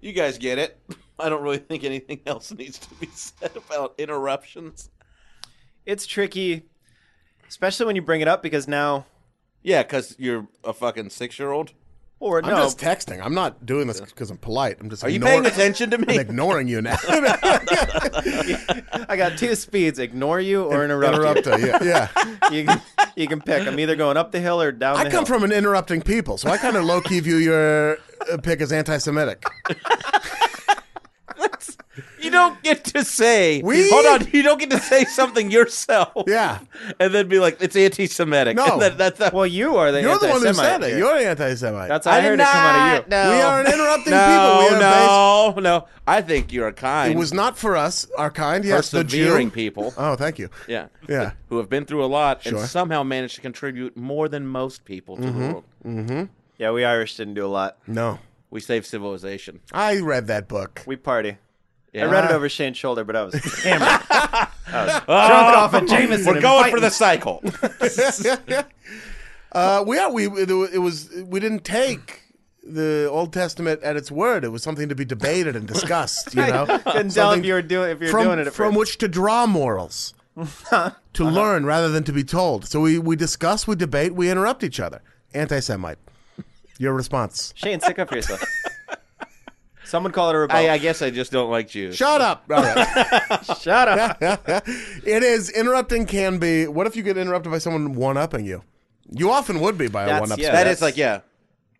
Speaker 3: you guys get it. I don't really think anything else needs to be said about interruptions.
Speaker 4: it's tricky, especially when you bring it up because now,
Speaker 3: Yeah, because you're a fucking six year old.
Speaker 4: or
Speaker 1: I'm
Speaker 4: no,
Speaker 1: just texting. I'm not doing this because I'm polite. I'm just
Speaker 3: Are you
Speaker 1: ignoring-
Speaker 3: paying attention to
Speaker 1: I'm
Speaker 3: me?
Speaker 1: ignoring you now.
Speaker 4: I got two speeds: ignore you or interrupt.
Speaker 1: Interrupt her, yeah, yeah.
Speaker 4: You. you can you can pick. I'm either going up the hill or down.
Speaker 1: I
Speaker 4: the
Speaker 1: come
Speaker 4: hill.
Speaker 1: from an interrupting people, so I kind of low key view your uh, pick as anti-Semitic.
Speaker 3: You don't get to say.
Speaker 1: We-
Speaker 3: Hold on. You don't get to say something yourself.
Speaker 1: Yeah,
Speaker 3: And then be like, it's anti Semitic.
Speaker 1: No.
Speaker 3: That, that's not-
Speaker 4: Well, you are the.
Speaker 1: you're the one who
Speaker 4: anti-Semite
Speaker 1: said it.
Speaker 4: here.
Speaker 1: You're an anti-Semite.
Speaker 4: That's how I,
Speaker 3: did
Speaker 4: heard it come out of you.
Speaker 3: not know.
Speaker 1: we are an interrupting
Speaker 3: no,
Speaker 1: people. We are
Speaker 3: no, no. I think you're kind.
Speaker 1: Based, it was not for us, our kind. Yes, the
Speaker 3: persevering
Speaker 1: Jew.
Speaker 3: people.
Speaker 1: Oh, thank you.
Speaker 3: Yeah.
Speaker 1: Yeah.
Speaker 3: Who have been through a lot
Speaker 1: Sure. Mm-hmm.
Speaker 3: and somehow managed to contribute more than most people to the world.
Speaker 4: Yeah, we Irish didn't do a lot.
Speaker 1: No,
Speaker 3: We saved civilization.
Speaker 1: I read that book.
Speaker 4: We party.
Speaker 3: Yeah.
Speaker 4: I read it over Shane's shoulder, but I was hammered. I was drunk off at Jameson.
Speaker 3: Ah! We're
Speaker 4: and
Speaker 3: going
Speaker 4: fighting.
Speaker 3: for the cycle.
Speaker 1: Uh, we are. We it was. We didn't take the Old Testament at its word. It was something to be debated and discussed. You know,
Speaker 4: Couldn't tell
Speaker 1: Something
Speaker 4: if you were doing if you're
Speaker 1: from
Speaker 4: doing it at
Speaker 1: from
Speaker 4: first. Uh-huh.
Speaker 1: which to draw morals, to learn rather than to be told. So we we discuss, we debate, we interrupt each other. Anti-Semite. Your response.
Speaker 4: Shane, stick up for yourself. Someone call it a rebel.
Speaker 3: I, I guess I just don't like Jews.
Speaker 1: Shut up. All right.
Speaker 4: Shut up.
Speaker 1: it is interrupting can be. What if you get interrupted by someone one upping you? You often would be by a
Speaker 4: That's-
Speaker 1: one up.
Speaker 4: yeah,
Speaker 3: That
Speaker 4: that's-
Speaker 3: is like, yeah.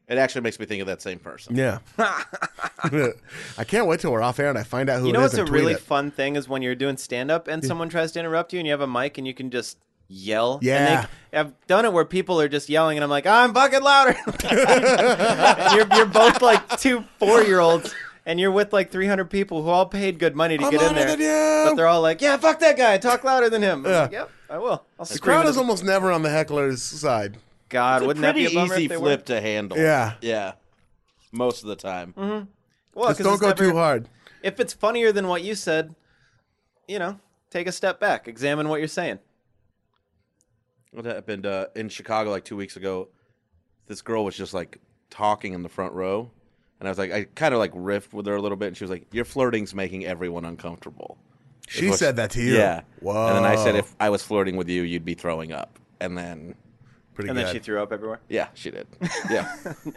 Speaker 3: It actually makes me think of that same person.
Speaker 1: Yeah. I can't wait till we're off air and I find out who
Speaker 4: You
Speaker 1: it
Speaker 4: know
Speaker 1: is
Speaker 4: what's
Speaker 1: and
Speaker 4: a
Speaker 1: tweet
Speaker 4: really
Speaker 1: it.
Speaker 4: fun thing is when you're doing stand up and someone tries to interrupt you and you have a mic and you can just yell. And they-
Speaker 1: Yeah.
Speaker 4: I've done it where people are just yelling and I'm like, I'm fucking louder. And you're, you're both like two four year olds and you're with like 300 people who all paid good money to
Speaker 1: I'm
Speaker 4: get in
Speaker 1: louder
Speaker 4: there.
Speaker 1: than you.
Speaker 4: But they're all like, yeah, fuck that guy. Talk louder than him. I'm like,
Speaker 1: Yeah.
Speaker 4: yep, I will. I'll
Speaker 1: the
Speaker 4: scream.
Speaker 1: crowd
Speaker 4: into
Speaker 1: is
Speaker 4: the-
Speaker 1: almost never on the heckler's side.
Speaker 4: God,
Speaker 3: It's a
Speaker 4: wouldn't that
Speaker 3: pretty
Speaker 4: be a bummer
Speaker 3: easy
Speaker 4: if they
Speaker 3: flip
Speaker 4: were?
Speaker 3: to handle.
Speaker 1: Yeah.
Speaker 3: Yeah. Most of the time.
Speaker 4: Well,
Speaker 1: Just
Speaker 4: 'cause
Speaker 1: don't
Speaker 4: it's
Speaker 1: go
Speaker 4: never-
Speaker 1: too hard.
Speaker 4: If it's funnier than what you said, you know, take a step back, examine what you're saying.
Speaker 3: What happened uh, in Chicago like two weeks ago? This girl was just like talking in the front row, and I was like, I kind of like riffed with her a little bit, and she was like, "Your flirting's making everyone uncomfortable."
Speaker 1: She
Speaker 3: Which-
Speaker 1: said that to you.
Speaker 3: Yeah.
Speaker 1: Whoa.
Speaker 3: And then I said, if I was flirting with you, you'd be throwing up. And then,
Speaker 1: Pretty
Speaker 4: And
Speaker 1: good.
Speaker 4: then she threw up everywhere.
Speaker 3: yeah, she did. Yeah,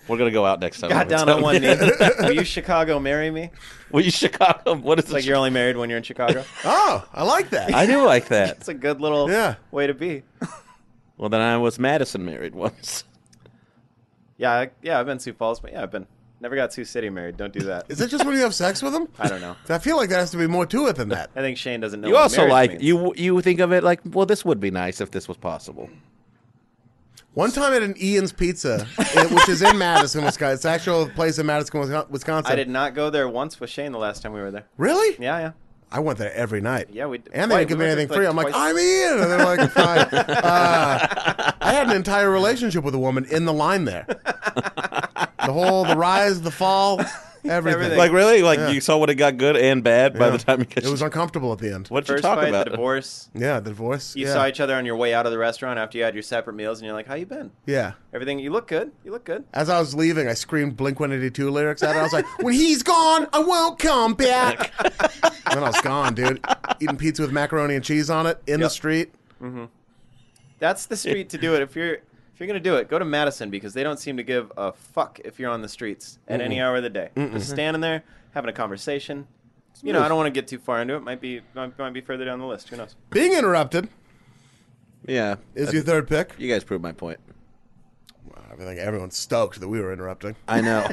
Speaker 3: we're gonna go out next time.
Speaker 4: Got down on one knee. Will you Chicago marry me?
Speaker 3: Will you Chicago? What is
Speaker 4: It's like
Speaker 3: your?
Speaker 4: you're only married when you're in Chicago.
Speaker 1: oh, I like that.
Speaker 3: I do like that.
Speaker 4: It's a good little
Speaker 1: Yeah.
Speaker 4: way to be.
Speaker 3: Well, then I was Madison married once.
Speaker 4: Yeah, I, yeah, I've been Sioux Falls, but yeah, I've been never got Sioux City married. Don't do that.
Speaker 1: is that just when you have sex with them?
Speaker 4: I don't know.
Speaker 1: I feel like there has to be more to it than that.
Speaker 4: I think Shane doesn't know.
Speaker 3: You
Speaker 4: what
Speaker 3: also
Speaker 4: marriage
Speaker 3: like
Speaker 4: means.
Speaker 3: you you think of it like, well, this would be nice if this was possible.
Speaker 1: One time at an Ian's Pizza, it- which is in Madison, Wisconsin. It's an actual place in Madison, Wisco- Wisconsin.
Speaker 4: I did not go there once with Shane the last time we were there.
Speaker 1: Really?
Speaker 4: Yeah, yeah.
Speaker 1: I went there every night.
Speaker 4: Yeah, we-
Speaker 1: and they
Speaker 4: why-
Speaker 1: didn't give
Speaker 4: we
Speaker 1: me
Speaker 4: went
Speaker 1: anything
Speaker 4: there,
Speaker 1: free.
Speaker 4: like,
Speaker 1: I'm like,
Speaker 4: twice.
Speaker 1: I'm Ian, and they're like, fine. Uh, I had an entire relationship with a woman in the line there. The whole, the rise, the fall, everything.
Speaker 4: Everything.
Speaker 3: Like really? Like you saw what it got good and bad by the time you got
Speaker 1: It was uncomfortable at the end.
Speaker 3: What you
Speaker 4: First
Speaker 3: talk
Speaker 4: fight,
Speaker 3: about?
Speaker 4: the divorce.
Speaker 1: Yeah, the divorce.
Speaker 4: You
Speaker 1: yeah.
Speaker 4: saw each other on your way out of the restaurant after you had your separate meals, and you're like, "How you been?
Speaker 1: yeah.
Speaker 4: Everything? You look good. You look good."
Speaker 1: As I was leaving, I screamed Blink 182 lyrics at her. I was like, when he's gone, I won't come back. and then I was gone, dude. Eating pizza with macaroni and cheese on it in the
Speaker 4: Yep.
Speaker 1: street.
Speaker 4: That's the street to do it. If you're if you're gonna do it, go to Madison because they don't seem to give a fuck if you're on the streets at any hour of the day. Just standing there having a conversation. You know, I don't want to get too far into it. Might be might, might be further down the list. Who knows?
Speaker 1: Being interrupted
Speaker 3: yeah.
Speaker 1: is your third pick.
Speaker 3: You guys proved my point.
Speaker 1: I think everyone's stoked that we were interrupting.
Speaker 3: I know.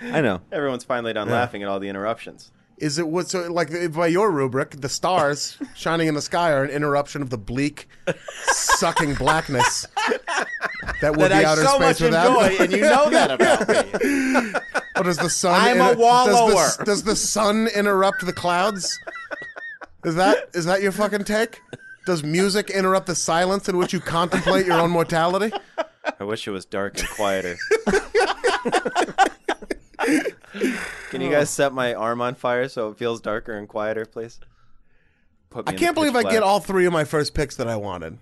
Speaker 3: I know.
Speaker 4: Everyone's finally done laughing at all the interruptions.
Speaker 1: Is it what? So, like by your rubric, the stars shining in the sky are an interruption of the bleak, sucking blackness that would
Speaker 3: That
Speaker 1: be
Speaker 3: I
Speaker 1: outer
Speaker 3: so
Speaker 1: space
Speaker 3: much
Speaker 1: without.
Speaker 3: enjoy, and you know that about me.
Speaker 1: Or does the sun?
Speaker 3: I'm a
Speaker 1: inter- Does the,
Speaker 3: wallower.
Speaker 1: does the sun interrupt the clouds? Is that is that your fucking take? Does music interrupt the silence in which you contemplate your own mortality?
Speaker 4: I wish it was dark and quieter. Can you guys set my arm on fire so it feels darker and quieter, please? Put me
Speaker 1: I
Speaker 4: in
Speaker 1: can't
Speaker 4: the
Speaker 1: believe
Speaker 4: pitch
Speaker 1: I get
Speaker 4: black.
Speaker 1: all three of my first picks that I wanted.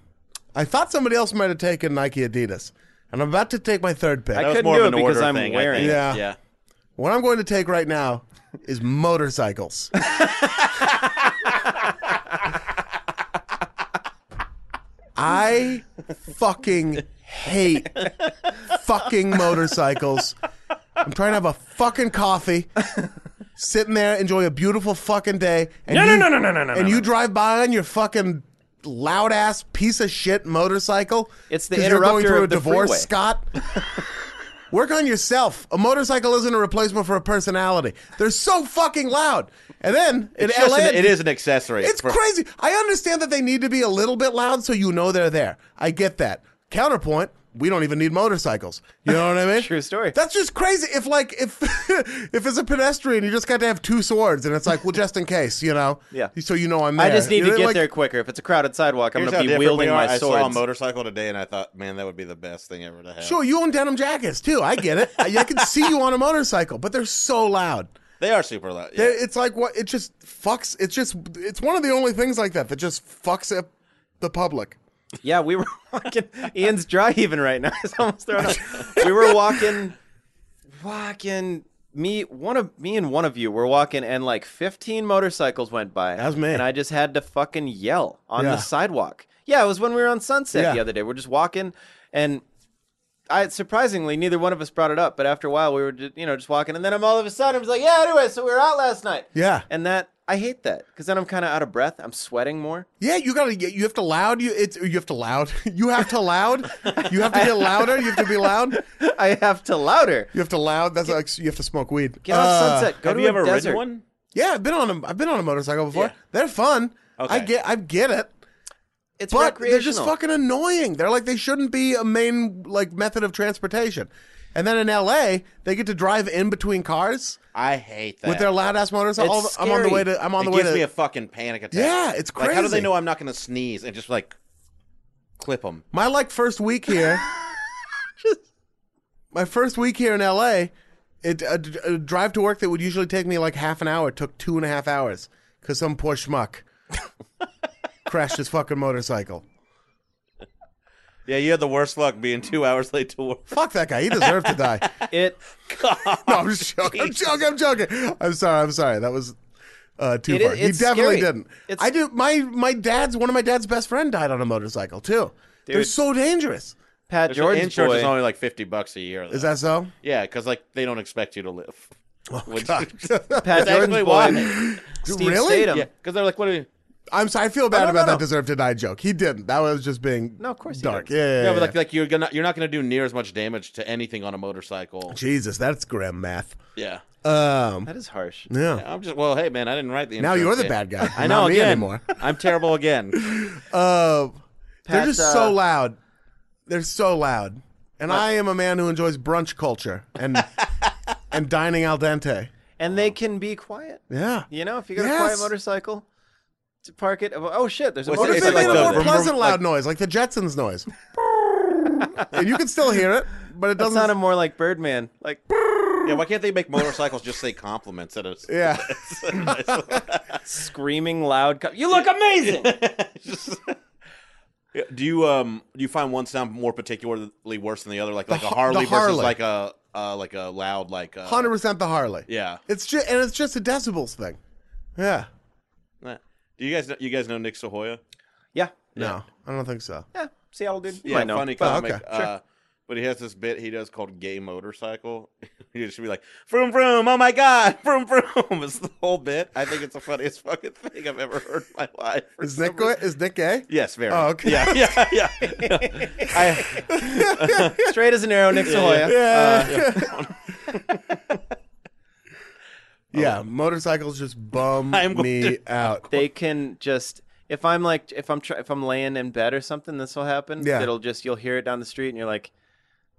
Speaker 1: I thought somebody else might have taken Nike Adidas, and I'm about to take my third pick.
Speaker 4: I
Speaker 3: That was
Speaker 4: couldn't
Speaker 3: more
Speaker 4: do
Speaker 3: of an
Speaker 4: it because
Speaker 3: order
Speaker 4: I'm
Speaker 3: thing, I
Speaker 4: wearing
Speaker 3: think.
Speaker 4: it.
Speaker 1: Yeah.
Speaker 3: Yeah.
Speaker 1: What I'm going to take right now is motorcycles. I fucking hate fucking motorcycles. I'm trying to have a fucking coffee, sitting there, enjoy a beautiful fucking day. And you, no, no, no, no, no. And you drive by on your fucking loud ass piece of shit motorcycle.
Speaker 4: It's the
Speaker 1: 'cause you're going
Speaker 4: interrupter
Speaker 1: through a
Speaker 4: of the
Speaker 1: divorce,
Speaker 4: freeway.
Speaker 1: Scott. Work on yourself. A motorcycle isn't a replacement for a personality. They're so fucking loud. And then in
Speaker 3: It's just
Speaker 1: LA,
Speaker 3: an, it is an accessory.
Speaker 1: it's
Speaker 3: for-
Speaker 1: crazy. I understand that they need to be a little bit loud so you know they're there. I get that. Counterpoint, we don't even need motorcycles. You know what I mean?
Speaker 4: True story.
Speaker 1: That's just crazy. If like if if it's a pedestrian, you just got to have two swords and it's like, well, just in case, you know.
Speaker 4: Yeah.
Speaker 1: So you know I'm there.
Speaker 4: I just need
Speaker 1: You
Speaker 4: to
Speaker 1: know,
Speaker 4: get
Speaker 1: like-
Speaker 4: there quicker. If it's a crowded sidewalk, I'm
Speaker 3: Here's
Speaker 4: going
Speaker 3: how
Speaker 4: to be
Speaker 3: different we
Speaker 4: wielding
Speaker 3: are.
Speaker 4: my
Speaker 3: I
Speaker 4: sword.
Speaker 3: saw a motorcycle today, and I thought, man, that would be the best thing ever to have.
Speaker 1: Sure, you own denim jackets too. I get it. I, I can see you on a motorcycle, but they're so loud.
Speaker 3: They are super loud. Yeah.
Speaker 1: They're- It's like what it just fucks. It's just it's one of the only things like that that just fucks up the public.
Speaker 4: Yeah, we were walking. Ian's dry heaving right now. He's almost thrown up. We were walking, walking. Me, one of me and one of you were walking, and like fifteen motorcycles went by.
Speaker 1: That was me.
Speaker 4: And I just had to fucking yell on the
Speaker 1: Yeah.
Speaker 4: sidewalk. Yeah, it was when we were on Sunset
Speaker 1: Yeah.
Speaker 4: the other day. We're just walking, and I surprisingly neither one of us brought it up. But after a while, we were just, you know just walking, and then I'm all of a sudden I was like, yeah. Anyway, so we were out last night.
Speaker 1: Yeah.
Speaker 4: And that I hate that because then I'm kind of out of breath. I'm sweating more.
Speaker 1: Yeah, you gotta get. You have to loud. You it's you have to loud. You have to loud. You have to get louder. You have to be loud.
Speaker 4: I have to louder.
Speaker 1: You have to loud. That's like you have to smoke weed.
Speaker 4: Get on
Speaker 1: Uh,
Speaker 4: sunset. Go
Speaker 3: Have
Speaker 4: to
Speaker 3: you
Speaker 4: a
Speaker 3: ever
Speaker 4: desert.
Speaker 3: ridden one?
Speaker 1: Yeah, I've been on a I've been on a motorcycle before.
Speaker 3: Yeah.
Speaker 1: They're fun. I
Speaker 3: Okay.
Speaker 1: get I get it.
Speaker 4: It's
Speaker 1: But
Speaker 4: recreational.
Speaker 1: they're just fucking annoying. They're like they shouldn't be a main like method of transportation. And then in LA, they get to drive in between cars
Speaker 3: I hate that.
Speaker 1: with their loud ass motorcycle.
Speaker 4: It's
Speaker 1: I'm on the
Speaker 4: scary.
Speaker 1: way to I'm on
Speaker 3: it
Speaker 1: the way
Speaker 3: gives
Speaker 1: to
Speaker 3: me a fucking panic attack.
Speaker 1: Yeah, it's
Speaker 3: Like, how do
Speaker 1: crazy.
Speaker 3: they know I'm not going to sneeze and just like clip them?
Speaker 1: my like first week here my first week here in la it a, a drive to work that would usually take me like half an hour took two and a half hours because some poor schmuck crashed his fucking motorcycle
Speaker 3: Yeah, you had the worst luck being two hours late to work.
Speaker 1: fuck that guy he deserved to die
Speaker 4: It
Speaker 1: no i'm just joking i'm joking i'm joking i'm sorry i'm sorry that was uh, too
Speaker 4: It is-
Speaker 1: far. He
Speaker 4: it's
Speaker 1: definitely
Speaker 4: scary.
Speaker 1: didn't.
Speaker 4: It's-
Speaker 1: I do. My my dad's one of my dad's best friend died on a motorcycle too. They're
Speaker 4: Dude.
Speaker 1: so dangerous.
Speaker 4: Pat Jordan's
Speaker 3: insurance
Speaker 4: boy.
Speaker 3: is only like fifty bucks a year.
Speaker 1: Is that so?
Speaker 3: Yeah, because like they don't expect you to live. Which-
Speaker 1: God.
Speaker 4: Pat Jordan's
Speaker 3: actually
Speaker 4: boy. Steve
Speaker 1: Really?
Speaker 4: Statham.
Speaker 3: yeah, because they're like, what? Are you?
Speaker 1: I'm sorry. I feel bad
Speaker 4: no,
Speaker 1: about
Speaker 4: no,
Speaker 1: that
Speaker 4: no.
Speaker 1: deserve to die joke. He didn't. That was just being
Speaker 4: No, of course he
Speaker 1: dark.
Speaker 4: didn't.
Speaker 1: Yeah, yeah,
Speaker 3: Yeah,
Speaker 1: yeah.
Speaker 3: but like, like you're gonna you're not gonna do near as much damage to anything on a motorcycle.
Speaker 1: Jesus, that's grim math.
Speaker 3: Yeah.
Speaker 1: Um,
Speaker 4: That is harsh.
Speaker 1: yeah.
Speaker 3: I'm just well, hey man, I didn't write the.
Speaker 1: Now
Speaker 3: insurance
Speaker 1: you're the
Speaker 3: yet.
Speaker 1: bad guy.
Speaker 3: I
Speaker 1: Not
Speaker 3: know
Speaker 1: me
Speaker 3: again.
Speaker 1: anymore.
Speaker 3: I'm terrible again.
Speaker 1: Uh, they're
Speaker 4: Pat's,
Speaker 1: just so
Speaker 4: uh,
Speaker 1: loud. They're so loud. And I am a man who enjoys brunch culture and and dining al dente.
Speaker 4: and they can be quiet.
Speaker 1: Yeah.
Speaker 4: You know, if you got a
Speaker 1: Yes.
Speaker 4: quiet motorcycle, to park it. Oh shit! There's a
Speaker 3: What's
Speaker 1: What if
Speaker 3: It's
Speaker 1: they
Speaker 4: motorcycle.
Speaker 1: made
Speaker 3: like the-
Speaker 1: a more
Speaker 3: vroom,
Speaker 1: pleasant
Speaker 3: vroom,
Speaker 1: loud
Speaker 3: like-
Speaker 1: noise, like the Jetsons noise? and you can still hear it, but it
Speaker 4: that
Speaker 1: doesn't.
Speaker 4: sounded more like Birdman. Like
Speaker 3: Yeah, why can't they make motorcycles just say compliments at us?
Speaker 1: yeah.
Speaker 4: screaming loud. Co- you look amazing.
Speaker 3: Do you um do you find one sound more particularly worse than the other? Like like a
Speaker 1: Har-
Speaker 3: Harley
Speaker 1: the
Speaker 3: versus
Speaker 1: Harley.
Speaker 3: like a uh, like a loud like uh,
Speaker 1: 100% the Harley.
Speaker 3: Yeah.
Speaker 1: It's just and it's just a decibels thing. Yeah.
Speaker 3: Nah. Do you guys know, you guys know Nick Sahoya?
Speaker 4: yeah.
Speaker 1: No, I don't think so.
Speaker 4: Yeah. Seattle dude. You
Speaker 3: Yeah,
Speaker 4: might know.
Speaker 3: funny
Speaker 1: Oh,
Speaker 3: comic.
Speaker 1: okay.
Speaker 3: Uh, But he has this bit he does called "Gay Motorcycle." he should be like "Vroom vroom, oh my god, vroom vroom." It's the whole bit. I think it's the funniest fucking thing I've ever heard in my life. for
Speaker 1: Is
Speaker 3: some
Speaker 1: Nick
Speaker 3: reason.
Speaker 1: go- is Nick gay?
Speaker 3: Yes, very.
Speaker 1: Oh, okay.
Speaker 3: Yeah, yeah, yeah. I,
Speaker 4: Oh, Straight as an arrow, Nick Sahoya.
Speaker 1: Yeah.
Speaker 4: Oh.
Speaker 1: yeah, motorcycles just bum
Speaker 3: I'm going
Speaker 1: me out.
Speaker 4: They can just. If I'm like, if I'm try, if I'm laying in bed or something, this will happen.
Speaker 1: Yeah.
Speaker 4: It'll just you'll hear it down the street, and you're like,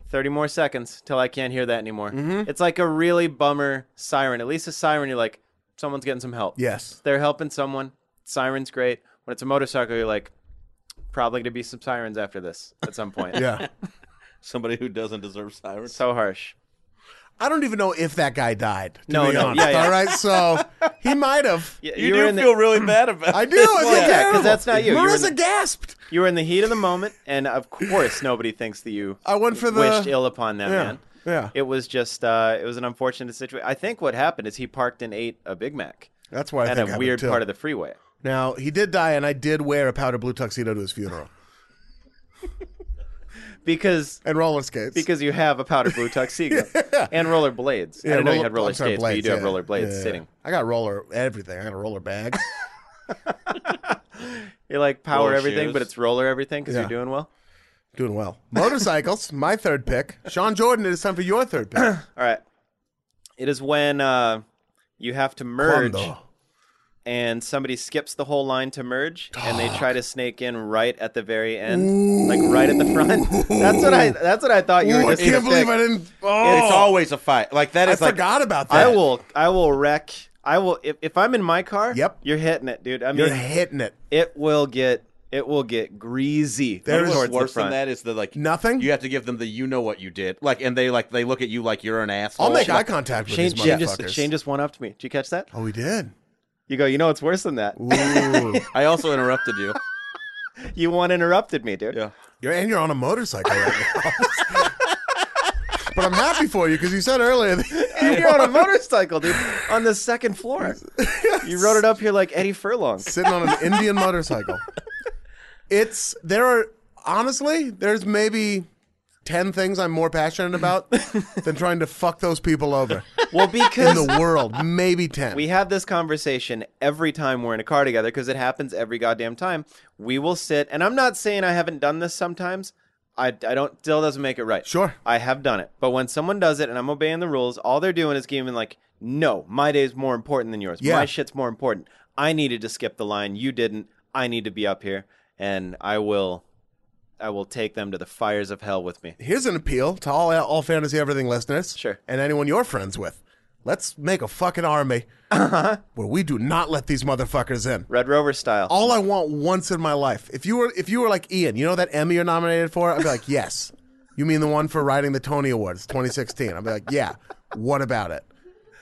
Speaker 4: thirty more seconds till I can't hear that anymore.
Speaker 1: Mm-hmm.
Speaker 4: It's like a really bummer siren. At least a siren, you're like, someone's getting some help.
Speaker 1: Yes.
Speaker 4: they're helping someone. Siren's great. When it's a motorcycle, you're like, probably gonna be some sirens after this at some point.
Speaker 1: Yeah.
Speaker 3: somebody who doesn't deserve sirens.
Speaker 4: So harsh.
Speaker 1: I don't even know if that guy died. To
Speaker 4: No,
Speaker 1: be
Speaker 4: no,
Speaker 1: honest.
Speaker 4: yeah, yeah.
Speaker 1: All right, so he might have.
Speaker 4: Yeah,
Speaker 3: you,
Speaker 4: were
Speaker 3: do
Speaker 4: in the-
Speaker 3: feel really bad about.
Speaker 1: I do. It's
Speaker 3: this. Yeah.
Speaker 1: like
Speaker 4: Yeah, 'cause
Speaker 1: terrible.
Speaker 4: that's not you. You were
Speaker 1: Marissa
Speaker 4: in the-
Speaker 1: gasped.
Speaker 4: You were in the heat of the moment, and of course, nobody thinks that you
Speaker 1: I went for the-
Speaker 4: wished ill upon that
Speaker 1: Yeah,
Speaker 4: man.
Speaker 1: yeah.
Speaker 4: it was just uh, it was an unfortunate situation. I think what happened is he parked and ate a Big Mac
Speaker 1: That's why Oh, I
Speaker 4: at
Speaker 1: think
Speaker 4: a weird part of the freeway.
Speaker 1: Now he did die, and I did wear a powder blue tuxedo to his funeral
Speaker 4: Because
Speaker 1: and roller skates.
Speaker 4: because you have a powder blue tuxedo and roller blades. I
Speaker 1: Yeah,
Speaker 4: didn't know you
Speaker 1: roller-
Speaker 4: had roller
Speaker 1: I'm sorry,
Speaker 4: skates, but you do
Speaker 1: blades,
Speaker 4: have roller
Speaker 1: yeah.
Speaker 4: blades
Speaker 1: Yeah, yeah,
Speaker 4: sitting.
Speaker 1: yeah. I got roller everything. I got a roller bag.
Speaker 4: You're like power
Speaker 3: Roller
Speaker 4: everything,
Speaker 3: shoes.
Speaker 4: but it's roller everything because
Speaker 1: Yeah.
Speaker 4: you're doing well.
Speaker 1: Doing well. Motorcycles. my third pick. Sean Jordan. It is time for your third pick.
Speaker 4: All right. It is when uh, you have to merge.
Speaker 1: Quando?
Speaker 4: and somebody skips the whole line to merge and they try to snake in right at the very end like right at the front that's what i that's what i thought you
Speaker 1: Ooh,
Speaker 4: were
Speaker 1: I
Speaker 4: just gonna
Speaker 1: can't believe
Speaker 4: pick.
Speaker 1: I didn't.
Speaker 3: It's
Speaker 1: Oh,
Speaker 3: always a fight. Like that
Speaker 1: I
Speaker 3: is like
Speaker 1: forgot about
Speaker 4: i
Speaker 1: that.
Speaker 4: will i will wreck i will if, if i'm in my car
Speaker 1: Yep.
Speaker 4: you're hitting it dude i mean
Speaker 1: You're hitting it.
Speaker 4: it will get it will get greasy
Speaker 1: There's
Speaker 4: towards
Speaker 3: What's
Speaker 4: the
Speaker 3: worse than
Speaker 4: front.
Speaker 3: that is the like
Speaker 1: Nothing?
Speaker 3: You have to give them the you know what you did. Like and they like they look at you like you're an asshole.
Speaker 1: I'll make
Speaker 3: Like,
Speaker 1: eye contact with
Speaker 4: Shane,
Speaker 1: these
Speaker 4: Shane
Speaker 1: motherfuckers.
Speaker 4: just, Shane just one up to me. Did you catch that?
Speaker 1: oh, we did.
Speaker 4: You go, you know, it's worse than that.
Speaker 1: Ooh.
Speaker 3: I also interrupted you.
Speaker 4: You one interrupted me, dude.
Speaker 3: Yeah.
Speaker 1: you're, and you're on a motorcycle right now. but I'm happy for you because you said earlier. that-
Speaker 4: You're on a motorcycle, dude, on the second floor. You rode it up here like Eddie Furlong.
Speaker 1: sitting on an Indian motorcycle. It's there are honestly, there's maybe ten things I'm more passionate about than trying to fuck those people over
Speaker 4: Well,
Speaker 1: in
Speaker 4: because
Speaker 1: the world. Maybe ten.
Speaker 4: We have this conversation every time we're in a car together because it happens every goddamn time. We will sit, and I'm not saying I haven't done this sometimes. I, I don't still doesn't make it right.
Speaker 1: Sure.
Speaker 4: I have done it, but when someone does it and I'm obeying the rules, all they're doing is giving like, no, my day's more important than yours.
Speaker 1: Yeah.
Speaker 4: My shit's more important. I needed to skip the line. You didn't. I need to be up here, and I will, I will take them to the fires of hell with me.
Speaker 1: Here's an appeal to all all fantasy everything listeners.
Speaker 4: Sure.
Speaker 1: And anyone you're friends with. Let's make a fucking army
Speaker 4: Uh-huh.
Speaker 1: where we do not let these motherfuckers in.
Speaker 4: Red Rover style.
Speaker 1: All I want once in my life. If you were if you were like Ian, you know that Emmy you're nominated for? I'd be like, yes. You mean the one for writing the Tony Awards 2016? I'd be like, yeah. What about it?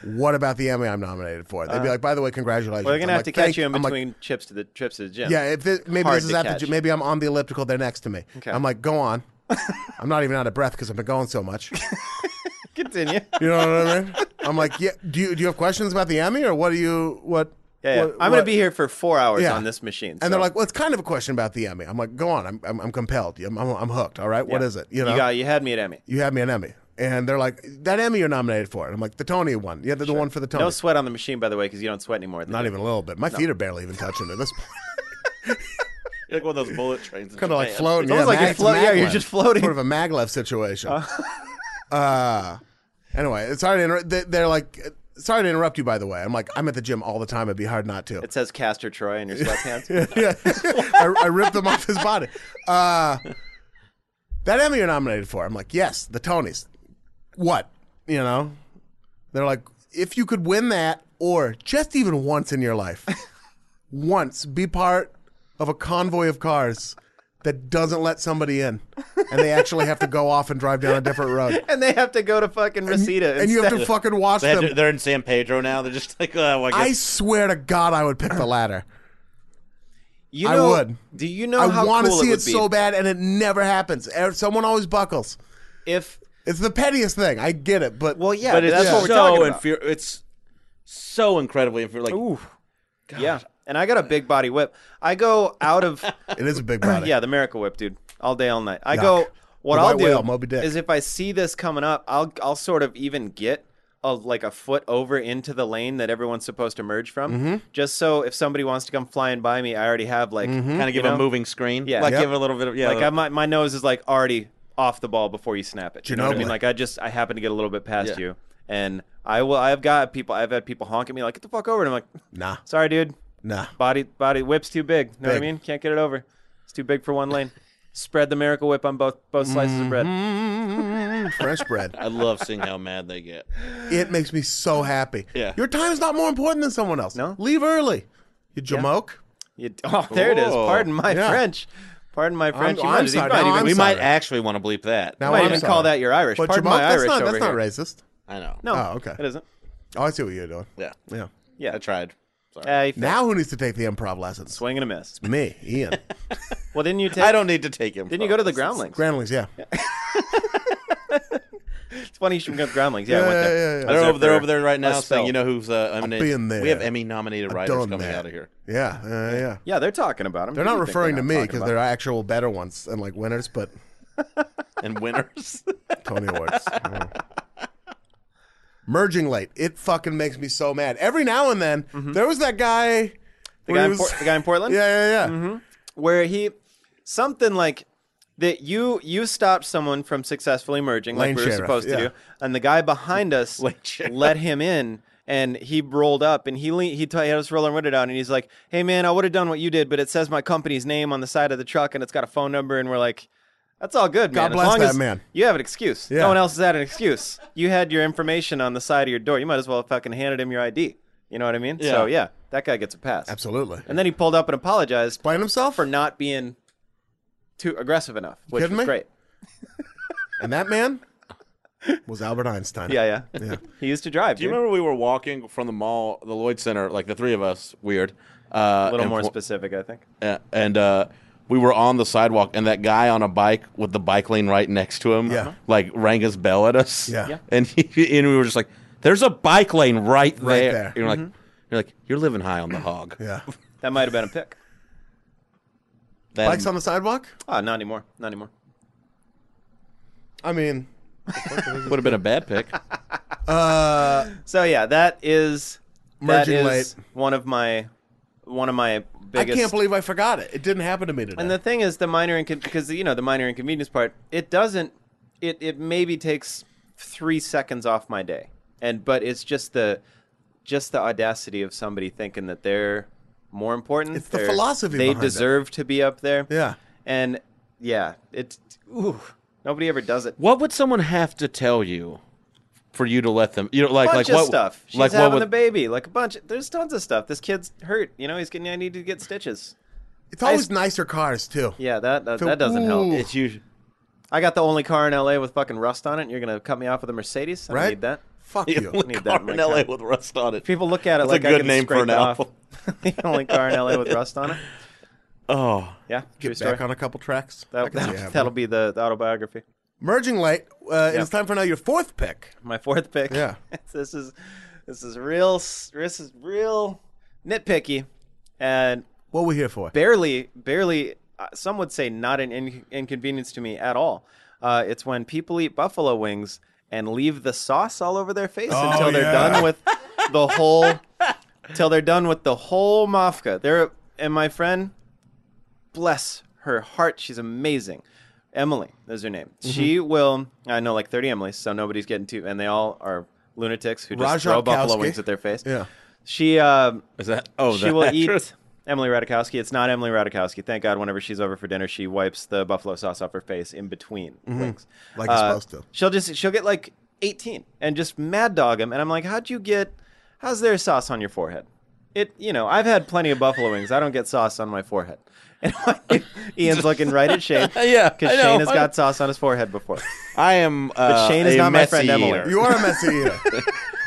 Speaker 1: What about the Emmy I'm nominated for? They'd be like, by the way, congratulations.
Speaker 4: Uh, We're gonna have
Speaker 1: I'm like,
Speaker 4: to catch
Speaker 1: "Thank
Speaker 4: you in
Speaker 1: I'm like,
Speaker 4: between trips to the trips to the gym.
Speaker 1: yeah, if it, maybe
Speaker 4: Hard
Speaker 1: this is
Speaker 4: to
Speaker 1: at the
Speaker 4: catch.
Speaker 1: gym. Maybe I'm on the elliptical. They're next to me.
Speaker 4: Okay.
Speaker 1: I'm like, go on. I'm not even out of breath because I've been going so much.
Speaker 4: Continue.
Speaker 1: You know what I mean? I'm like, yeah. Do you do you have questions about the Emmy or what do you what?
Speaker 4: Yeah, yeah.
Speaker 1: what-
Speaker 4: I'm going
Speaker 1: what-
Speaker 4: to be here for four hours
Speaker 1: Yeah.
Speaker 4: on this machine.
Speaker 1: And
Speaker 4: so
Speaker 1: they're like, well, it's kind of a question about the Emmy. I'm like, go on. I'm I'm, I'm compelled. I'm, I'm, I'm hooked. All right, what
Speaker 4: yeah.
Speaker 1: is it? You know,
Speaker 4: you
Speaker 1: you,
Speaker 4: got, you had me at Emmy.
Speaker 1: have me an Emmy, and they're like, that Emmy you're nominated for. And I'm like, the Tony one. Yeah, the, the one for the Tony.
Speaker 4: No sweat on the machine, by the way, because you don't sweat anymore. at the
Speaker 1: Not
Speaker 4: gym.
Speaker 1: even a little bit. My feet are barely even touching it. That's
Speaker 3: You're like one of those bullet trains. in
Speaker 1: kind of like
Speaker 3: Japan.
Speaker 1: floating.
Speaker 4: It's almost like you're
Speaker 1: it's
Speaker 4: float- yeah, you're
Speaker 1: maglev.
Speaker 4: just floating.
Speaker 1: Sort of a maglev situation. Uh, anyway, it's sorry to interrupt. they- They're like, sorry to interrupt you. By the way, I'm like, I'm at the gym all the time. It'd be hard not to.
Speaker 4: It says Castor Troy in your sweatpants.
Speaker 1: yeah. I, I ripped them off his body. Uh, that Emmy you're nominated for. I'm like, yes, the Tonys. What? You know? They're like, if you could win that or just even once in your life, once be part of a convoy of cars that doesn't let somebody in and they actually have to go off and drive down a different road.
Speaker 4: and they have to go to fucking Reseda.
Speaker 1: And you have to
Speaker 4: instead.
Speaker 1: fucking watch
Speaker 3: They had
Speaker 1: them.
Speaker 3: to, they're in San Pedro now. They're just like, oh, I guess.
Speaker 1: I swear to God, I would pick the latter.
Speaker 4: You
Speaker 1: I
Speaker 4: know,
Speaker 1: would.
Speaker 4: Do you know
Speaker 1: I
Speaker 4: how
Speaker 1: want to
Speaker 4: cool
Speaker 1: see
Speaker 4: it,
Speaker 1: it,
Speaker 4: would
Speaker 1: so
Speaker 4: be
Speaker 1: bad, and it never happens. Eh, Someone always buckles.
Speaker 4: if?
Speaker 1: It's the pettiest thing. I get it, but
Speaker 4: Well, yeah,
Speaker 3: but it's
Speaker 4: that's
Speaker 3: so
Speaker 4: what we're talking about.
Speaker 3: infer- It's so incredibly inferior. Like,
Speaker 4: Yeah, and I got a big body whip. I go out of
Speaker 1: it is a big body.
Speaker 4: yeah, the miracle whip, dude, all day, all night. I
Speaker 1: Yuck.
Speaker 4: go. What
Speaker 1: The
Speaker 4: I'll
Speaker 1: white
Speaker 4: do
Speaker 1: whale, Moby Dick.
Speaker 4: is if I see this coming up, I'll I'll sort of even get a, like a foot over into the lane that everyone's supposed to merge from, just so if somebody wants to come flying by me, I already have like
Speaker 3: kind of give
Speaker 4: hmm? you
Speaker 3: a
Speaker 4: know?
Speaker 3: moving screen.
Speaker 4: Yeah.
Speaker 3: like
Speaker 4: Yep.
Speaker 3: give a little bit of yeah.
Speaker 4: Like I, my my nose is like already off the ball before you snap it. You know what I mean?
Speaker 1: Ginobili.
Speaker 4: Like I just I happen to get a little bit past
Speaker 3: Yeah.
Speaker 4: you, and I will. I've got people. I've had people honk at me like, "Get the fuck over!" And I'm like,
Speaker 1: Nah,
Speaker 4: "Sorry, dude.
Speaker 1: nah.
Speaker 4: Body body whip's too big. Know what I
Speaker 1: Big.
Speaker 4: mean? Can't get it over. It's too big for one lane. Spread the miracle whip on both both slices of
Speaker 1: Mm-hmm.
Speaker 4: bread.
Speaker 1: French bread.
Speaker 3: I love seeing how mad they get.
Speaker 1: It makes me so happy.
Speaker 3: Yeah.
Speaker 1: Your time's not more important than someone else.
Speaker 4: No.
Speaker 1: Leave early. You jamoke.
Speaker 4: You, oh, there it is.
Speaker 3: Whoa.
Speaker 4: Pardon my
Speaker 1: Yeah.
Speaker 4: French. Pardon my French. you
Speaker 1: I'm
Speaker 4: might,
Speaker 1: sorry.
Speaker 4: you might
Speaker 1: No,
Speaker 4: even,
Speaker 1: I'm
Speaker 3: we
Speaker 1: sorry.
Speaker 3: might actually want to bleep that.
Speaker 1: Now
Speaker 4: might
Speaker 1: I'm
Speaker 4: even
Speaker 1: sorry.
Speaker 4: call that your Irish.
Speaker 1: But
Speaker 4: Pardon
Speaker 1: jamoke,
Speaker 4: my
Speaker 1: that's
Speaker 4: Irish
Speaker 1: not
Speaker 4: over
Speaker 1: that's not
Speaker 4: here.
Speaker 1: racist.
Speaker 3: I know.
Speaker 4: No,
Speaker 1: Oh, okay.
Speaker 4: it isn't.
Speaker 1: Oh, I see what you're doing.
Speaker 3: Yeah.
Speaker 1: Yeah.
Speaker 3: I
Speaker 4: Yeah,
Speaker 3: tried.
Speaker 4: Uh, you
Speaker 1: Now who needs to take the improv lessons?
Speaker 4: swing and a miss.
Speaker 1: Me, Ian.
Speaker 4: Well, didn't you take?
Speaker 3: I don't need to take him.
Speaker 4: Didn't you go to the
Speaker 3: ground?
Speaker 4: groundlings?
Speaker 1: Groundlings, yeah.
Speaker 4: It's funny you should go to Groundlings. Yeah, I went there.
Speaker 1: yeah, yeah, yeah.
Speaker 4: I was
Speaker 3: They're over, they're
Speaker 4: for
Speaker 3: over there right
Speaker 4: a
Speaker 3: now saying,
Speaker 4: spell.
Speaker 3: you know who's uh, I'm
Speaker 1: be in there.
Speaker 3: We have Emmy nominated writers
Speaker 1: Done
Speaker 3: coming
Speaker 1: that.
Speaker 3: out of here.
Speaker 1: Yeah, yeah, yeah.
Speaker 4: Yeah, they're talking about him.
Speaker 1: They're
Speaker 4: Who
Speaker 1: not
Speaker 4: do you think
Speaker 1: referring to me
Speaker 4: talking
Speaker 1: because
Speaker 4: about?
Speaker 1: they're actual better ones and like winners, but
Speaker 3: And winners.
Speaker 1: Tony Awards. Yeah. Merging late. It fucking makes me so mad. Every now and then, there was that guy.
Speaker 4: Mm-hmm. the guy, in Por- the guy in Portland. Mm-hmm.
Speaker 1: Yeah, yeah, yeah.
Speaker 4: where he something like that. You you stopped someone from successfully merging,
Speaker 1: Lane
Speaker 4: like we were
Speaker 1: Sheriff,
Speaker 4: supposed to
Speaker 1: yeah.
Speaker 4: do, and the guy behind us
Speaker 3: Lane Sheriff.
Speaker 4: let him in. And he rolled up and he le- he, t- he had us roll our window down and he's like, "Hey man, I would have done what you did, but it says my company's name on the side of the truck and it's got a phone number." And we're like, "That's all good, man.
Speaker 1: God bless
Speaker 4: as long
Speaker 1: that
Speaker 4: as
Speaker 1: man."
Speaker 4: you have an excuse,
Speaker 1: Yeah.
Speaker 4: no one else has had an excuse. You had your information on the side of your door. You might as well have fucking handed him your ID. You know what I mean? So yeah, that guy gets a pass.
Speaker 1: Absolutely.
Speaker 4: And then he pulled up and apologized
Speaker 1: Playing himself?
Speaker 4: for not being too aggressive enough, which
Speaker 1: Kidding
Speaker 4: was
Speaker 1: me?
Speaker 4: great.
Speaker 1: And that man was Albert Einstein.
Speaker 4: Yeah, yeah. He used to drive.
Speaker 3: Do you
Speaker 4: dude.
Speaker 3: remember we were walking from the mall, the Lloyd Center, like the three of us, weird. Uh,
Speaker 4: A little
Speaker 3: and
Speaker 4: more
Speaker 3: fo-
Speaker 4: specific, I think.
Speaker 3: uh, and uh, we were on the sidewalk, and that guy on a bike with the bike lane right next to him,
Speaker 4: Uh-huh.
Speaker 1: Yeah.
Speaker 3: like rang his bell at us.
Speaker 1: Yeah. Yeah.
Speaker 3: and he, and we were just like, "There's a bike lane right there."
Speaker 1: Right there.
Speaker 3: And You're like,
Speaker 4: Mm-hmm.
Speaker 3: you're like, you're living high on the hog.
Speaker 1: Yeah.
Speaker 4: That might have been a pick.
Speaker 3: That-
Speaker 1: Bikes on the sidewalk?
Speaker 4: Ah, not anymore. Not anymore.
Speaker 1: I mean,
Speaker 3: would have been a bad pick.
Speaker 4: So yeah, that is
Speaker 1: Merging
Speaker 4: that is one of my one of my biggest.
Speaker 1: I can't believe I forgot it. It didn't happen to me today.
Speaker 4: and the thing is, the minor incon- because you know the minor inconvenience part. It doesn't. It it maybe takes three seconds off my day, and but it's just the just the audacity of somebody thinking that they're more important.
Speaker 1: It's the
Speaker 4: they're-
Speaker 1: philosophy
Speaker 4: They
Speaker 1: behind it.
Speaker 4: deserve to be up there.
Speaker 1: yeah.
Speaker 4: And yeah, it's ooh, nobody ever does it.
Speaker 3: what would someone have to tell you for you to let them? You know, like
Speaker 4: bunch
Speaker 3: like
Speaker 4: of
Speaker 3: what
Speaker 4: stuff. She's
Speaker 3: like
Speaker 4: having
Speaker 3: what
Speaker 4: the
Speaker 3: would
Speaker 4: baby. Like a bunch. there's tons of stuff. This kid's hurt. You know, he's getting. I need to get stitches.
Speaker 1: It's always nicer cars, too.
Speaker 4: Yeah, that that,
Speaker 1: So-
Speaker 4: that doesn't help.
Speaker 1: ooh.
Speaker 3: it's you.
Speaker 4: I got the only car in LA with fucking rust on it. and You're gonna cut me off with a Mercedes. I don't
Speaker 1: Right?
Speaker 4: need that.
Speaker 1: Fuck
Speaker 3: You
Speaker 1: you.
Speaker 4: need that
Speaker 3: car
Speaker 4: in my
Speaker 3: in LA
Speaker 4: car.
Speaker 3: with rust on it.
Speaker 4: People look at it
Speaker 3: That's a
Speaker 4: like I
Speaker 3: good
Speaker 4: can
Speaker 3: name
Speaker 4: scrape
Speaker 3: for an
Speaker 4: it off.
Speaker 3: album.
Speaker 4: the only car in LA with rust on it.
Speaker 3: Oh,
Speaker 4: Yeah, true
Speaker 1: Get
Speaker 4: story.
Speaker 1: back on a couple tracks. I
Speaker 4: That'll,
Speaker 1: can see it
Speaker 4: that'll,
Speaker 1: happening.
Speaker 4: that'll be the, the autobiography.
Speaker 1: Merging Light. Uh, It's time for now your fourth pick.
Speaker 4: My fourth pick.
Speaker 1: Yeah.
Speaker 4: this is this is real. s- This is real nitpicky, and
Speaker 1: What are we here for?
Speaker 4: barely, barely, uh, some would say not an in- inconvenience to me at all. Uh, it's when people eat buffalo wings and leave the sauce all over their face until they're done with the whole, till they're done with the whole mafka. They're, and my friend, bless her heart, she's amazing. Emily is her name.
Speaker 1: Mm-hmm.
Speaker 4: She will, I know like 30 Emilys, so nobody's getting too, and they all are lunatics who just
Speaker 1: Raja
Speaker 4: throw buffalo
Speaker 1: Kowski.
Speaker 4: wings at their face.
Speaker 1: Yeah.
Speaker 4: She, uh,
Speaker 3: is that? Oh,
Speaker 4: she
Speaker 3: that
Speaker 4: will
Speaker 3: actress?
Speaker 4: eat Emily Radikowski. It's not Emily Radikowski. Thank God. Whenever she's over for dinner, she wipes the buffalo sauce off her face in between
Speaker 3: Mm-hmm.
Speaker 4: winks.
Speaker 1: Like it's supposed to.
Speaker 4: She'll just she'll get like 18 and just mad dog him. And I'm like, how'd you get? How's there sauce on your forehead? It you know I've had plenty of buffalo wings. I don't get sauce on my forehead. And Ian's looking right at Shane.
Speaker 3: Yeah,
Speaker 4: because
Speaker 3: I know.
Speaker 4: Shane has got sauce on his forehead before.
Speaker 3: I am. Uh,
Speaker 4: Shane is
Speaker 3: a
Speaker 4: not my friend,
Speaker 3: messy
Speaker 4: Emily.
Speaker 3: eater.
Speaker 1: You are a messy eater.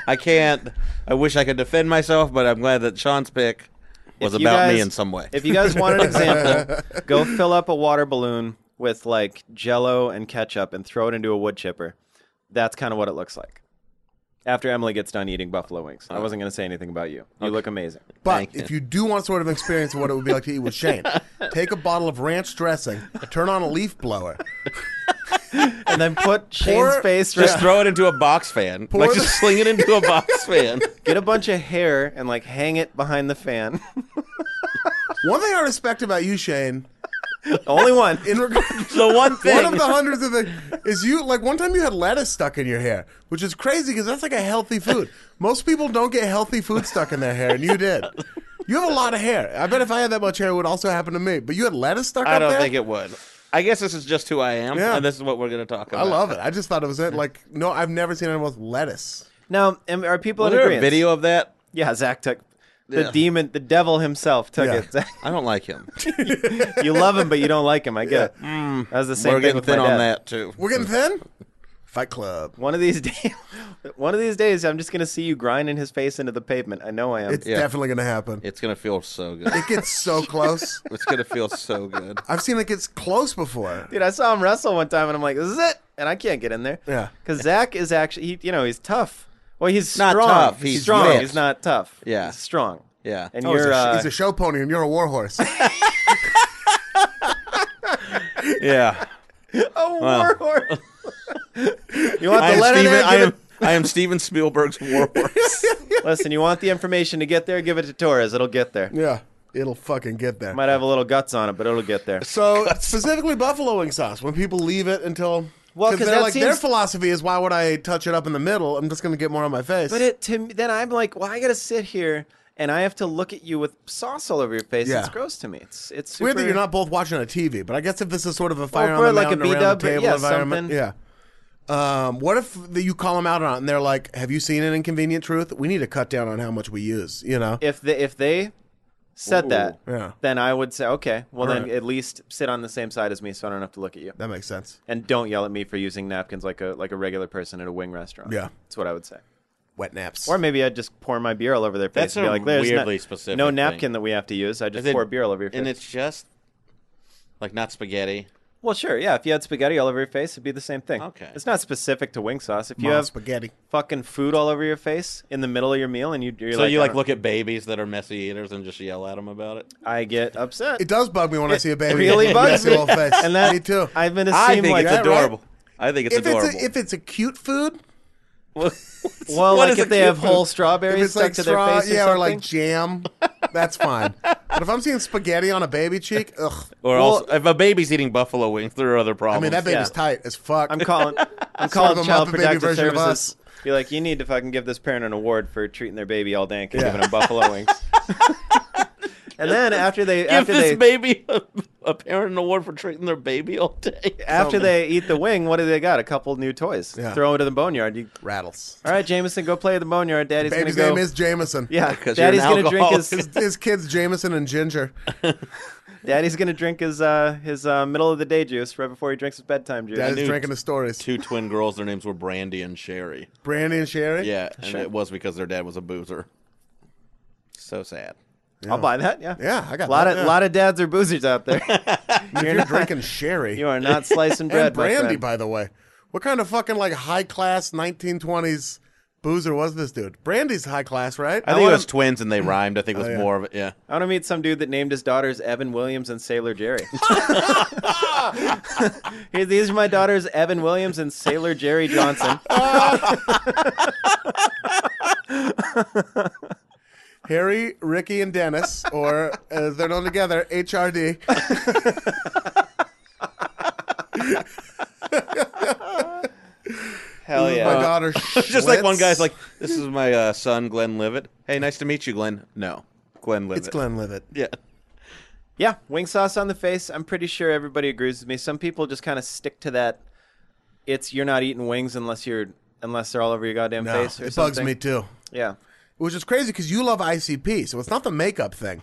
Speaker 3: I can't. I wish I could defend myself, but I'm glad that Sean's pick was
Speaker 4: If you
Speaker 3: about me
Speaker 4: guys-
Speaker 3: in some way.
Speaker 4: If you guys want an example, go fill up a water balloon with like jello and ketchup and throw it into a wood chipper. That's kind of what it looks like. After Emily gets done eating buffalo wings.
Speaker 3: Oh.
Speaker 4: I wasn't going to say anything about you. You look amazing.
Speaker 1: But if you do want sort of experience of what it would be like to eat with Shane, take a bottle of ranch dressing, turn on a leaf blower,
Speaker 4: And then put Shane's face
Speaker 3: just
Speaker 4: just
Speaker 3: throw it into a box fan.
Speaker 1: Pour
Speaker 3: like
Speaker 1: the-
Speaker 3: just sling it into a box fan.
Speaker 4: get a bunch of hair and like hang it behind the fan.
Speaker 1: One thing I respect about you, Shane,
Speaker 4: Only one.
Speaker 1: in regard
Speaker 3: The one
Speaker 1: one
Speaker 3: thing.
Speaker 1: of the hundreds of things is you like one time you had lettuce stuck in your hair, which is crazy because that's like a healthy food. Most people don't get healthy food stuck in their hair, and you did. You have a lot of hair. I bet if I had that much hair, it would also happen to me. But you had lettuce stuck.
Speaker 3: I
Speaker 1: up
Speaker 3: don't
Speaker 1: there?
Speaker 3: think it would. I guess this is just who I am,
Speaker 1: Yeah.
Speaker 3: and this is what we're going to talk
Speaker 1: I
Speaker 3: about.
Speaker 1: love it. I just thought it was it. Like, no, I've never seen anyone with lettuce.
Speaker 4: Now, am- are people
Speaker 3: Was
Speaker 4: in
Speaker 3: there a
Speaker 4: agreeance?
Speaker 3: video of that?
Speaker 4: Yeah, Zach took the
Speaker 3: Yeah.
Speaker 4: demon, the devil himself took
Speaker 1: Yeah.
Speaker 4: it. Zach,
Speaker 3: I don't like him.
Speaker 4: you love him, but you don't like him. I get it. That was the same
Speaker 3: We're
Speaker 4: thing
Speaker 3: getting
Speaker 4: with
Speaker 3: thin
Speaker 4: my
Speaker 3: on
Speaker 4: dad.
Speaker 3: that too.
Speaker 1: We're getting thin. Fight Club.
Speaker 4: One of these days, one of these days, I'm just gonna see you grinding his face into the pavement. I know I am.
Speaker 1: It's definitely gonna happen.
Speaker 3: It's going to feel so good.
Speaker 1: It gets so close.
Speaker 3: It's going to feel so good.
Speaker 1: I've seen it gets close before.
Speaker 4: Dude, I saw him wrestle one time, and I'm like, "This is it," and I can't get in there.
Speaker 1: Yeah.
Speaker 4: because Zach is actually, he, you know, he's tough. Well, he's
Speaker 3: Not
Speaker 4: strong.
Speaker 3: tough, he's
Speaker 4: strong.
Speaker 3: fit.
Speaker 4: He's not tough.
Speaker 3: Yeah.
Speaker 4: he's strong.
Speaker 3: Yeah.
Speaker 4: and
Speaker 3: Oh,
Speaker 1: He's
Speaker 4: you're.
Speaker 1: a,
Speaker 4: uh,
Speaker 1: he's a show pony and you're a war horse.
Speaker 3: Yeah.
Speaker 4: oh, warlord. you want
Speaker 3: I
Speaker 4: the
Speaker 3: am,
Speaker 4: letter
Speaker 3: Steven,
Speaker 4: there?
Speaker 3: I,
Speaker 4: Give
Speaker 3: am, I am Steven Spielberg's war horse.
Speaker 4: it, listen, you want the information to get there? Give it to Torres. It'll get there.
Speaker 1: yeah, it'll fucking get there.
Speaker 4: Might have a little guts on it, but it'll get there.
Speaker 1: So specifically buffalo wing sauce. When people leave it until
Speaker 4: Well, 'cause
Speaker 1: they're
Speaker 4: that
Speaker 1: like their
Speaker 4: seems-
Speaker 1: philosophy is why would I touch it up in the middle? I'm just gonna get more on my face.
Speaker 4: But it to me, then I'm like, well, I gotta sit here and I have to look at you with sauce all over your face.
Speaker 1: Yeah.
Speaker 4: It's gross to me. It's it's super,
Speaker 1: Weird that you're not both watching a TV, but I guess if this is sort of a fire
Speaker 4: Or
Speaker 1: on the
Speaker 4: like a
Speaker 1: mountain around
Speaker 4: B-dub,
Speaker 1: the table
Speaker 4: yeah,
Speaker 1: environment,
Speaker 4: something.
Speaker 1: yeah. Um, what if the, you call them out on it and they're like, "Have you seen an inconvenient truth? We need to cut down on how much we use." You know,
Speaker 4: If they if they said that,
Speaker 1: Yeah.
Speaker 4: then I would say, okay, well then
Speaker 1: Alright.
Speaker 4: at least sit on the same side as me, so I don't have to look at you,
Speaker 1: that makes sense.
Speaker 4: and don't yell at me for using napkins like a like a regular person at a wing restaurant.
Speaker 1: Yeah.
Speaker 4: that's what I would say.
Speaker 1: Wet naps.
Speaker 4: Or maybe I'd just pour my beer all over their face
Speaker 3: That's
Speaker 4: and be
Speaker 3: a
Speaker 4: like, "There's no-
Speaker 3: weirdly specific
Speaker 4: no
Speaker 3: thing.
Speaker 4: napkin that we have to use. I just pour beer all over your face."
Speaker 3: And it's just like not spaghetti.
Speaker 4: Well, sure, yeah. If you had spaghetti all over your face, it'd be the same thing.
Speaker 3: Okay.
Speaker 4: It's not specific to wing sauce. If you
Speaker 1: Mom
Speaker 4: have
Speaker 1: spaghetti.
Speaker 4: fucking food all over your face in the middle of your meal, and you, you're
Speaker 3: so
Speaker 4: like, "Oh,
Speaker 3: you
Speaker 4: I
Speaker 3: like
Speaker 1: uh,
Speaker 4: don't-
Speaker 3: look at babies that are messy eaters and just yell at them about it.
Speaker 4: I get upset.
Speaker 1: It does bug me when I
Speaker 4: It
Speaker 1: see a baby.
Speaker 4: really
Speaker 1: with a
Speaker 4: bugs
Speaker 1: messy
Speaker 4: me.
Speaker 1: little face.
Speaker 4: and that
Speaker 1: me too.
Speaker 4: I've been a
Speaker 3: I
Speaker 4: seem
Speaker 3: think
Speaker 4: like
Speaker 3: it's
Speaker 1: that, right?
Speaker 3: adorable. I think it's
Speaker 1: if
Speaker 3: adorable.
Speaker 1: it's a, if it's a cute food,
Speaker 4: well,
Speaker 3: what
Speaker 4: like
Speaker 3: is
Speaker 4: if
Speaker 3: a
Speaker 4: they
Speaker 3: cute
Speaker 4: have whole
Speaker 3: food?
Speaker 4: strawberries
Speaker 1: if it's
Speaker 4: stuck
Speaker 1: like
Speaker 4: to
Speaker 1: straw,
Speaker 4: their face,
Speaker 1: yeah,
Speaker 4: or,
Speaker 1: or like
Speaker 4: something,
Speaker 1: jam, that's fine. but if I'm seeing spaghetti on a baby cheek, ugh.
Speaker 3: or also, if a baby's eating buffalo wings, there are other
Speaker 1: I
Speaker 3: problems.
Speaker 1: mean, that baby's
Speaker 4: yeah.
Speaker 1: tight as fuck.
Speaker 4: I'm calling. I'm
Speaker 1: Sort of
Speaker 4: calling
Speaker 1: a
Speaker 4: child
Speaker 1: Muppet Baby
Speaker 4: protective
Speaker 1: version of
Speaker 4: services. Be like, you need to fucking give this parent an award for treating their baby all dank and giving them buffalo wings. and then after they
Speaker 3: Give
Speaker 4: after
Speaker 3: this
Speaker 4: they
Speaker 3: baby a, a parent an award for treating their baby all day.
Speaker 4: after they eat the wing, what do they got? A couple new toys.
Speaker 1: Yeah.
Speaker 4: Throw it to the boneyard. You,
Speaker 1: Rattles.
Speaker 4: all right, Jameson, go play at the boneyard. Daddy's
Speaker 1: Baby's
Speaker 4: gonna go.
Speaker 1: name is Jameson.
Speaker 4: yeah,
Speaker 3: 'Cause you're an
Speaker 4: daddy's gonna drink his.
Speaker 1: His, his kids, Jameson and Ginger.
Speaker 4: Daddy's gonna drink his uh, his uh, middle of the day juice right before he drinks his bedtime juice.
Speaker 1: Daddy's
Speaker 3: knew
Speaker 1: drinking the stories.
Speaker 3: two twin girls, their names were Brandy and Sherry.
Speaker 1: Brandy and Sherry.
Speaker 3: Yeah, and it was because their dad was a boozer. So sad.
Speaker 4: I'll buy that. Yeah,
Speaker 1: Yeah, I got
Speaker 4: A lot
Speaker 1: that,
Speaker 4: of
Speaker 1: yeah.
Speaker 4: lot of dads are boozers out there.
Speaker 1: If you're drinking Sherry
Speaker 4: you are not slicing bread,
Speaker 1: and
Speaker 4: my
Speaker 1: Brandy,
Speaker 4: friend.
Speaker 1: by the way, what kind of fucking like high class 1920s boozer was this dude? Brandy's high class, right?
Speaker 3: I, think it was twins and they rhymed. I think it was
Speaker 1: Oh, yeah.
Speaker 3: more of it. Yeah.
Speaker 4: I want to meet some dude that named his daughters Evan Williams and Sailor Jerry. Here, These are my daughters Evan Williams and Sailor Jerry Johnson.
Speaker 1: Harry, Ricky, and Dennis, or as they're known together, HRD.
Speaker 4: Oh, Hell
Speaker 1: My
Speaker 4: yeah!
Speaker 1: daughter.
Speaker 3: Just like one
Speaker 1: Schlitz.
Speaker 3: guy's like, "This is my uh, son, Glenn Livet." Hey, nice to meet you, Glenn. No, Glenn Livet.
Speaker 1: it's Glenn Livett.
Speaker 3: Yeah.
Speaker 4: Yeah, wing sauce on the face. I'm pretty sure everybody agrees with me. Some people just kind of stick to that. It's you're not eating wings unless you're unless they're all over your goddamn
Speaker 1: No,
Speaker 4: face or
Speaker 1: it bugs
Speaker 4: something.
Speaker 1: me too.
Speaker 4: Yeah,
Speaker 1: Which is crazy because you love ICP, so it's not the makeup thing.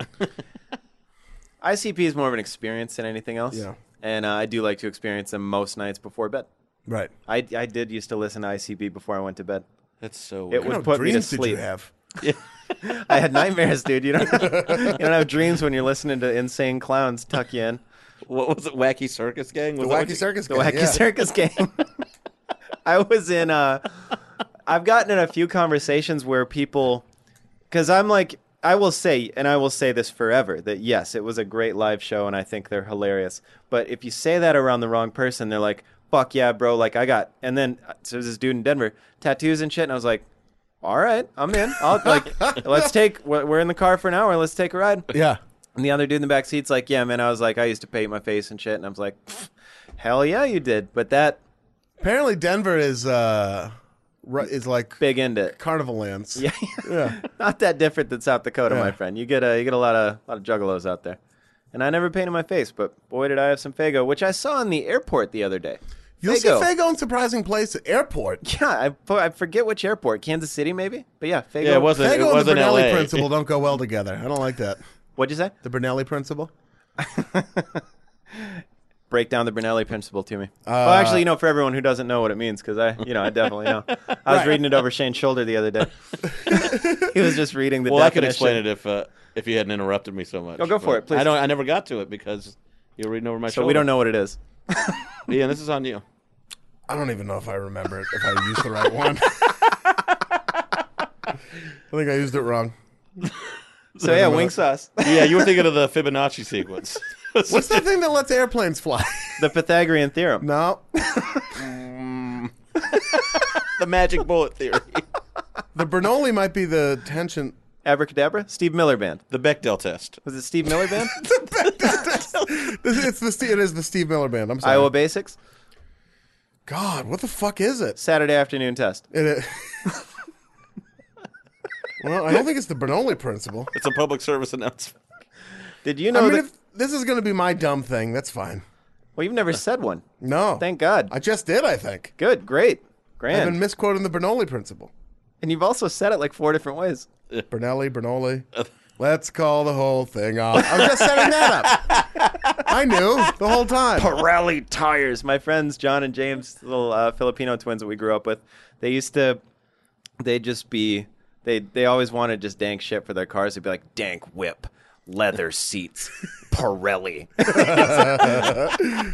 Speaker 4: ICP is more of an experience than anything else.
Speaker 1: Yeah.
Speaker 4: and uh, I do like to experience them most nights before bed.
Speaker 1: right.
Speaker 4: I I did used to listen to ICP before I went to bed.
Speaker 3: That's so.
Speaker 4: It
Speaker 3: Weird.
Speaker 4: would
Speaker 1: What
Speaker 4: put me to
Speaker 1: dreams did you
Speaker 4: sleep.
Speaker 1: have?
Speaker 4: I had nightmares, dude. You don't you don't have dreams when you're listening to insane clowns tuck you in.
Speaker 3: What was it? Wacky Circus Gang? Was
Speaker 1: The
Speaker 3: that what
Speaker 1: Wacky
Speaker 3: you-
Speaker 1: Circus
Speaker 4: the
Speaker 1: Gang,
Speaker 4: wacky
Speaker 1: yeah.
Speaker 4: circus game. I was in. Uh, I've gotten in a few conversations where people, because I'm like, I will say, and I will say this forever, that yes, it was a great live show, and I think they're hilarious. But if you say that around the wrong person, they're like, "Fuck yeah, bro!" Like I got, and then uh, so there's this dude in Denver, tattoos and shit, and I was like. All right, I'm in. I'll like, let's take. We're we're in the car for an hour. Let's take a ride.
Speaker 1: Yeah.
Speaker 4: And the other dude in the back seat's like, "Yeah, man." I was like, "I used to paint my face and shit," and I was like, "Pfft, "Hell yeah, you did." But that
Speaker 1: Apparently, Denver is uh, ri- is like
Speaker 4: big into it.
Speaker 1: carnival lands.
Speaker 4: Yeah, not that different than South Dakota, my friend. You get a you get a lot of lot of juggalos out there. And I never painted my face, but boy did I have some Fago, which I saw in the airport the other day.
Speaker 1: You'll see Fago in surprising place at airport.
Speaker 4: Yeah, I, fo- I forget which airport, Kansas City maybe, but yeah, Fago.
Speaker 3: Yeah, it
Speaker 1: Fago
Speaker 3: wasn't. it
Speaker 1: and the
Speaker 3: wasn't
Speaker 1: Brunelli
Speaker 3: LA.
Speaker 1: principle don't go well together. I don't like that.
Speaker 4: What'd you say?
Speaker 1: The Brunelli principle.
Speaker 4: Break down the Brunelli principle
Speaker 3: Uh,
Speaker 4: to me. well, actually, you know, for everyone who doesn't know what it means, because I, you know, I definitely know. I was reading it over Shane's shoulder the other day. he was just reading the.
Speaker 3: Well, I could
Speaker 4: definition.
Speaker 3: explain it if uh, if you hadn't interrupted me so much.
Speaker 4: Oh, go for
Speaker 3: but
Speaker 4: it, please.
Speaker 3: I don't. I never got to it because you were reading over my
Speaker 4: So
Speaker 3: shoulder.
Speaker 4: we don't know what it is.
Speaker 3: Yeah, this is on you.
Speaker 1: I don't even know if I remember it, if I used the right one. I think I used it wrong.
Speaker 4: So yeah, wing sauce.
Speaker 3: Yeah, you were thinking of the Fibonacci sequence.
Speaker 1: What's the thing that lets airplanes fly?
Speaker 4: the Pythagorean theorem.
Speaker 1: no,
Speaker 3: the magic bullet theory.
Speaker 1: the Bernoulli might be the tension.
Speaker 4: Abracadabra. Steve Miller Band.
Speaker 3: The Bechdel test.
Speaker 4: Was it Steve Miller Band?
Speaker 1: It's the Ste- it is the Steve Miller band. I'm sorry.
Speaker 4: Iowa Basics.
Speaker 1: God, what the fuck is it?
Speaker 4: Saturday afternoon test.
Speaker 1: It- it- well, I don't think it's the Bernoulli principle.
Speaker 3: It's a public service announcement.
Speaker 4: Did you
Speaker 1: I
Speaker 4: know
Speaker 1: mean,
Speaker 4: that?
Speaker 1: if this is going to be my dumb thing, that's fine.
Speaker 4: Well, you've never said one.
Speaker 1: No,
Speaker 4: Thank God.
Speaker 1: I just did. I think
Speaker 4: Good, great,
Speaker 1: I've
Speaker 4: grand.
Speaker 1: been misquoting the Bernoulli principle.
Speaker 4: and you've also said it like four different ways.
Speaker 1: Bernelli, Bernoulli. Let's call the whole thing off. I was just setting that up. I knew the whole time.
Speaker 4: Pirelli tires. My friends John and James, little uh, Filipino twins that we grew up with, they used to, they would just be, they they always wanted just dank shit for their cars. They'd be like dank whip, leather seats, Pirelli,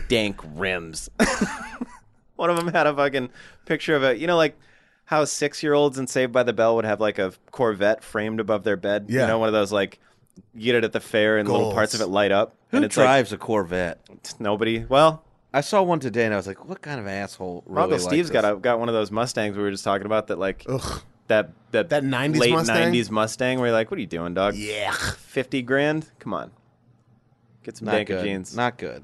Speaker 4: dank rims. One of them had a fucking picture of a, you know, like how six year olds in Saved by the Bell would have like a Corvette framed above their bed.
Speaker 1: Yeah.
Speaker 4: You know, one of those like. You get it at the fair, and little parts of it
Speaker 1: Goals.
Speaker 4: light up.
Speaker 3: Who
Speaker 4: and it's
Speaker 3: drives a Corvette?
Speaker 4: like nobody. Well,
Speaker 3: I saw one today, and I was like, "What kind of asshole?" Really
Speaker 4: Probably
Speaker 3: likes
Speaker 4: Steve's
Speaker 3: this?
Speaker 4: got a, got one of those Mustangs we were just talking about that like
Speaker 1: Ugh.
Speaker 4: that that
Speaker 1: That 90s
Speaker 4: late
Speaker 1: Mustang?
Speaker 4: nineties Mustang where you're like, what are you doing, dog?
Speaker 1: Yeah.
Speaker 4: Fifty grand? Come on, get some
Speaker 3: not
Speaker 4: dank
Speaker 3: good.
Speaker 4: jeans.
Speaker 3: Not good.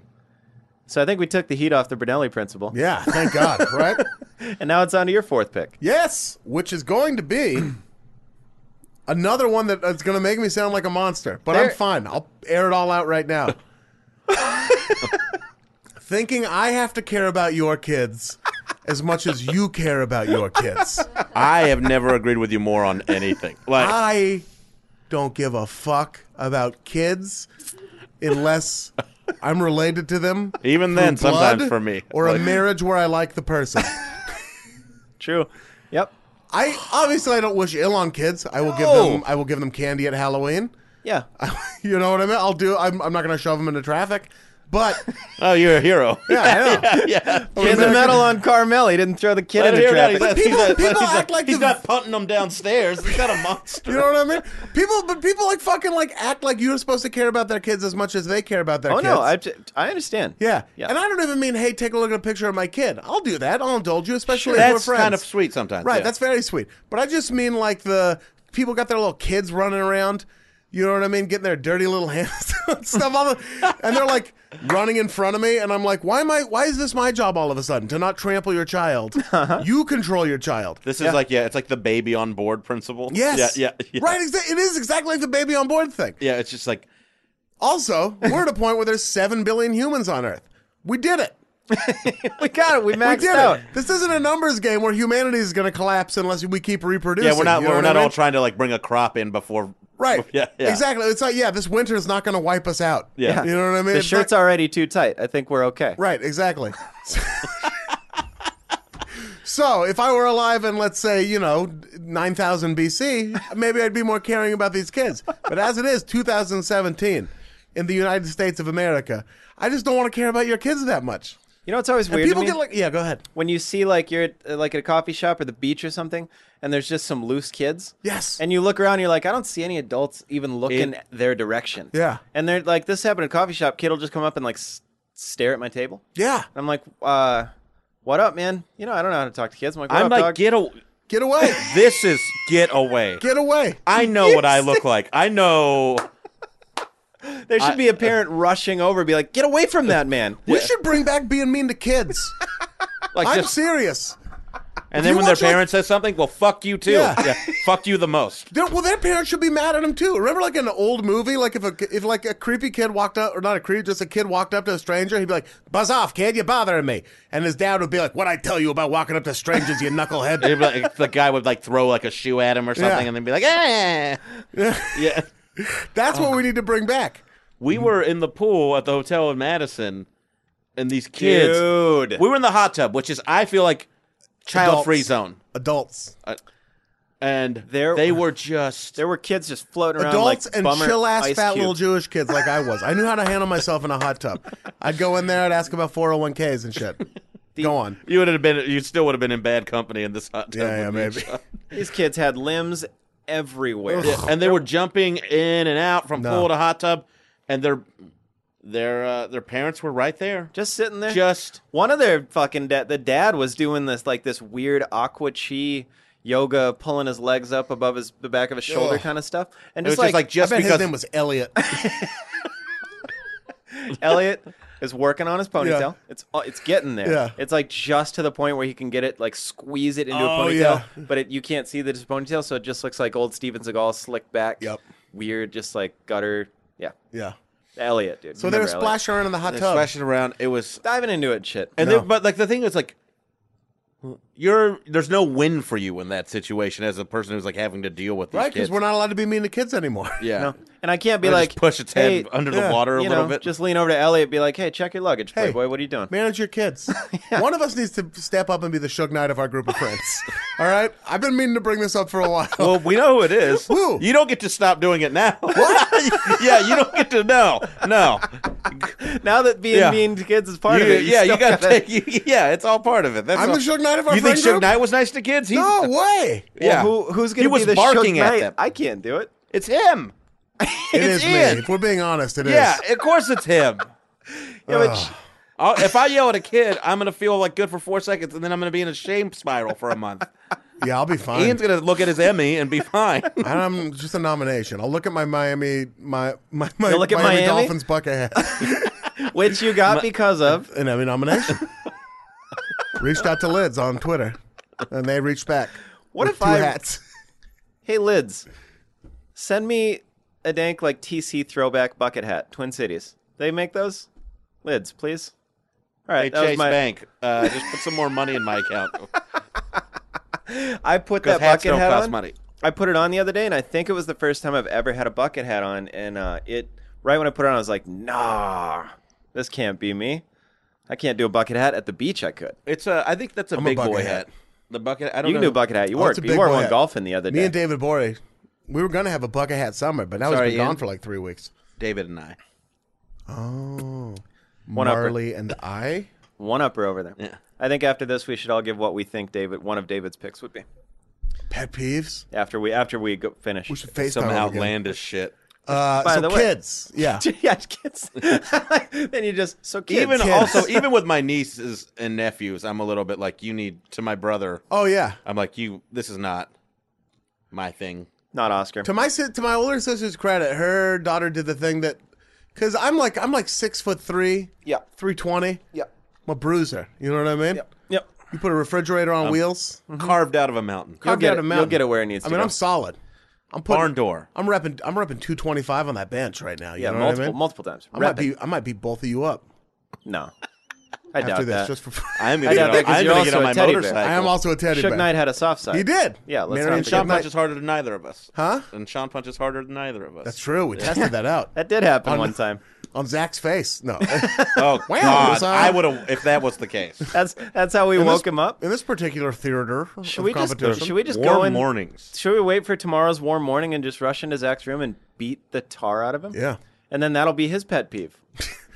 Speaker 4: so I think we took the heat off the Brunelli principle,
Speaker 1: Yeah, thank God, right?
Speaker 4: and now it's on to your fourth pick.
Speaker 1: Yes, which is going to be another one that is going to make me sound like a monster, but I'm
Speaker 4: There-
Speaker 1: fine. I'll air it all out right now. Thinking I have to care about your kids as much as you care about your kids.
Speaker 3: I have never agreed with you more on anything. Like,
Speaker 1: I don't give a fuck about kids unless I'm related to them.
Speaker 3: Even
Speaker 1: through
Speaker 3: then, sometimes
Speaker 1: blood
Speaker 3: for me.
Speaker 1: Or
Speaker 3: Like-
Speaker 1: a marriage where I like the person.
Speaker 4: True. Yep.
Speaker 1: I obviously I don't wish ill on kids. I will give
Speaker 3: No.
Speaker 1: them I will give them candy at Halloween.
Speaker 4: Yeah.
Speaker 1: you know what I mean? I'll do I'm, I'm not gonna shove them into traffic. But
Speaker 3: oh, you're a hero.
Speaker 1: yeah, I know.
Speaker 3: yeah.
Speaker 4: Here's a medal on Carmel. He didn't throw the kid into traffic.
Speaker 1: People- people act like
Speaker 3: he's
Speaker 1: the-
Speaker 3: not punting them downstairs. He's not a monster.
Speaker 1: You know what I mean? People but people like fucking like act like you're supposed to care about their kids as much as they care about their
Speaker 4: oh
Speaker 1: kids.
Speaker 4: no, I I understand.
Speaker 1: Yeah.
Speaker 4: Yeah.
Speaker 1: And I don't even mean, hey, take a look at a picture of my kid. I'll do that. I'll indulge you, especially if
Speaker 3: That's
Speaker 1: we're friends.
Speaker 3: kind of sweet sometimes.
Speaker 1: Right.
Speaker 3: yeah.
Speaker 1: That's very sweet. But I just mean like the people got their little kids running around. You know what I mean? Getting their dirty little hands on stuff, all the, and they're like running in front of me, and I'm like, "Why am I? Why is this my job all of a sudden to not trample your child? You control your child.
Speaker 3: Uh-huh. This is like yeah, it's like the baby on board principle.
Speaker 1: Yes,
Speaker 3: Yeah, yeah, yeah.
Speaker 1: right. Exa- it is exactly like the baby on board thing.
Speaker 3: Yeah, it's just like
Speaker 1: Also, we're at a point where there's 7 billion humans on Earth. We did it.
Speaker 4: we got it. We
Speaker 1: We
Speaker 4: maxed
Speaker 1: did
Speaker 4: out.
Speaker 1: it. This isn't a numbers game where humanity is going to collapse unless we keep reproducing.
Speaker 3: Yeah, we're not
Speaker 1: you know
Speaker 3: we're
Speaker 1: what I
Speaker 3: not
Speaker 1: mean?
Speaker 3: all trying to like bring a crop in before.
Speaker 1: Right.
Speaker 3: Yeah, yeah.
Speaker 1: Exactly. It's like, yeah, this winter is not going to wipe us out.
Speaker 3: Yeah.
Speaker 1: You know what I mean?
Speaker 4: The
Speaker 1: It's
Speaker 4: shirt's
Speaker 1: not-
Speaker 4: already too tight. I think we're okay.
Speaker 1: Right, exactly. so if I were alive in, let's say, you know, 9000 BC, maybe I'd be more caring about these kids. But as it is, 2017 in the United States of America, I just don't want to care about your kids that much.
Speaker 4: You know, it's always
Speaker 1: And
Speaker 4: weird. to
Speaker 1: people
Speaker 4: me?
Speaker 1: get like, yeah, go ahead.
Speaker 4: when you see like you're at, uh, like at a coffee shop or the beach or something, and there's just some loose kids.
Speaker 1: Yes.
Speaker 4: And you look around, you're like, I don't see any adults even looking their direction.
Speaker 1: Yeah.
Speaker 4: And they're like, this happened at a coffee shop. Kid will just come up and like s- stare at my table.
Speaker 1: Yeah.
Speaker 4: And I'm like, uh, what up, man? You know, I don't know how to talk to kids. I'm like, what
Speaker 3: I'm
Speaker 4: up,
Speaker 3: like,
Speaker 4: dog?
Speaker 3: get away.
Speaker 1: Get away.
Speaker 3: This is get away.
Speaker 1: Get away.
Speaker 3: I know what I look like. I know.
Speaker 4: there should
Speaker 3: I-
Speaker 4: be a parent rushing over, be like, get away from that man.
Speaker 1: We should bring back being mean to kids.
Speaker 3: Like
Speaker 1: I'm
Speaker 3: just-
Speaker 1: serious.
Speaker 3: and then
Speaker 1: you
Speaker 3: when their
Speaker 1: watch, like-
Speaker 3: parents says something, well, fuck you too.
Speaker 1: Yeah.
Speaker 3: fuck you the most.
Speaker 1: They're- well, their parents should be mad at him too. Remember, like in an old movie, like if a if like a creepy kid walked up, or not a creepy, just a kid walked up to a stranger, he'd be like, "Buzz off, kid! You're bothering me." And his dad would be like, "What I tell you about walking up to strangers, you knucklehead."
Speaker 3: It'd be like- the guy would like throw like a shoe at him or something,
Speaker 1: Yeah.
Speaker 3: and then be like, eh. yeah.
Speaker 1: That's what we need to bring back. Mm-hmm.
Speaker 3: We were in the pool at the hotel in Madison, and these kids.
Speaker 4: Dude.
Speaker 3: We were in the hot tub, which is I feel like child free
Speaker 1: Adults.
Speaker 3: zone,
Speaker 1: Adults,
Speaker 3: and
Speaker 4: There-
Speaker 3: they were just
Speaker 4: There were kids just floating around
Speaker 1: adults,
Speaker 4: like
Speaker 1: and
Speaker 4: bummer
Speaker 1: chill ass
Speaker 4: ice
Speaker 1: fat
Speaker 4: cubes.
Speaker 1: little Jewish kids like I was. I knew how to handle myself in a hot tub. I'd go in there, I'd ask about 401ks and shit. go on.
Speaker 3: you would have been you still would have been in bad company in this hot tub.
Speaker 1: Yeah, yeah,
Speaker 3: with me,
Speaker 1: maybe.
Speaker 3: Sean.
Speaker 4: These kids had limbs everywhere.
Speaker 3: and they were jumping in and out from
Speaker 1: No.
Speaker 3: pool to hot tub, and their their uh, their parents were right there.
Speaker 4: Just sitting there.
Speaker 3: Just-
Speaker 4: one of their fucking dad. The dad was doing this like this weird aqua chi yoga, pulling his legs up above his the back of his shoulder kind of stuff. And
Speaker 3: it was
Speaker 4: just like,
Speaker 3: just like just
Speaker 1: I bet his
Speaker 3: because
Speaker 1: name was Elliot.
Speaker 4: Elliot is working on his ponytail.
Speaker 1: Yeah.
Speaker 4: It's uh, it's getting there.
Speaker 1: Yeah.
Speaker 4: It's like just to the point where he can get it like squeeze it into a
Speaker 1: Oh,
Speaker 4: ponytail,
Speaker 1: yeah.
Speaker 4: but it, you can't see that it's a ponytail, so it just looks like old Steven Seagal slicked back.
Speaker 1: Yep.
Speaker 4: Weird, just like gutter. Yeah.
Speaker 1: yeah.
Speaker 4: Elliot, dude.
Speaker 1: So they were
Speaker 4: Remember Elliot.
Speaker 1: splashing around in the hot
Speaker 3: they're
Speaker 1: tub.
Speaker 3: splashing around. It was
Speaker 4: diving into it. and Shit.
Speaker 3: and
Speaker 1: No.
Speaker 3: then but like the thing is like you're there's no win for you in that situation as a person who's like having to deal with these
Speaker 1: Right, because
Speaker 3: kids.
Speaker 1: we're not allowed to be mean to kids anymore.
Speaker 3: yeah.
Speaker 4: No. And I can't be
Speaker 3: Or
Speaker 4: like
Speaker 3: just push its head
Speaker 4: "Hey,
Speaker 3: under
Speaker 1: yeah,
Speaker 3: the water a
Speaker 4: you
Speaker 3: little
Speaker 4: know,
Speaker 3: bit.
Speaker 4: Just lean over to Elliot, be like, "Hey, check your luggage,
Speaker 1: Hey.
Speaker 4: Playboy. What are you doing?"
Speaker 1: Manage your kids. One of us needs to step up and be the Suge Knight of our group of friends. All right? I've been meaning to bring this up for a while.
Speaker 3: well, we know who it is.
Speaker 1: Who?
Speaker 3: You don't get to stop doing it now. yeah, you don't get to know. No.
Speaker 4: Now that being
Speaker 3: Yeah.
Speaker 4: mean to kids is part
Speaker 3: You-
Speaker 4: of it,
Speaker 3: yeah, you
Speaker 4: still
Speaker 3: gotta
Speaker 4: gotta-
Speaker 3: take. You, yeah, it's all part of it. That's
Speaker 1: I'm
Speaker 3: all.
Speaker 1: the Suge Knight of our
Speaker 3: You think
Speaker 1: friend
Speaker 3: Suge
Speaker 1: group?
Speaker 3: Knight was nice to kids? He's,
Speaker 1: no way.
Speaker 4: Well,
Speaker 3: Yeah.
Speaker 4: who, who's going
Speaker 3: He
Speaker 4: to
Speaker 3: was
Speaker 4: be the
Speaker 3: barking
Speaker 4: Suge
Speaker 3: at
Speaker 4: Knight?
Speaker 3: them.
Speaker 4: I can't do it.
Speaker 3: It's him.
Speaker 1: It
Speaker 3: it's
Speaker 1: is me.
Speaker 3: Ian.
Speaker 1: If we're being honest, it is.
Speaker 3: Yeah, of course it's him.
Speaker 4: Yeah, but sh-
Speaker 3: I'll, if I yell at a kid, I'm gonna feel like good for four seconds, and then I'm gonna be in a shame spiral for a month.
Speaker 1: Yeah, I'll be fine.
Speaker 3: Ian's gonna look at his Emmy and be fine.
Speaker 1: I'm just a nomination. I'll look at my Miami, my my, my
Speaker 4: You'll look at
Speaker 1: Miami,
Speaker 4: Miami?
Speaker 1: Dolphins bucket hat
Speaker 4: which you got because of
Speaker 1: an Emmy nomination. reached out to Lids on Twitter, and they reached back.
Speaker 4: What
Speaker 1: with
Speaker 4: if
Speaker 1: two
Speaker 4: I-
Speaker 1: hats?
Speaker 4: hey lids, send me a dank like TC throwback bucket hat, Twin Cities. They make those lids, please. All
Speaker 3: Hey,
Speaker 4: right, that was
Speaker 3: Chase
Speaker 4: my-
Speaker 3: Bank, uh, just put some more money in my account
Speaker 4: I put
Speaker 3: because
Speaker 4: that
Speaker 3: hats
Speaker 4: bucket
Speaker 3: don't
Speaker 4: hat
Speaker 3: cost
Speaker 4: on.
Speaker 3: money.
Speaker 4: I put it on the other day, and I think it was the first time I've ever had a bucket hat on. And uh, it right when I put it on, I was like, "Nah, this can't be me. I can't do a bucket hat at the beach. I could.
Speaker 3: It's a. I think that's a
Speaker 1: I'm a
Speaker 3: big
Speaker 1: bucket
Speaker 3: boy
Speaker 1: hat.
Speaker 3: hat. The bucket. I don't
Speaker 4: You can
Speaker 3: know.
Speaker 4: do a bucket hat. You
Speaker 1: Oh,
Speaker 4: wore
Speaker 1: it's a
Speaker 4: you
Speaker 1: big
Speaker 4: wore
Speaker 1: boy
Speaker 4: one
Speaker 1: hat.
Speaker 4: golfing the other
Speaker 1: Me
Speaker 4: day.
Speaker 1: and David Borey, we were gonna have a bucket hat summer, but now
Speaker 3: Sorry,
Speaker 1: he's been gone
Speaker 3: Ian.
Speaker 1: for like three weeks.
Speaker 3: David and I.
Speaker 1: Oh,
Speaker 4: upper.
Speaker 1: Marley and I.
Speaker 4: one upper over there.
Speaker 3: Yeah.
Speaker 4: I think after this, we should all give what we think David one of David's picks would be
Speaker 1: Pet peeves.
Speaker 4: after we after we go, finish.
Speaker 1: We should FaceTime
Speaker 4: Oh
Speaker 3: Some
Speaker 1: him
Speaker 3: outlandish shit.
Speaker 1: Again. Uh,
Speaker 4: By
Speaker 1: so
Speaker 4: the way-
Speaker 1: kids, yeah.
Speaker 4: yeah, kids. then you just so kids.
Speaker 3: Even
Speaker 1: Kids.
Speaker 3: also, even with my nieces and nephews, I'm a little bit like you need to my brother.
Speaker 1: Oh yeah.
Speaker 3: I'm like you. This is not my thing.
Speaker 4: not Oscar.
Speaker 1: To my si- to my older sister's credit, her daughter did the thing that, because I'm like I'm like six foot three.
Speaker 4: Yeah.
Speaker 1: Three twenty.
Speaker 4: Yep.
Speaker 1: I'm a bruiser. You know what I mean?
Speaker 4: Yep.
Speaker 1: You put a refrigerator on wheels.
Speaker 3: Carved out of a mountain.
Speaker 4: Um, You'll
Speaker 1: I'll
Speaker 4: get
Speaker 1: out
Speaker 4: it.
Speaker 1: of
Speaker 4: You'll
Speaker 1: mountain.
Speaker 4: get it where it needs
Speaker 1: I
Speaker 4: to
Speaker 1: mean,
Speaker 4: go.
Speaker 1: I'm solid. I'm putting.
Speaker 3: Barn door.
Speaker 1: I'm repping. I'm repping 225 on that bench right now. You
Speaker 4: yeah,
Speaker 1: know
Speaker 4: multiple
Speaker 1: what I mean?
Speaker 4: multiple times.
Speaker 1: I
Speaker 4: Rep
Speaker 1: might be. I might beat both of you up
Speaker 4: it. No, I doubt
Speaker 1: after this,
Speaker 4: that.
Speaker 1: just for. fun.
Speaker 3: I'm
Speaker 4: I
Speaker 3: gonna
Speaker 4: doubt that
Speaker 3: get, on,
Speaker 4: 'cause
Speaker 3: I'm
Speaker 4: you're
Speaker 3: gonna get
Speaker 4: also
Speaker 3: on
Speaker 4: a
Speaker 3: my
Speaker 4: teddy bear.
Speaker 3: motorcycle.
Speaker 1: I am also a teddy
Speaker 4: Shook
Speaker 1: bear.
Speaker 4: Knight had a soft side.
Speaker 1: He did.
Speaker 4: Yeah, let's
Speaker 1: Marion
Speaker 4: not forget
Speaker 3: And Sean
Speaker 1: Shook Knight-
Speaker 3: punches harder than neither of us.
Speaker 1: Huh?
Speaker 3: And Sean punches harder than neither of us.
Speaker 1: That's true. We tested that out
Speaker 4: That did happen
Speaker 1: On-
Speaker 4: one time.
Speaker 1: on Zach's face. No.
Speaker 3: Oh
Speaker 1: Wow,
Speaker 3: God!
Speaker 1: son.
Speaker 3: I would have if that was the case.
Speaker 4: That's that's how we
Speaker 1: In this-
Speaker 4: woke him up.
Speaker 1: in this particular theater
Speaker 4: Should
Speaker 1: of
Speaker 4: we just
Speaker 1: competition.
Speaker 4: should we just
Speaker 3: Warm
Speaker 4: go in?
Speaker 3: mornings.
Speaker 4: Should we wait for tomorrow's warm morning and just rush into Zach's room and beat the tar out of him?
Speaker 1: Yeah.
Speaker 4: and then that'll be his pet peeve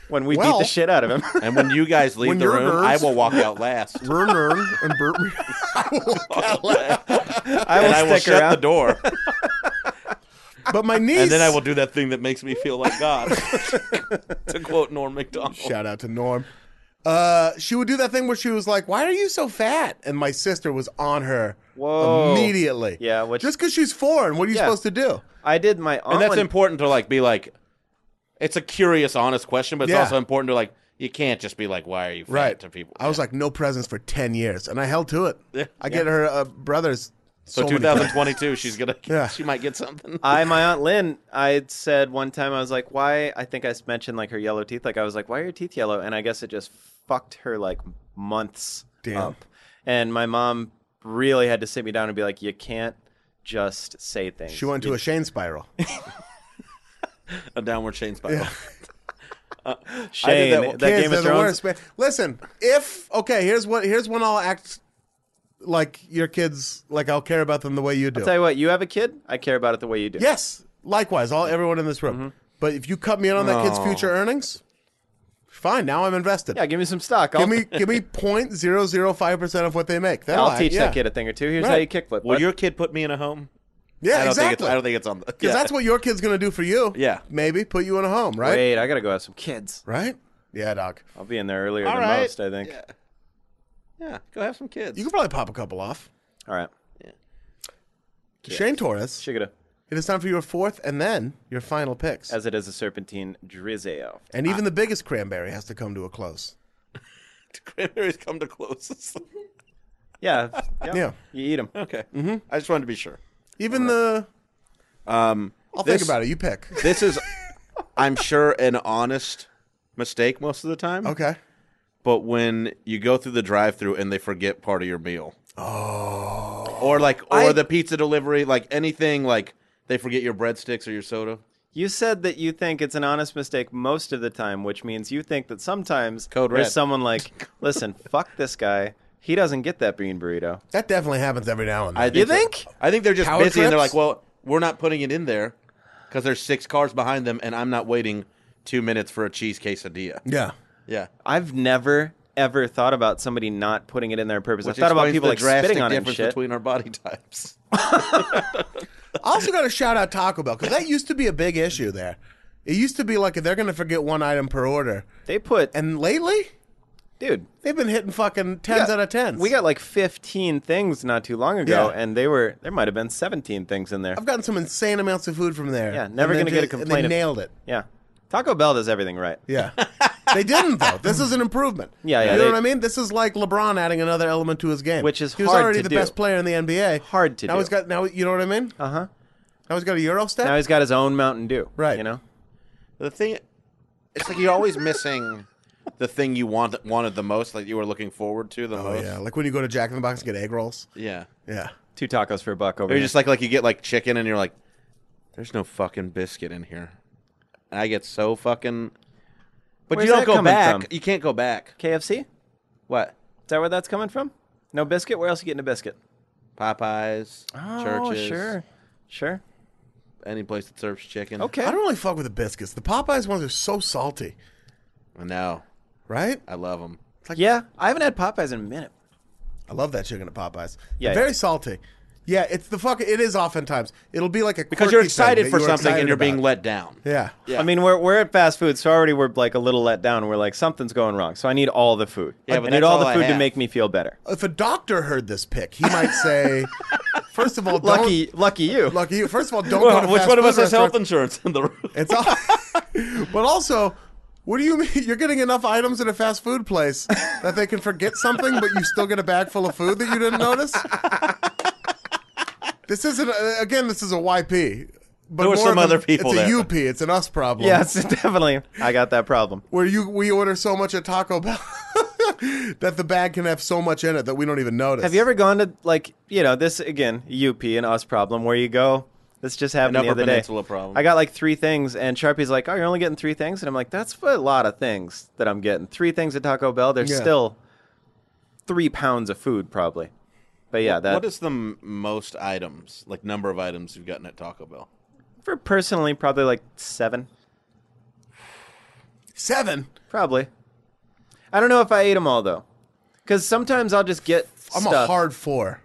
Speaker 4: when we beat
Speaker 1: Well-
Speaker 4: the shit out of him.
Speaker 3: And when you guys leave
Speaker 1: When
Speaker 3: the
Speaker 1: you're
Speaker 3: room,
Speaker 1: nerds-
Speaker 3: I will walk out last.
Speaker 1: Vern Ern and Bert. I will-
Speaker 4: I will
Speaker 3: and I will
Speaker 4: stick
Speaker 3: shut
Speaker 4: around.
Speaker 3: the door.
Speaker 1: but my niece.
Speaker 3: and then I will do that thing that makes me feel like God. to quote Norm Macdonald.
Speaker 1: Shout out to Norm. Uh, she would do that thing where she was like, "Why are you so fat?" And my sister was on her
Speaker 4: Whoa.
Speaker 1: immediately.
Speaker 4: Yeah, which-
Speaker 1: just because she's foreign, what are you
Speaker 4: Yeah.
Speaker 1: supposed to do?
Speaker 4: I did my own.
Speaker 3: and that's important to like be like. It's a curious, honest question, but it's
Speaker 1: Yeah.
Speaker 3: also important to like. You can't just be like, "Why are you fat
Speaker 1: Right
Speaker 3: to people?"
Speaker 1: I was like, "No presents for ten years," and I held to it.
Speaker 3: Yeah.
Speaker 1: I get her uh, brothers.
Speaker 3: so,
Speaker 1: So, many presents.
Speaker 3: 2022, she's gonna,
Speaker 1: Yeah.
Speaker 3: she might get something.
Speaker 4: I, my aunt Lynn, I said one time, I was like, why? I think I mentioned like her yellow teeth. Like, I was like, why are your teeth yellow? And I guess it just fucked her like months
Speaker 1: Damn.
Speaker 4: up. And my mom really had to sit me down and be like, you can't just say things.
Speaker 1: She went into a shame spiral.
Speaker 3: a downward chain spiral.
Speaker 4: Shane,
Speaker 3: I did
Speaker 4: e, that,
Speaker 3: that-
Speaker 4: Game
Speaker 1: Kids, they're
Speaker 4: of
Speaker 1: the
Speaker 4: Thrones.
Speaker 1: worst. man. Listen, if okay, here's what here's when I'll act like your kids, like I'll care about them the way you do.
Speaker 4: Tell you what, you have a kid. I care about it the way you do.
Speaker 1: Yes, likewise, all everyone in this room.
Speaker 3: Mm-hmm.
Speaker 1: But if you cut me in on that kid's future earnings, fine. Now I'm invested.
Speaker 4: Yeah, give me some stock. I'll,
Speaker 1: give me give me point zero zero five percent of what they make. That'll
Speaker 4: I'll teach
Speaker 1: yeah.
Speaker 4: that kid a thing or two. Here's
Speaker 1: Right.
Speaker 4: how you kickflip.
Speaker 3: Will
Speaker 4: bud.
Speaker 3: your kid put me in a home?
Speaker 1: Yeah,
Speaker 3: I don't think
Speaker 1: exactly.
Speaker 3: it's, I don't think it's on the.
Speaker 1: because that's what your kid's gonna do for you.
Speaker 3: Yeah.
Speaker 1: maybe put you in a home, right?
Speaker 4: Wait, I gotta go have some kids.
Speaker 1: Right? Yeah, doc.
Speaker 4: I'll be in there earlier
Speaker 3: All
Speaker 4: than
Speaker 3: right.
Speaker 4: most. I think.
Speaker 3: Yeah. Yeah, go have some kids.
Speaker 1: You can probably pop a couple off.
Speaker 4: All right,
Speaker 1: Shane Torres.
Speaker 4: Shigata,
Speaker 1: It is time for your fourth and then your final picks.
Speaker 4: as it is a serpentine drizzle.
Speaker 1: and even the biggest cranberry has to come to a close.
Speaker 3: Cranberries come to closest.
Speaker 4: Yeah, yeah,
Speaker 1: Yeah.
Speaker 4: You eat them.
Speaker 3: okay. Mm-hmm. I just wanted to be sure.
Speaker 1: Even the
Speaker 3: Um,
Speaker 1: I'll
Speaker 3: this,
Speaker 1: think about it. You pick.
Speaker 3: This is, I'm sure, an honest mistake most of the time.
Speaker 1: Okay.
Speaker 3: But when you go through the drive-through and they forget part of your meal. Oh. Or like, or
Speaker 4: I-
Speaker 3: the pizza delivery, like anything, like they forget your breadsticks or your soda.
Speaker 4: You said that you think it's an honest mistake most of the time, which means you think that sometimes
Speaker 3: Code
Speaker 4: there's
Speaker 3: red.
Speaker 4: someone like, listen, fuck this guy. He doesn't get that bean burrito.
Speaker 1: That definitely happens every now and then.
Speaker 3: I
Speaker 4: You
Speaker 3: so.
Speaker 4: think?
Speaker 3: I think they're just
Speaker 1: Power
Speaker 3: busy and they're
Speaker 1: trips?
Speaker 3: like, well, we're not putting it in there because there's six cars behind them, and I'm not waiting two minutes for a cheese quesadilla.
Speaker 1: yeah.
Speaker 3: Yeah.
Speaker 4: I've never ever thought about somebody not putting it in there on purpose.
Speaker 3: Which
Speaker 4: I thought about
Speaker 3: explains
Speaker 4: people
Speaker 3: the
Speaker 4: like
Speaker 3: drastic
Speaker 4: spitting on it and
Speaker 3: difference
Speaker 4: shit.
Speaker 3: between our body types.
Speaker 1: I also got to shout out Taco Bell because that used to be a big issue there. It used to be like they're going to forget one item per order.
Speaker 4: they put and
Speaker 1: And lately,
Speaker 4: dude,
Speaker 1: they've been hitting fucking 10s
Speaker 4: got-
Speaker 1: out of 10s.
Speaker 4: we got like 15 things not too long ago,
Speaker 1: Yeah.
Speaker 4: and they were there might have been 17 things in there.
Speaker 1: I've gotten some insane amounts of food from there.
Speaker 4: Yeah, never
Speaker 1: And
Speaker 4: gonna get a
Speaker 1: they ju- and
Speaker 4: complaint
Speaker 1: They
Speaker 4: of-
Speaker 1: nailed it.
Speaker 4: Yeah, Taco Bell does everything right.
Speaker 1: Yeah. they didn't though. This is an improvement.
Speaker 4: Yeah, yeah,
Speaker 1: You know
Speaker 4: they-
Speaker 1: what I mean? This is like LeBron adding another element to his game,
Speaker 4: Which is
Speaker 1: he was
Speaker 4: hard
Speaker 1: already
Speaker 4: to
Speaker 1: the
Speaker 4: do.
Speaker 1: best player in the NBA.
Speaker 4: Hard to
Speaker 1: now
Speaker 4: do.
Speaker 1: he's got now. You know what I mean?
Speaker 4: Uh huh.
Speaker 1: Now he's got a Euro step.
Speaker 4: Now he's got his own Mountain Dew.
Speaker 1: Right.
Speaker 4: You know.
Speaker 3: the thing, it's like you're always missing the thing you want, wanted the most, like you were looking forward to the
Speaker 1: oh
Speaker 3: most.
Speaker 1: yeah, like when you go to Jack in the Box and get egg rolls.
Speaker 3: Yeah.
Speaker 1: Yeah.
Speaker 4: Two tacos for a buck over
Speaker 3: Or
Speaker 4: here.
Speaker 3: you're just like, like you get like chicken and you're like, there's no fucking biscuit in here. And I get so fucking. But
Speaker 4: Where's
Speaker 3: you don't
Speaker 4: that
Speaker 3: go
Speaker 4: coming
Speaker 3: back.
Speaker 4: from?
Speaker 3: You can't go back.
Speaker 4: KFC. Is
Speaker 3: What?
Speaker 4: that where that's coming from? No biscuit. Where else you getting a biscuit?
Speaker 3: Popeyes, churches,
Speaker 4: Oh, sure, sure.
Speaker 3: any place that serves chicken.
Speaker 4: Okay.
Speaker 1: I don't really fuck with the biscuits. The Popeyes ones are so salty,
Speaker 3: I know.
Speaker 1: right?
Speaker 3: I love them.
Speaker 4: yeah, I haven't had Popeyes in a minute.
Speaker 1: I love that chicken at Popeyes.
Speaker 4: Yeah,
Speaker 1: They're
Speaker 4: yeah.
Speaker 1: very salty. Yeah, it's the fuck. It is oftentimes. It'll be like a
Speaker 3: Because
Speaker 1: quirky
Speaker 3: you're
Speaker 1: thing
Speaker 3: excited
Speaker 1: that
Speaker 3: for
Speaker 1: you're
Speaker 3: something
Speaker 1: excited
Speaker 3: and you're being
Speaker 1: about.
Speaker 3: let down.
Speaker 1: Yeah.
Speaker 3: Yeah.
Speaker 4: I mean, we're we're at fast food, so already we're like a little let down. We're like something's going wrong, so I need all the food.
Speaker 3: Yeah,
Speaker 4: Like,
Speaker 3: but
Speaker 4: I need
Speaker 3: that's
Speaker 4: all the
Speaker 3: all I
Speaker 4: food to
Speaker 3: have.
Speaker 4: make me feel better.
Speaker 1: If a doctor heard this pick, he might say, first of all, don't-
Speaker 4: Lucky, lucky you.
Speaker 1: Lucky you. First of all, don't go
Speaker 3: Well,
Speaker 1: to
Speaker 3: which
Speaker 1: fast
Speaker 3: one of
Speaker 1: food
Speaker 3: us has health
Speaker 1: restaurants.
Speaker 3: insurance in the room?
Speaker 1: It's all. but also, what do you mean? You're getting enough items at a fast food place that they can forget something, but you still get a bag full of food that you didn't notice. This isn't uh, again. This is a YP. But
Speaker 3: There were
Speaker 1: more
Speaker 3: some
Speaker 1: of an-
Speaker 3: other people
Speaker 1: It's
Speaker 3: there.
Speaker 1: a UP. It's an us problem.
Speaker 4: Yes, definitely. I got that problem.
Speaker 1: where you we order so much at Taco Bell that the bag can have so much in it that we don't even notice.
Speaker 4: Have you ever gone to like you know this again UP and us problem where you go? This just happened
Speaker 3: An
Speaker 4: the
Speaker 3: Upper
Speaker 4: other day.
Speaker 3: Peninsula problem.
Speaker 4: I got like three things, and Sharpie's like, "Oh, you're only getting three things," and I'm like, "That's a lot of things that I'm getting. Three things at Taco Bell. There's
Speaker 1: Yeah.
Speaker 4: still three pounds of food probably." But yeah, that
Speaker 3: what is the m- most items, like number of items you've gotten at Taco Bell?
Speaker 4: for personally probably like seven,
Speaker 1: seven?
Speaker 4: probably. I don't know if I ate them all though, because sometimes I'll just get
Speaker 1: I'm
Speaker 4: stuff.
Speaker 1: a hard four.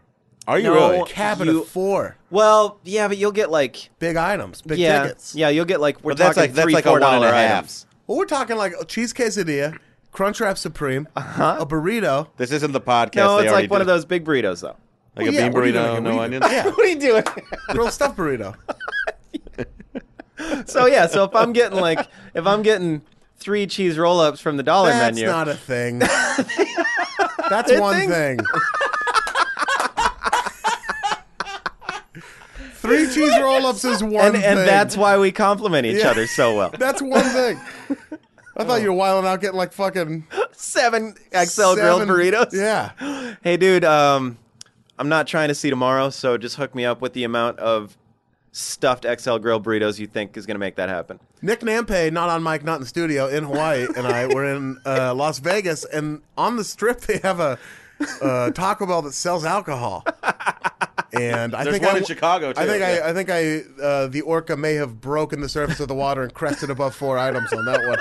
Speaker 3: Are you
Speaker 4: No.
Speaker 3: really?
Speaker 1: Cabin
Speaker 4: You-
Speaker 1: of four.
Speaker 4: well, yeah, but you'll get like
Speaker 1: Big items. Big
Speaker 4: yeah,
Speaker 1: tickets.
Speaker 4: yeah, you'll get like we're
Speaker 3: But that's
Speaker 4: talking
Speaker 3: like- that's
Speaker 4: three
Speaker 3: like a
Speaker 4: four
Speaker 3: one and
Speaker 4: dollar
Speaker 3: a half.
Speaker 4: items.
Speaker 1: Well, we're talking like a cheese quesadilla, Crunchwrap Supreme,
Speaker 4: Uh-huh.
Speaker 1: a burrito.
Speaker 3: This isn't the podcast.
Speaker 4: No,
Speaker 3: they
Speaker 4: it's
Speaker 3: already
Speaker 4: like one
Speaker 3: did.
Speaker 4: of those big burritos though.
Speaker 3: Like
Speaker 1: Well,
Speaker 3: a
Speaker 1: yeah,
Speaker 3: bean
Speaker 1: what are you gonna
Speaker 3: burrito,
Speaker 1: make a
Speaker 3: no
Speaker 1: burrito?
Speaker 3: onions.
Speaker 1: Yeah.
Speaker 4: what are you doing?
Speaker 1: grilled stuffed burrito.
Speaker 4: so yeah, so if I'm getting like if I'm getting three cheese roll ups from the dollar
Speaker 1: That's
Speaker 4: menu,
Speaker 1: not a thing. That's
Speaker 4: It
Speaker 1: one
Speaker 4: thinks-
Speaker 1: thing. Three cheese roll-ups is one
Speaker 4: and,
Speaker 1: thing.
Speaker 4: and that's why we compliment each
Speaker 1: Yeah.
Speaker 4: other so well.
Speaker 1: That's one thing. I thought you were wilding out getting like fucking
Speaker 4: Seven XL grilled
Speaker 1: seven-
Speaker 4: burritos.
Speaker 1: Yeah.
Speaker 4: Hey dude, um I'm not trying to see tomorrow, so just hook me up with the amount of stuffed XL grilled burritos you think is gonna make that happen.
Speaker 1: Nick Nampe, not on mic, not in the studio, in Hawaii, and I were in uh, Las Vegas, and on the strip they have a uh, Taco Bell that sells alcohol. And I
Speaker 3: There's
Speaker 1: think
Speaker 3: one
Speaker 1: I,
Speaker 3: in Chicago,
Speaker 1: I
Speaker 3: too,
Speaker 1: think
Speaker 3: yeah.
Speaker 1: I, I think I uh, the orca may have broken the surface of the water and crested above four items on that one.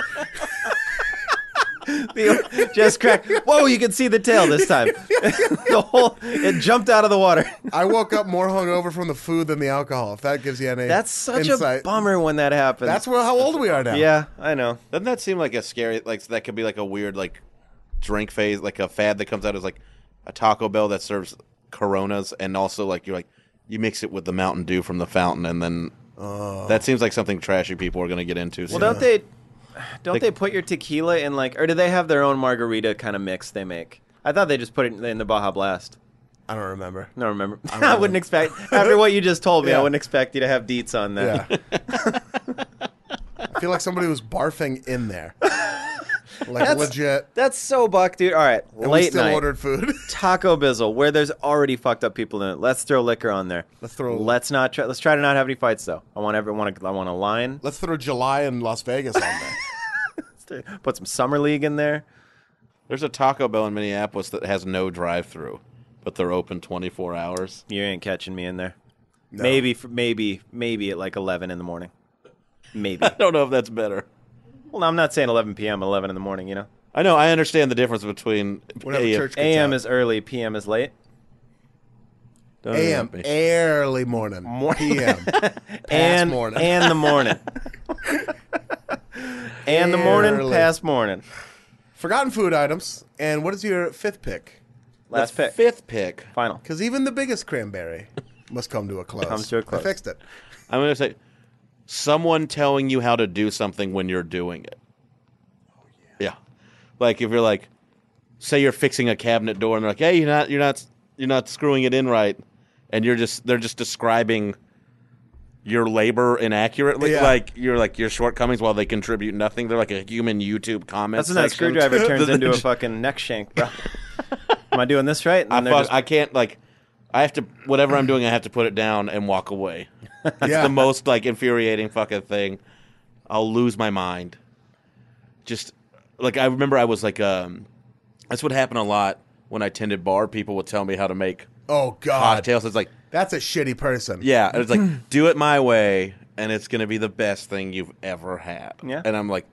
Speaker 4: The- just crack. Whoa, you can see the tail this time. the whole it jumped out of the water.
Speaker 1: I woke up more hungover from the food than the alcohol. If that gives you any
Speaker 4: That's such
Speaker 1: insight.
Speaker 4: a bummer when that happens.
Speaker 1: That's where, how old we are now.
Speaker 4: yeah, I know.
Speaker 3: Doesn't that seem like a scary? Like that could be like a weird like drink phase, like a fad that comes out as like a Taco Bell that serves Coronas, and also like you're like you mix it with the Mountain Dew from the fountain, and then
Speaker 1: Oh.
Speaker 3: that seems like something trashy people are gonna get into.
Speaker 4: Well,
Speaker 3: soon.
Speaker 4: don't they don't they put your tequila in like, or do they have their own margarita kind of mix they make? I thought they just put it in the Baja Blast.
Speaker 1: I don't remember.
Speaker 4: No, remember. I, wouldn't expect after what you just told me. I wouldn't expect you to have deets on that.
Speaker 1: Yeah. I feel like somebody was barfing in there. Like legit.
Speaker 4: That's so buck, dude. All right,
Speaker 1: And we
Speaker 4: late
Speaker 1: still
Speaker 4: night
Speaker 1: ordered food.
Speaker 4: Taco Bizzle, where there's already fucked up people in it. Let's throw liquor on there.
Speaker 1: Let's throw-
Speaker 4: Let's not try. Let's try to not have any fights though. I want everyone. I want a line.
Speaker 1: Let's throw July in Las Vegas on there.
Speaker 4: Let's put some summer league in there.
Speaker 3: There's a Taco Bell in Minneapolis that has no drive-through, but they're open 24 hours.
Speaker 4: You ain't catching me in there. Maybe, maybe, maybe at like eleven in the morning. Maybe.
Speaker 3: I don't know if that's better.
Speaker 4: Well, I'm not saying 11 p.m. 11 in the morning. You know,
Speaker 3: I know. I understand the difference between
Speaker 1: Whatever
Speaker 3: AM
Speaker 1: church gets
Speaker 4: a.m.
Speaker 1: out.
Speaker 4: is early, p.m. is late.
Speaker 3: Don't
Speaker 1: AM,
Speaker 3: interrupt me.
Speaker 1: early morning. PM. Past
Speaker 4: and
Speaker 1: morning.
Speaker 4: and the morning. and the morning,
Speaker 1: Early.
Speaker 4: past morning.
Speaker 1: Forgotten food items. And what is your fifth pick?
Speaker 4: Last
Speaker 3: The
Speaker 4: pick,
Speaker 3: Fifth pick.
Speaker 4: final.
Speaker 1: Because even the biggest cranberry must come to a close.
Speaker 4: Comes to a close.
Speaker 1: I fixed it.
Speaker 3: I'm gonna say someone telling you how to do something when you're doing it. yeah. Like if you're like, say you're fixing a cabinet door and they're like, hey, you're not, you're not, you're not screwing it in right, and you're just, they're just describing your labor inaccurately.
Speaker 1: Yeah.
Speaker 3: Like you're like your shortcomings while they contribute nothing. They're like a human YouTube comment.
Speaker 4: That's when that
Speaker 3: section.
Speaker 4: screwdriver turns
Speaker 3: They're
Speaker 4: into a
Speaker 3: just-
Speaker 4: fucking neck shank, bro. Am I doing this right? And
Speaker 3: I,
Speaker 4: then they're
Speaker 3: fuck-
Speaker 4: just-
Speaker 3: I can't like. I have to whatever I'm doing. I have to put it down and walk away.
Speaker 1: yeah.
Speaker 3: the most like infuriating fucking thing. I'll lose my mind. Just like I remember, I was like, um, that's what happened a lot when I tended bar. People would tell me how to make
Speaker 1: oh, God.
Speaker 3: cocktails. It's like,
Speaker 1: That's a shitty person.
Speaker 3: yeah, and it's like do it my way, and it's gonna be the best thing you've ever had.
Speaker 4: Yeah.
Speaker 3: and I'm like,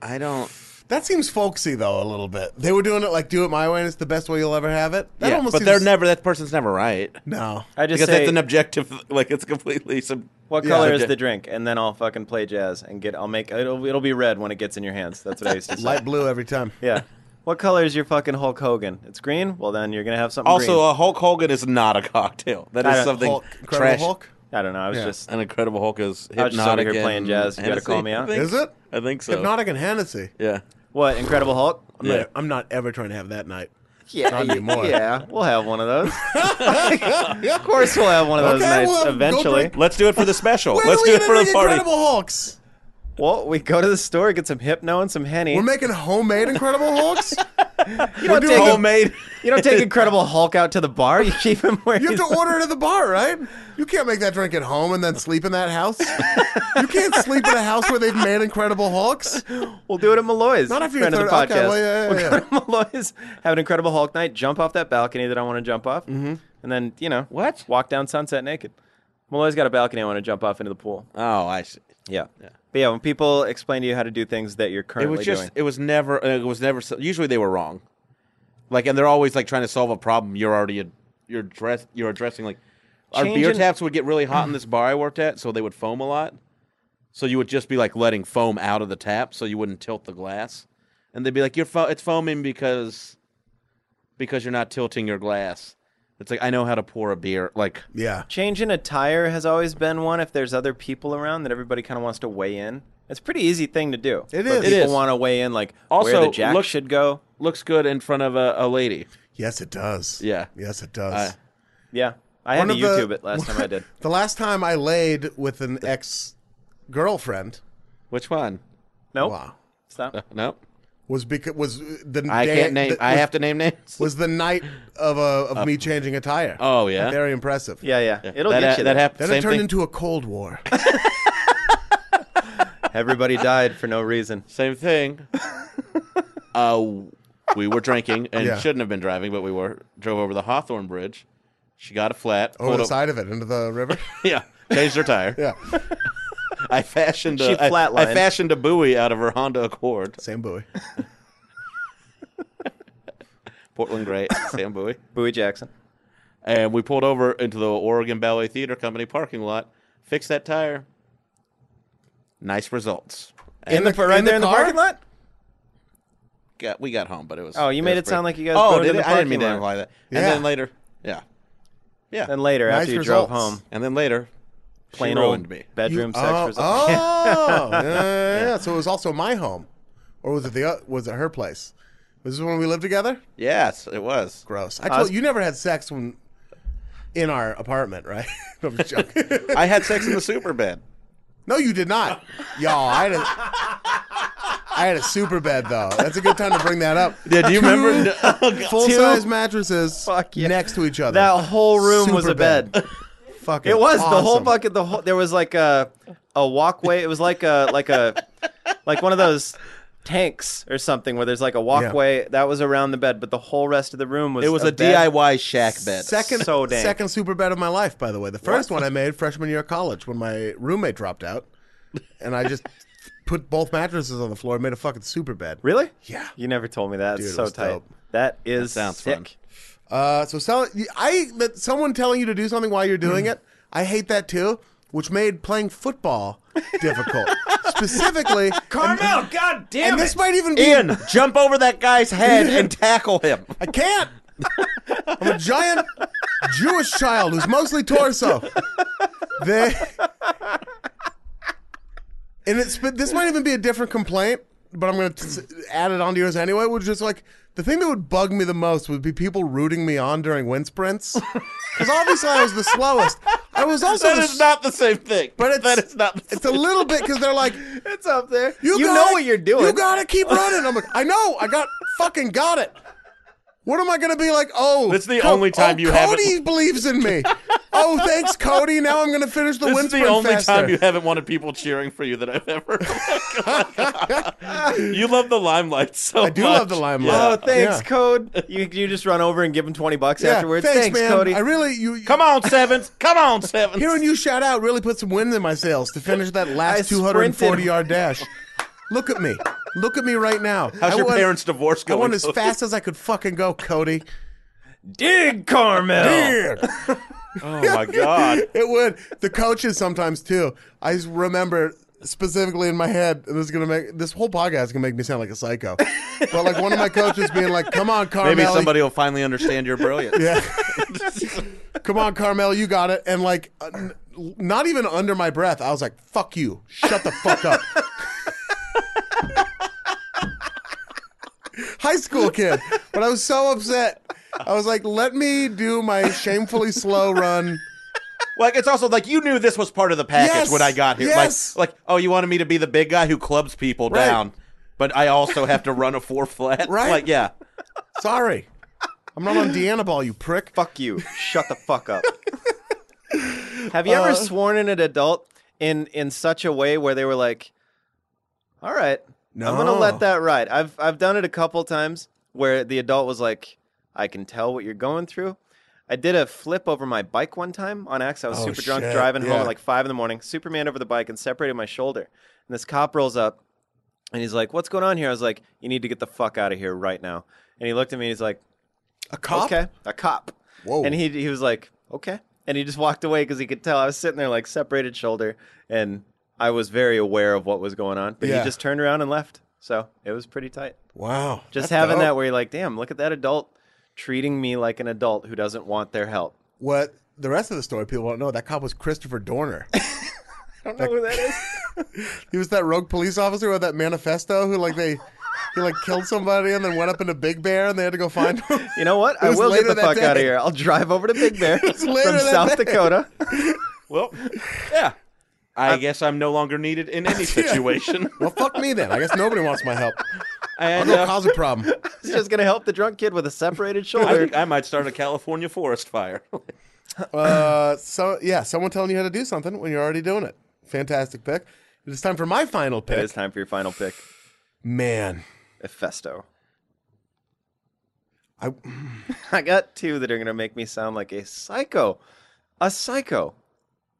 Speaker 3: I don't.
Speaker 1: That seems folksy, though, a little bit. They were doing it like, do it my way and it's the best way you'll ever have it. That
Speaker 3: yeah,
Speaker 1: almost
Speaker 3: but
Speaker 1: seems-
Speaker 3: they're never. That person's never right.
Speaker 1: No.
Speaker 4: I just
Speaker 3: Because
Speaker 4: say,
Speaker 3: that's an objective. Like it's completely some.
Speaker 4: what
Speaker 1: yeah,
Speaker 4: color is
Speaker 3: object-
Speaker 4: the drink? And then I'll fucking play jazz and get. I'll make. It'll it'll be red when it gets in your hands. That's what I used to say.
Speaker 1: Light blue every time.
Speaker 4: Yeah. What color is your fucking Hulk Hogan? It's green. Well, then you're gonna have something.
Speaker 3: Also,
Speaker 4: green.
Speaker 3: uh, Hulk Hogan is not a cocktail. That
Speaker 4: I
Speaker 3: is
Speaker 4: don't-
Speaker 3: something
Speaker 1: Hulk, Incredible
Speaker 3: trash.
Speaker 1: Hulk.
Speaker 4: I don't know. I was
Speaker 1: yeah.
Speaker 4: just
Speaker 3: an Incredible Hulk is
Speaker 4: I was
Speaker 3: hypnotic
Speaker 4: just over here
Speaker 3: and
Speaker 4: playing jazz. You gotta
Speaker 3: Hennessy,
Speaker 4: call me
Speaker 3: I
Speaker 4: out.
Speaker 3: think.
Speaker 1: Is it?
Speaker 3: I think so.
Speaker 1: Hypnotic and Hennessy.
Speaker 3: Yeah.
Speaker 4: what Incredible Hulk.
Speaker 1: I'm,
Speaker 3: Yeah.
Speaker 1: not, I'm not ever trying to have that night.
Speaker 4: Yeah,
Speaker 1: Not anymore.
Speaker 4: Yeah, we'll have one of those. of course, we'll have one of those
Speaker 1: Okay,
Speaker 4: nights
Speaker 1: well, go
Speaker 4: eventually.
Speaker 1: drink-
Speaker 3: Let's do it for the special.
Speaker 1: Where
Speaker 3: Let's
Speaker 1: do
Speaker 3: do
Speaker 1: we
Speaker 3: it
Speaker 1: get
Speaker 3: for the
Speaker 1: any
Speaker 3: party.
Speaker 1: Incredible Hulks.
Speaker 4: Well, we go to the store, get some hypno and some henny.
Speaker 1: We're making homemade Incredible Hulks.
Speaker 4: you don't take
Speaker 3: Homemade.
Speaker 4: you don't take Incredible Hulk out to the bar. You keep him where
Speaker 1: You have
Speaker 4: he's-
Speaker 1: to order it at the bar, right? You can't make that drink at home and then sleep in that house. you can't sleep in a house where they've made Incredible Hulks.
Speaker 4: We'll do it at Malloy's.
Speaker 1: Not if you're
Speaker 4: friend of the
Speaker 1: third- okay,
Speaker 4: podcast.
Speaker 1: well, yeah, yeah,
Speaker 4: we'll
Speaker 1: yeah.
Speaker 4: go to Malloy's, have an Incredible Hulk night, jump off that balcony that I want to jump off, mm-hmm. and then you know
Speaker 3: What?
Speaker 4: Walk down Sunset naked. Malloy's got a balcony. I want to jump off into the pool.
Speaker 3: Oh, I see.
Speaker 4: Yeah. But yeah, when people explain to you how to do things that you're
Speaker 3: It
Speaker 4: currently
Speaker 3: was just.
Speaker 4: doing.
Speaker 3: It was never. uh, It was never. so- Usually they were wrong. Like, and they're always like trying to solve a problem you're already ad- you're address you're addressing. Like, our beer
Speaker 4: Changing-
Speaker 3: taps would get really hot in this bar I worked at, so they would foam a lot. So you would just be like letting foam out of the tap, so you wouldn't tilt the glass. And they'd be like, "You're fo- it's foaming because because you're not tilting your glass." It's like I know how to pour a beer. Like,
Speaker 1: Yeah.
Speaker 4: Changing a tire has always been one if there's other people around that everybody kind of wants to weigh in. It's a pretty easy thing to do.
Speaker 1: It
Speaker 4: But
Speaker 1: is. It
Speaker 4: People
Speaker 3: is.
Speaker 4: want to weigh in, like
Speaker 3: Also,
Speaker 4: where the jack
Speaker 3: look-
Speaker 4: should go.
Speaker 3: looks good in front of a, a lady.
Speaker 1: Yes, it does.
Speaker 3: Yeah.
Speaker 1: Yes, it does.
Speaker 3: Uh,
Speaker 4: Yeah, I had to
Speaker 1: One of
Speaker 4: YouTube
Speaker 1: the-
Speaker 4: it last time I did.
Speaker 1: The last time I laid with an ex girlfriend,
Speaker 3: Which one?
Speaker 4: Nope,
Speaker 1: wow,
Speaker 4: stop.
Speaker 3: No,
Speaker 1: was because was the
Speaker 3: I
Speaker 1: day-
Speaker 3: can't name.
Speaker 1: the-
Speaker 3: I
Speaker 1: was,
Speaker 3: have to name names.
Speaker 1: was the night of a of me changing a tire.
Speaker 3: Oh, yeah?
Speaker 1: very impressive.
Speaker 4: Yeah, yeah, it'll
Speaker 3: that,
Speaker 4: get
Speaker 3: ha-
Speaker 4: you.
Speaker 3: that
Speaker 4: there.
Speaker 3: happened.
Speaker 1: Then
Speaker 3: Same
Speaker 1: it turned
Speaker 3: thing.
Speaker 1: into a cold war.
Speaker 4: Everybody died for no reason.
Speaker 3: Same thing. uh, we were drinking and
Speaker 1: Yeah.
Speaker 3: shouldn't have been driving, but we were. Drove over the Hawthorne Bridge. She got a flat.
Speaker 1: Over
Speaker 3: pulled
Speaker 1: the
Speaker 3: up-
Speaker 1: side of it, into the river.
Speaker 3: Yeah. Changed her tire.
Speaker 1: Yeah,
Speaker 3: I fashioned a,
Speaker 4: She
Speaker 3: I- I,
Speaker 4: flatlined.
Speaker 3: fashioned a buoy out of her Honda Accord.
Speaker 1: same buoy.
Speaker 3: Portland Gray, Sam Buoy.
Speaker 4: Bowie Jackson.
Speaker 3: And we pulled over into the Oregon Ballet Theater Company parking lot, fixed that tire. Nice results.
Speaker 4: In the,
Speaker 1: the-
Speaker 4: right
Speaker 1: in the
Speaker 4: there in the
Speaker 1: car?
Speaker 4: parking lot.
Speaker 3: Got, we got home, but it was.
Speaker 4: Oh, you made
Speaker 3: was
Speaker 4: it sound like you guys
Speaker 3: Oh,
Speaker 4: voted
Speaker 3: did
Speaker 4: in
Speaker 3: it?
Speaker 4: the
Speaker 3: I didn't mean
Speaker 4: parking
Speaker 3: to
Speaker 4: lot.
Speaker 3: imply that.
Speaker 1: Yeah.
Speaker 3: And then later, yeah, yeah.
Speaker 4: Then later,
Speaker 1: Nice
Speaker 4: after you
Speaker 1: results.
Speaker 4: drove home,
Speaker 3: And then later, she
Speaker 4: plain
Speaker 3: ruined
Speaker 4: old
Speaker 3: me.
Speaker 4: bedroom sex
Speaker 1: oh,
Speaker 4: results.
Speaker 1: oh, yeah, yeah, yeah. So it was also my home, or was it the o- was it her place? Was this when we lived together?
Speaker 3: Yes, it was.
Speaker 1: Gross. I told you never had sex when in our apartment, right? I'm just joking.
Speaker 3: I had sex in the super bed.
Speaker 1: No, you did not, y'all. I had a, I had a super bed though. That's a good time to bring that up.
Speaker 3: Yeah, do you remember?
Speaker 1: Full size mattresses
Speaker 4: Fuck yeah.
Speaker 1: next to each other.
Speaker 4: That whole room was
Speaker 1: Super
Speaker 4: a bed.
Speaker 1: Fucking
Speaker 4: It was the whole
Speaker 1: awesome.
Speaker 4: bucket. The whole there was like a a walkway. It was like a like a like one of those tanks or something where there's like a walkway that was around the bed, but the whole rest of the room was
Speaker 3: it was a,
Speaker 4: bed.
Speaker 3: DIY shack bed.
Speaker 1: Second,
Speaker 4: So dank.
Speaker 1: second super bed of my life, by the way. The first one I made freshman year of college when my roommate dropped out, and I just put both mattresses on the floor and made a fucking super bed.
Speaker 4: Really?
Speaker 1: Yeah.
Speaker 4: You never told me that.
Speaker 1: Dude,
Speaker 4: it's
Speaker 1: it
Speaker 4: so
Speaker 1: was
Speaker 4: tight.
Speaker 1: dope.
Speaker 4: That is
Speaker 3: sounds
Speaker 4: sick.
Speaker 3: fun.
Speaker 1: Uh, so sell, I that someone telling you to do something while you're doing it, I hate that too, which made playing football difficult. Specifically, Carmel, and,
Speaker 4: God damn
Speaker 1: and this might even be
Speaker 3: Ian, jump over that guy's head and tackle him.
Speaker 1: I can't. I'm a giant Jewish child who's mostly torso. They, and it's but this might even be a different complaint, but I'm going to add it onto yours anyway. Which is like the thing that would bug me the most would be people rooting me on during wind sprints, because obviously I was the slowest. I was also
Speaker 3: That
Speaker 1: the
Speaker 3: is
Speaker 1: s-
Speaker 3: not the same thing.
Speaker 1: but it's,
Speaker 3: that is not. The
Speaker 1: It's a little bit because they're like,
Speaker 4: It's up there.
Speaker 1: you,
Speaker 4: You,
Speaker 1: gotta-
Speaker 4: know what you're doing.
Speaker 1: You gotta keep running. I'm like, I know. I got fucking got it. What am I gonna be like? Oh,
Speaker 3: That's the
Speaker 1: Co-
Speaker 3: only time
Speaker 1: oh,
Speaker 3: you haven't-
Speaker 1: Cody believes in me. oh, thanks, Cody. Now I'm gonna finish the
Speaker 3: this
Speaker 1: win
Speaker 3: is the
Speaker 1: sprint
Speaker 3: only
Speaker 1: faster.
Speaker 3: time you haven't wanted people cheering for you that I've ever. Oh you love the limelight so
Speaker 1: I do love the limelight.
Speaker 4: Oh, thanks,
Speaker 1: Yeah.
Speaker 4: Code. You you just run over and give him twenty bucks
Speaker 1: Yeah,
Speaker 4: afterwards.
Speaker 1: Thanks, man.
Speaker 4: Cody.
Speaker 1: I really you.
Speaker 3: Come on, sevens. Come on, sevens.
Speaker 1: Hearing you shout out really put some wind in my sails to finish that
Speaker 4: I
Speaker 1: last 240
Speaker 4: sprinted.
Speaker 1: yard dash. Look at me. Look at me right now.
Speaker 3: How's
Speaker 1: I
Speaker 3: your
Speaker 1: went-
Speaker 3: parents' divorce
Speaker 1: I
Speaker 3: going?
Speaker 1: went as fast as I could fucking go, Cody.
Speaker 4: Dig Carmel.
Speaker 3: Oh my god.
Speaker 1: It would. The coaches sometimes too. I just remember specifically in my head, and this is gonna make this whole podcast is gonna make me sound like a psycho. But like one of my coaches being like, "Come on, Carmel,
Speaker 3: Maybe somebody will finally understand your brilliance.
Speaker 1: yeah. come on, Carmel, you got it." And like, uh, n- not even under my breath, I was like, "Fuck you, shut the fuck up." High school kid, but I was so upset. I was like, let me do my shamefully slow run.
Speaker 3: Like it's also like you knew this was part of the package
Speaker 1: Yes!
Speaker 3: when I got here.
Speaker 1: Yes!
Speaker 3: Like, like oh, you wanted me to be the big guy who clubs people
Speaker 1: Right.
Speaker 3: down, but I also have to run a four flat.
Speaker 1: Right.
Speaker 3: Like yeah,
Speaker 1: Sorry. I'm not on Deanna Ball, you prick.
Speaker 4: Fuck you. Shut the fuck up. Have you
Speaker 1: Uh,
Speaker 4: ever sworn in an adult in in such a way where they were like, "All right, I'm gonna
Speaker 1: No.
Speaker 4: let that ride." I've I've done it a couple times where the adult was like, "I can tell what you're going through." I did a flip over my bike one time on accident. I was
Speaker 1: Oh,
Speaker 4: super drunk
Speaker 1: shit,
Speaker 4: driving home
Speaker 1: yeah.
Speaker 4: at like five in the morning. Superman over the bike and separated my shoulder. And this cop rolls up and he's like, "What's going on here?" I was like, "You need to get the fuck out of here right now." And he looked at me and he's like,
Speaker 1: A cop?
Speaker 4: Okay, a cop.
Speaker 1: Whoa.
Speaker 4: And he he was like, okay, and he just walked away because he could tell I was sitting there like separated shoulder, and I was very aware of what was going on. But
Speaker 1: Yeah.
Speaker 4: he just turned around and left. So it was pretty tight.
Speaker 1: Wow.
Speaker 4: Just
Speaker 1: That's
Speaker 4: having
Speaker 1: dope.
Speaker 4: that where you're like, damn, look at that adult treating me like an adult who doesn't want their help.
Speaker 1: What the rest of the story people don't know, that cop was Christopher Dorner.
Speaker 4: I don't know who that is.
Speaker 1: He was that rogue police officer with that manifesto who like they he like killed somebody and then went up into Big Bear and they had to go find him.
Speaker 4: You know what?
Speaker 1: It
Speaker 4: I
Speaker 1: was
Speaker 4: will get
Speaker 1: later
Speaker 4: the
Speaker 1: that
Speaker 4: fuck out
Speaker 1: day.
Speaker 4: of here. I'll drive over to Big Bear
Speaker 1: was
Speaker 4: from
Speaker 1: later that
Speaker 4: South
Speaker 1: day.
Speaker 4: Dakota.
Speaker 3: well, yeah. I guess I'm no longer needed in any situation.
Speaker 1: Well, fuck me then. I guess nobody wants my help. I'll
Speaker 3: and
Speaker 1: go
Speaker 3: uh,
Speaker 1: cause a problem.
Speaker 4: It's just gonna help the drunk kid with a separated
Speaker 3: I
Speaker 4: shoulder.
Speaker 3: think I might start a California forest fire.
Speaker 1: Uh, so yeah, someone telling you how to do something when you're already doing it. Fantastic pick. It's time for my final
Speaker 4: It is
Speaker 1: pick.
Speaker 4: time for your final pick,
Speaker 1: Man,
Speaker 4: Efesto.
Speaker 1: I
Speaker 4: I got two that are going to make me sound like a psycho. A psycho.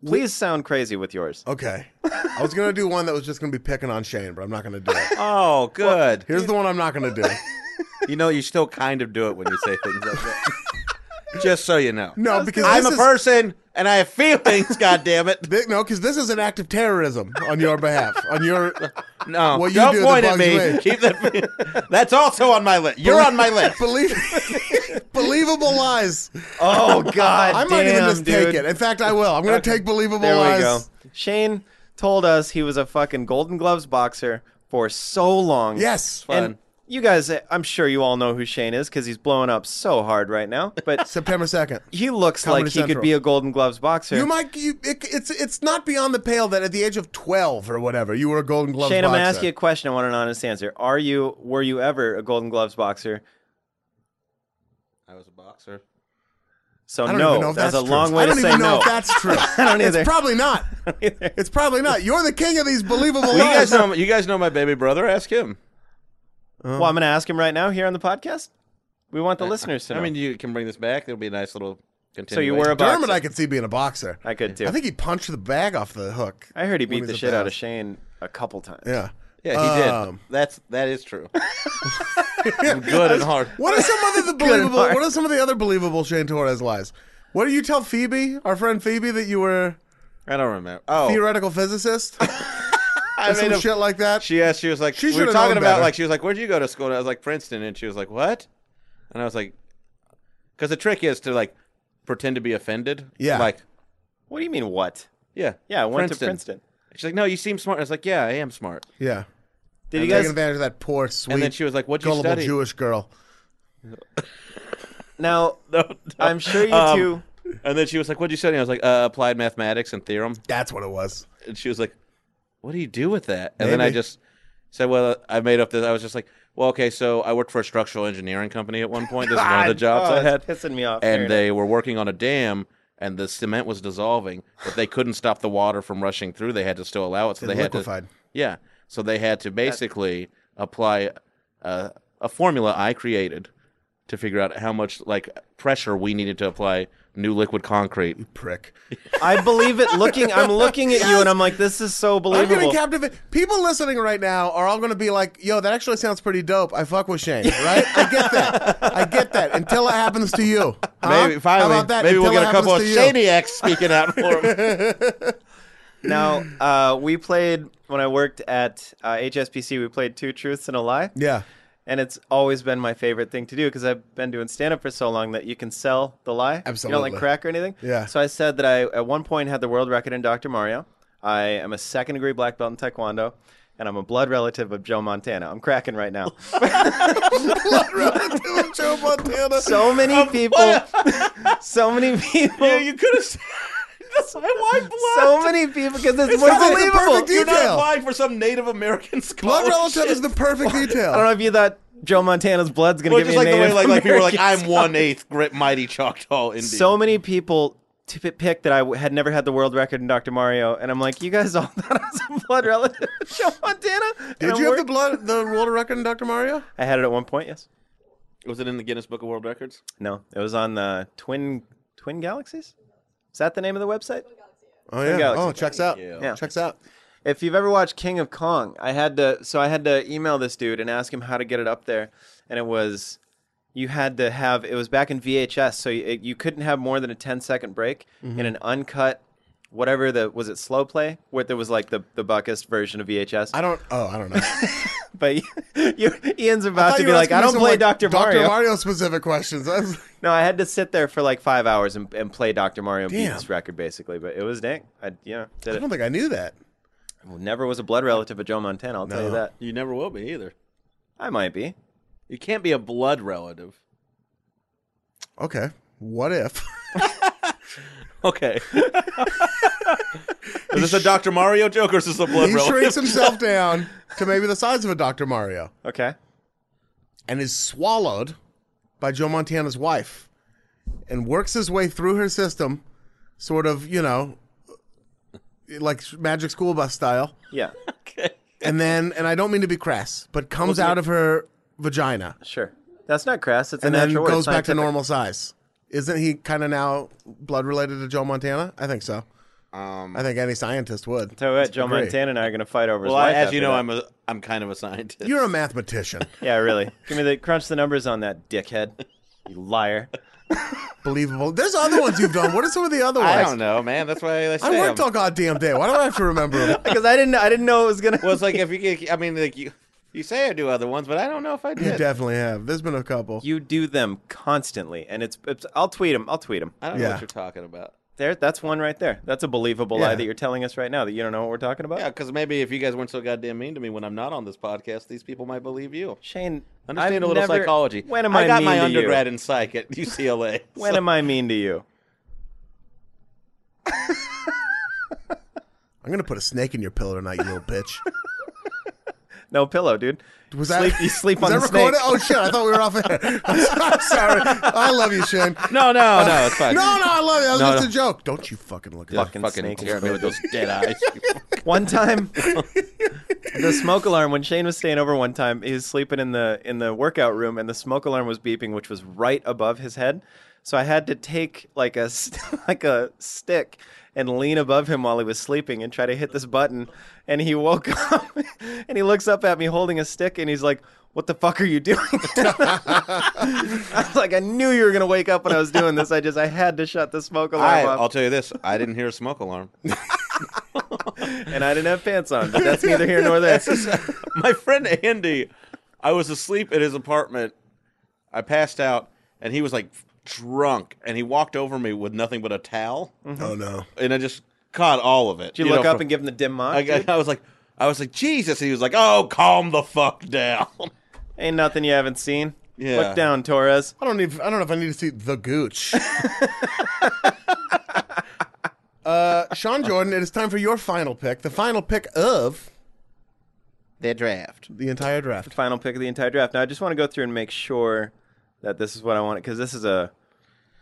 Speaker 4: Please sound crazy with yours.
Speaker 1: okay. I was gonna do one that was just gonna be picking on Shane, but I'm not gonna do it.
Speaker 3: oh, good.
Speaker 1: Here's the one I'm not gonna do.
Speaker 3: you know, you still kind of do it when you say things like that. Just so you know.
Speaker 1: No, because
Speaker 3: I'm a
Speaker 1: this is-
Speaker 3: person and I have feelings. God damn it.
Speaker 1: Thi- no, because this is an act of terrorism on your behalf. On your
Speaker 3: No,
Speaker 1: What you
Speaker 3: don't
Speaker 1: do that
Speaker 3: point at
Speaker 1: bugs
Speaker 3: me.
Speaker 1: me.
Speaker 3: Keep that. That's also on my list. You're on my list.
Speaker 1: Believe, believable lies.
Speaker 4: Oh, God.
Speaker 1: I might even
Speaker 4: damn,
Speaker 1: just
Speaker 4: dude.
Speaker 1: take it. In fact, I will. I'm going to take believable
Speaker 4: There
Speaker 1: lies.
Speaker 4: we go. Shane told us he was a fucking Golden Gloves boxer for so long.
Speaker 1: Yes.
Speaker 4: And you guys, I'm sure you all know who Shane is because he's blowing up so hard right now. But
Speaker 1: September second.
Speaker 4: he looks
Speaker 1: Comedy
Speaker 4: like he
Speaker 1: Central.
Speaker 4: could be a Golden Gloves boxer.
Speaker 1: You might. You, it, it's it's not beyond the pale that at the age of twelve or whatever you were a Golden Glove.
Speaker 4: Shane, I'm
Speaker 1: boxer.
Speaker 4: gonna ask you a question. I want an honest answer. Are you? Were you ever a Golden Gloves boxer?
Speaker 3: I was a boxer.
Speaker 4: So
Speaker 1: I don't
Speaker 4: no,
Speaker 1: even know if
Speaker 4: that's,
Speaker 1: that's
Speaker 4: a long
Speaker 1: true.
Speaker 4: way
Speaker 1: I don't
Speaker 4: to
Speaker 1: even
Speaker 4: say
Speaker 1: know
Speaker 4: no.
Speaker 1: if that's true.
Speaker 4: I don't either.
Speaker 1: It's probably not. It's probably not. You're the king of these believable
Speaker 3: Well, you
Speaker 1: lies.
Speaker 3: guys know. You guys know my baby brother. Ask him.
Speaker 4: Well, I'm going to ask him right now here on the podcast. We want the listeners to know.
Speaker 3: I mean, you can bring this back. It'll be a nice little.
Speaker 4: so you were a boxer.
Speaker 1: Dermot, I could see being a boxer.
Speaker 4: I could too.
Speaker 1: I think he punched the bag off the hook.
Speaker 4: I heard he beat
Speaker 1: when
Speaker 4: the
Speaker 1: was a
Speaker 4: shit out of
Speaker 1: bass.
Speaker 4: Shane a couple times.
Speaker 1: Yeah.
Speaker 3: Yeah, he
Speaker 1: Um,
Speaker 3: did. That's that is true. I'm good and hard.
Speaker 1: What are some other the believable?
Speaker 4: heart.
Speaker 1: What are some of the other believable Shane Torres lies? What did you tell Phoebe, our friend Phoebe, that you were
Speaker 3: I don't remember. Oh,
Speaker 1: theoretical physicist?
Speaker 3: I
Speaker 1: or some
Speaker 3: made a,
Speaker 1: shit like that.
Speaker 3: She asked. She was like,
Speaker 1: She
Speaker 3: we were
Speaker 1: should've
Speaker 3: talking
Speaker 1: known
Speaker 3: about
Speaker 1: better.
Speaker 3: like she was like, where'd you go to school? And I was like, Princeton. And she was like, what? And I was like, because the trick is to like pretend to be offended.
Speaker 1: Yeah.
Speaker 3: Like,
Speaker 4: What do you mean what?
Speaker 3: yeah,
Speaker 4: Yeah, I went to Princeton.
Speaker 3: She's like, no, you seem smart. I was like, yeah, I am smart.
Speaker 1: yeah.
Speaker 4: Did
Speaker 1: I'm
Speaker 4: you guys
Speaker 1: taking advantage of that poor, sweet,
Speaker 3: And then she was like, what'd you
Speaker 1: gullible
Speaker 3: study?
Speaker 1: Jewish girl.
Speaker 4: now? I'm sure you
Speaker 3: Um,
Speaker 4: two.
Speaker 3: And then she was like, what'd you study? I was like, uh, applied mathematics and theorem.
Speaker 1: That's what it was.
Speaker 3: And she was like, what do you do with that? And then I
Speaker 1: Maybe.
Speaker 3: just said, well, I made up this. I was just like, well, okay, so I worked for a structural engineering company at one point. This is one of the jobs
Speaker 4: oh,
Speaker 3: I had.
Speaker 4: that's pissing me off. Fair
Speaker 3: and they were working on a dam and the cement was dissolving but they couldn't stop the water from rushing through they had to still allow it so
Speaker 1: It
Speaker 3: they
Speaker 1: liquefied.
Speaker 3: had to yeah so they had to basically apply uh, a formula i created to figure out how much like pressure we needed to apply new liquid concrete
Speaker 1: Prick.
Speaker 4: I believe it. Looking, I'm looking at you, and I'm like, this is so
Speaker 1: I'm getting
Speaker 4: believable.
Speaker 1: captivated. People listening right now are all going to be like, "Yo, that actually sounds pretty dope." I fuck with Shane, right? I get that. I get that. Until it happens to you, huh?
Speaker 3: maybe finally
Speaker 1: Uh-huh. How about that?
Speaker 3: maybe we'll
Speaker 1: Until
Speaker 3: get
Speaker 1: it
Speaker 3: a couple of
Speaker 1: happens to you.
Speaker 3: shaniacs speaking out for him
Speaker 4: now, uh, we played when I worked at uh, HSBC. We played two truths and a lie.
Speaker 1: Yeah.
Speaker 4: and it's always been my favorite thing to do because I've been doing stand up for so long that you can sell the lie. You don't
Speaker 1: Absolutely.
Speaker 4: like crack or anything.
Speaker 1: Yeah.
Speaker 4: So I said that I at one point had the world record in Dr. Mario. I am a second degree black belt in Taekwondo. and I'm a blood relative of Joe Montana. I'm cracking right now.
Speaker 1: Relative Joe Montana.
Speaker 4: So many people, so many people,
Speaker 3: Yeah, you could have said. That's why why blood?
Speaker 4: so many people, because it's, more
Speaker 1: not like the
Speaker 4: believable.
Speaker 1: perfect
Speaker 3: You're not
Speaker 1: detail.
Speaker 3: applying for some Native American scholarship.
Speaker 1: Blood relative is the perfect
Speaker 4: I don't
Speaker 1: detail.
Speaker 4: know if you thought Joe Montana's blood's gonna
Speaker 3: Well,
Speaker 4: give
Speaker 3: just
Speaker 4: me a
Speaker 3: like the way
Speaker 4: Native
Speaker 3: like, like people were like,
Speaker 4: American
Speaker 3: I'm one eighth grit mighty Choctaw Indian.
Speaker 4: so many people to p- pick that I w- had never had the world record in Dr. Mario, and I'm like, you guys all thought I was a blood relative of Joe Montana. And
Speaker 1: Did
Speaker 4: I'm
Speaker 1: you have the
Speaker 4: worried-
Speaker 1: blood, the world record in Dr. Mario?
Speaker 4: I had it at one point. Yes.
Speaker 3: was it in the Guinness Book of World Records?
Speaker 4: No, it was on the Twin Twin Galaxies. Is that the name of the website?
Speaker 1: Oh
Speaker 4: Twin Galaxy.
Speaker 1: Oh, checks out.
Speaker 4: Yeah.
Speaker 1: Checks out.
Speaker 4: If you've ever watched King of Kong, I had to so I had to email this dude and ask him how to get it up there, and it was you had to have it was back in VHS, so you, you couldn't have more than a 10 second break
Speaker 1: Mm-hmm.
Speaker 4: in an uncut whatever the was it slow play where there was like the the buckest version of VHS.
Speaker 1: I don't. Oh, I don't know. I
Speaker 4: but you, you, Ian's about
Speaker 1: thought
Speaker 4: to
Speaker 1: you
Speaker 4: be
Speaker 1: were
Speaker 4: like,
Speaker 1: asking
Speaker 4: I
Speaker 1: me
Speaker 4: don't
Speaker 1: some,
Speaker 4: play
Speaker 1: like,
Speaker 4: Dr. Mario.
Speaker 1: Dr. Mario specific questions. I was like,
Speaker 4: No, I had to sit there for like five hours and, and play Dr. Mario and beat
Speaker 1: Damn.
Speaker 4: this record basically, but it was dang. I you know
Speaker 1: I
Speaker 4: did
Speaker 1: don't
Speaker 4: it.
Speaker 1: think I knew that.
Speaker 4: Never was a blood relative of Joe Montana. I'll tell you
Speaker 1: No.
Speaker 4: that.
Speaker 3: You never will be either.
Speaker 4: I might be.
Speaker 3: You can't be a blood relative.
Speaker 1: Okay. What if?
Speaker 3: Okay. is this a Dr. Mario joke or is this a blood
Speaker 1: he
Speaker 3: relative?
Speaker 1: shrinks himself down to maybe the size of a Dr. Mario
Speaker 4: Okay.
Speaker 1: and is swallowed by Joe Montana's wife and works his way through her system, sort of, you know, like Magic School Bus style.
Speaker 4: Yeah.
Speaker 1: And then, and I don't mean to be crass, but comes out of her vagina
Speaker 4: Sure. That's not crass. It's a
Speaker 1: and then
Speaker 4: natural word.
Speaker 1: goes
Speaker 4: It's
Speaker 1: back to
Speaker 4: scientific.
Speaker 1: normal size. Isn't he kind of now blood related to Joe Montana? I think so.
Speaker 3: Um,
Speaker 1: I think any scientist would.
Speaker 4: So what? Joe
Speaker 1: Agree.
Speaker 4: Montana and I are going to fight over his
Speaker 3: well, I,
Speaker 4: life.
Speaker 3: as you
Speaker 4: after
Speaker 3: know,
Speaker 4: that.
Speaker 3: I'm a I'm kind of a scientist.
Speaker 1: You're a mathematician.
Speaker 4: Yeah, really. Give me the crunch the numbers on that dickhead. You liar.
Speaker 1: Believable. There's other ones you've done. What are some of the other ones?
Speaker 3: I don't know, man. That's why I say
Speaker 1: I worked
Speaker 3: I'm-
Speaker 1: all goddamn day. Why do I have to remember them?
Speaker 4: Because I didn't I didn't know it was going to
Speaker 3: Well, it's like if you, get- I mean, like you, you say I do other ones, but I don't know if I
Speaker 1: You
Speaker 3: did.
Speaker 1: definitely have. There's been a couple.
Speaker 4: You do them constantly and it's, it's I'll tweet them. I'll tweet them.
Speaker 3: I don't know
Speaker 1: Yeah.
Speaker 3: what you're talking about.
Speaker 4: There that's one right there. That's a believable lie
Speaker 1: Yeah.
Speaker 4: that you're telling us right now that you don't know what we're talking about.
Speaker 3: Yeah, because maybe if you guys weren't so goddamn mean to me when I'm not on this podcast, these people might believe you.
Speaker 4: Shane,
Speaker 3: Understand
Speaker 4: I've
Speaker 3: a little
Speaker 4: never-
Speaker 3: psychology.
Speaker 4: When am I,
Speaker 3: I got
Speaker 4: mean
Speaker 3: my
Speaker 4: to
Speaker 3: undergrad
Speaker 4: You?
Speaker 3: in psych at UCLA.
Speaker 4: When
Speaker 3: so-
Speaker 4: am I mean to you?
Speaker 1: I'm gonna put a snake in your pillow tonight, you little bitch.
Speaker 4: No pillow, dude.
Speaker 1: Was
Speaker 4: Sleep-
Speaker 1: that
Speaker 4: you sleep
Speaker 1: was
Speaker 4: on
Speaker 1: that
Speaker 4: the snake.
Speaker 1: recorded? Oh shit! I thought we were off air. I'm sorry. I love you, Shane.
Speaker 3: No, no, no, it's fine.
Speaker 1: No, no, I love you. That was
Speaker 3: No,
Speaker 1: just
Speaker 3: no.
Speaker 1: a joke. Don't you fucking look at
Speaker 4: Fucking
Speaker 3: fucking
Speaker 4: snake
Speaker 3: glare at me with those dead eyes.
Speaker 4: One time, the smoke alarm. When Shane was staying over one time, he was sleeping in the in the workout room, and the smoke alarm was beeping, which was right above his head. So I had to take like a s- like a stick and lean above him while he was sleeping and try to hit this button. And he woke up, and he looks up at me holding a stick, and he's like. What the fuck are you doing? I was like, I knew you were gonna wake up when I was doing this. I just, I had to shut the smoke alarm
Speaker 3: I,
Speaker 4: off,
Speaker 3: I'll tell you this: I didn't hear a smoke alarm.
Speaker 4: and I didn't have pants on. But that's neither here nor there.
Speaker 3: That's just- my friend Andy. I was asleep at his apartment. I passed out, and he was like drunk, and he walked over me with nothing but a towel,
Speaker 1: me. Oh no.
Speaker 3: and I just caught all of it.
Speaker 4: Mm-hmm. Did you, look
Speaker 3: know,
Speaker 4: up
Speaker 3: from-
Speaker 4: and give him the dim mock?
Speaker 3: I,
Speaker 4: dude?
Speaker 3: I was like, I was like, Jesus. And he was like, Oh, calm the fuck down.
Speaker 4: Ain't nothing you haven't seen.
Speaker 3: Yeah.
Speaker 4: Look down, Torres.
Speaker 1: I don't even. I don't know if I need to see the gooch. uh, Sean Jordan, it is time for your final pick. The final pick of
Speaker 3: The draft.
Speaker 1: the entire draft.
Speaker 4: Final pick of the entire draft. Now I just want to go through and make sure that this is what I want because this is a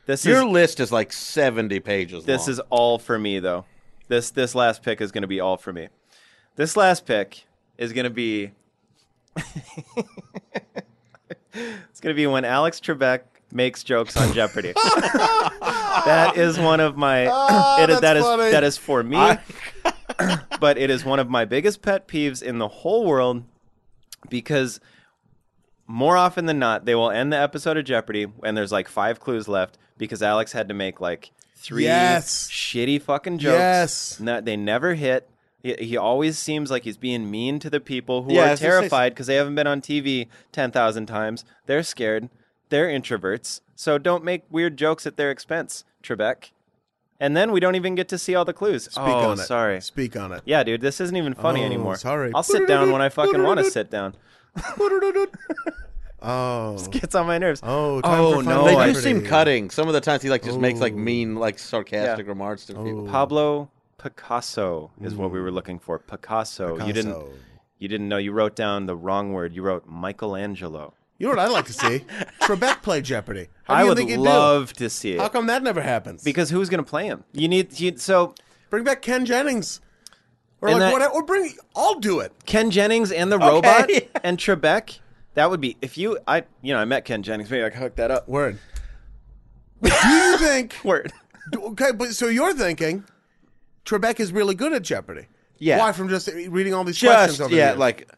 Speaker 4: this
Speaker 3: Your
Speaker 4: is
Speaker 3: list is like seventy pages.
Speaker 4: this
Speaker 3: long.
Speaker 4: is all for me though. This this last pick is going to be all for me. This last pick is going to be It's going to be when Alex Trebek makes jokes on Jeopardy. that is one of my
Speaker 1: Ah,
Speaker 4: it is- that
Speaker 1: that's
Speaker 4: is
Speaker 1: funny.
Speaker 4: that is for me.
Speaker 3: I-
Speaker 4: but it is one of my biggest pet peeves in the whole world because more often than not, they will end the episode of Jeopardy and there's like five clues left because Alex had to make like three
Speaker 1: Yes.
Speaker 4: shitty fucking jokes.
Speaker 1: Yes.
Speaker 4: No, they never hit. He, he always seems like he's being mean to the people who
Speaker 3: Yeah, I
Speaker 4: are
Speaker 3: was gonna say-
Speaker 4: terrified because they haven't been on TV 10,000 times. They're scared. They're introverts. So don't make weird jokes at their expense, Trebek. And then we don't even get to see all the clues.
Speaker 1: Speak
Speaker 4: oh,
Speaker 1: on it.
Speaker 4: sorry.
Speaker 1: Speak on it.
Speaker 4: Yeah, dude, this isn't even funny
Speaker 1: Oh,
Speaker 4: anymore.
Speaker 1: sorry.
Speaker 4: I'll sit down when I fucking want to sit down.
Speaker 1: Oh.
Speaker 4: Gets on my nerves.
Speaker 1: Oh, time
Speaker 4: Oh,
Speaker 1: for
Speaker 4: no,
Speaker 3: they
Speaker 4: I-
Speaker 3: do seem cutting. Some of the times he like just makes like
Speaker 1: Ooh.
Speaker 3: mean, like sarcastic
Speaker 4: Yeah.
Speaker 3: remarks to people.
Speaker 4: Pablo Picasso is what we were looking for. Picasso. You didn't
Speaker 1: Mm. Picasso.
Speaker 4: you didn't know you wrote down the wrong word. You wrote Michelangelo.
Speaker 1: You know what I'd like to see? Trebek play Jeopardy. How do
Speaker 4: I
Speaker 1: you
Speaker 4: would
Speaker 1: think he'd do?
Speaker 4: love to see
Speaker 1: How
Speaker 4: it.
Speaker 1: come that never happens?
Speaker 4: Because who's going to play him? You need you, so
Speaker 1: bring back Ken Jennings, or like
Speaker 4: And that-
Speaker 1: what? Or bring. I'll do it.
Speaker 4: Ken Jennings and the robot and Trebek. That would be if you I you know I met Ken Jennings maybe I could hook that up.
Speaker 1: Word. But do you think?
Speaker 4: Word.
Speaker 1: do- Okay, but so you're thinking Trebek is really good at Jeopardy.
Speaker 3: Yeah.
Speaker 1: Why from just reading all these questions
Speaker 3: Just
Speaker 1: over the
Speaker 3: yeah,
Speaker 1: years?
Speaker 3: like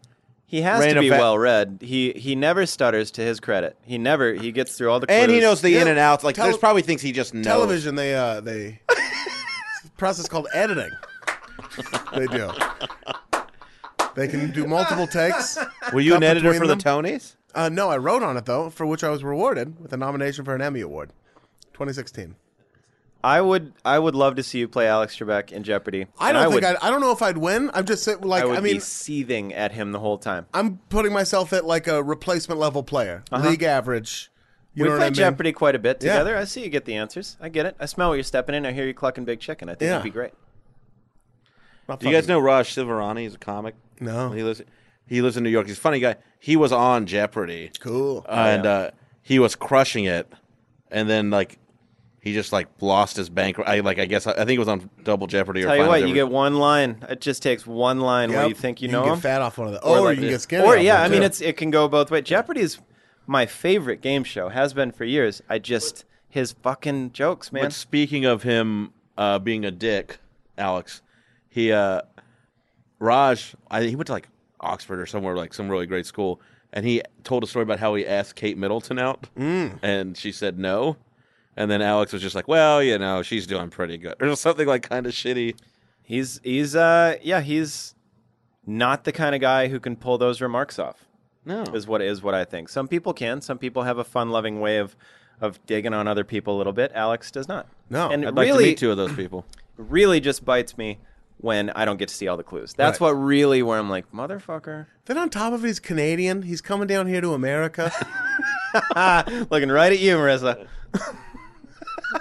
Speaker 4: He has
Speaker 3: Rain
Speaker 4: to be
Speaker 3: effect-
Speaker 4: well read. He he never stutters to his credit. He never he gets through all the
Speaker 3: and he
Speaker 4: clues.
Speaker 3: knows the
Speaker 1: Yeah.
Speaker 3: in and outs. Like
Speaker 1: Tele-
Speaker 3: there's probably things he just knows.
Speaker 1: television they uh they it's a process called editing they do they can do multiple takes
Speaker 3: Were you an
Speaker 1: Cut
Speaker 3: editor
Speaker 1: between
Speaker 3: for the
Speaker 1: them?
Speaker 3: Tonys?
Speaker 1: uh, no i wrote on it though for which i was rewarded with a nomination for an emmy award 2016
Speaker 4: I would I would love to see you play Alex Trebek in Jeopardy.
Speaker 1: i
Speaker 4: And
Speaker 1: don't think
Speaker 4: would,
Speaker 1: I'd, i don't know if i'd win i'm just saying, like
Speaker 4: I would
Speaker 1: i mean
Speaker 4: be seething at him the whole time.
Speaker 1: i'm putting myself at like a replacement level player league average you
Speaker 4: Uh-huh. we
Speaker 1: know
Speaker 4: play
Speaker 1: what I mean?
Speaker 4: Jeopardy quite a bit
Speaker 1: Yeah.
Speaker 4: together. I see you get the answers. I get it. I smell what you're stepping in. I hear you clucking big chicken. I think
Speaker 1: Yeah.
Speaker 4: it'd be great.
Speaker 1: Not
Speaker 3: Do you guys
Speaker 1: fucking-
Speaker 3: know Raj Silverani? He's a comic.
Speaker 1: No.
Speaker 3: he lives. He lives in New York. He's a funny guy. He was on Jeopardy,
Speaker 1: cool
Speaker 4: Oh,
Speaker 3: and uh, he was crushing it. And then like, he just like lost his bank. I like. I guess I, think it was on Double Jeopardy. Or
Speaker 4: Tell you
Speaker 3: Final
Speaker 4: what, you
Speaker 3: Jeopardy.
Speaker 4: get one line. It just takes one line where
Speaker 1: Yep.
Speaker 4: you think you,
Speaker 1: can
Speaker 4: know
Speaker 1: get
Speaker 4: him.
Speaker 1: fat off one of the or,
Speaker 3: like
Speaker 1: you can
Speaker 3: this.
Speaker 1: get skinny
Speaker 4: Or
Speaker 1: off
Speaker 4: yeah,
Speaker 1: one,
Speaker 4: I mean
Speaker 1: too.
Speaker 4: it's it can go both ways. Jeopardy's my favorite game show. Has been for years. I just his fucking jokes, man.
Speaker 3: But speaking of him uh, being a dick, Alex, he uh, Raj, I, he went to like Oxford or somewhere like some really great school, and he told a story about how he asked Kate Middleton out,
Speaker 4: Mm.
Speaker 3: and she said no, and then Alex was just like, well, you know, she's doing pretty good, or something like kind of shitty.
Speaker 4: He's he's uh yeah, he's not the kind of guy who can pull those remarks off.
Speaker 3: No,
Speaker 4: Is what is what I think. Some people can. Some people have a fun-loving way of of digging on other people a little bit. Alex does not.
Speaker 1: No.
Speaker 4: and
Speaker 3: I'd
Speaker 4: it
Speaker 3: like
Speaker 4: really
Speaker 3: to meet two of those people.
Speaker 4: really just bites me when I don't get to see all the clues. That's
Speaker 1: Right.
Speaker 4: what really where I'm like, motherfucker,
Speaker 1: then on top of it he's canadian he's coming down here to america
Speaker 4: Ah, looking right at you, Marissa.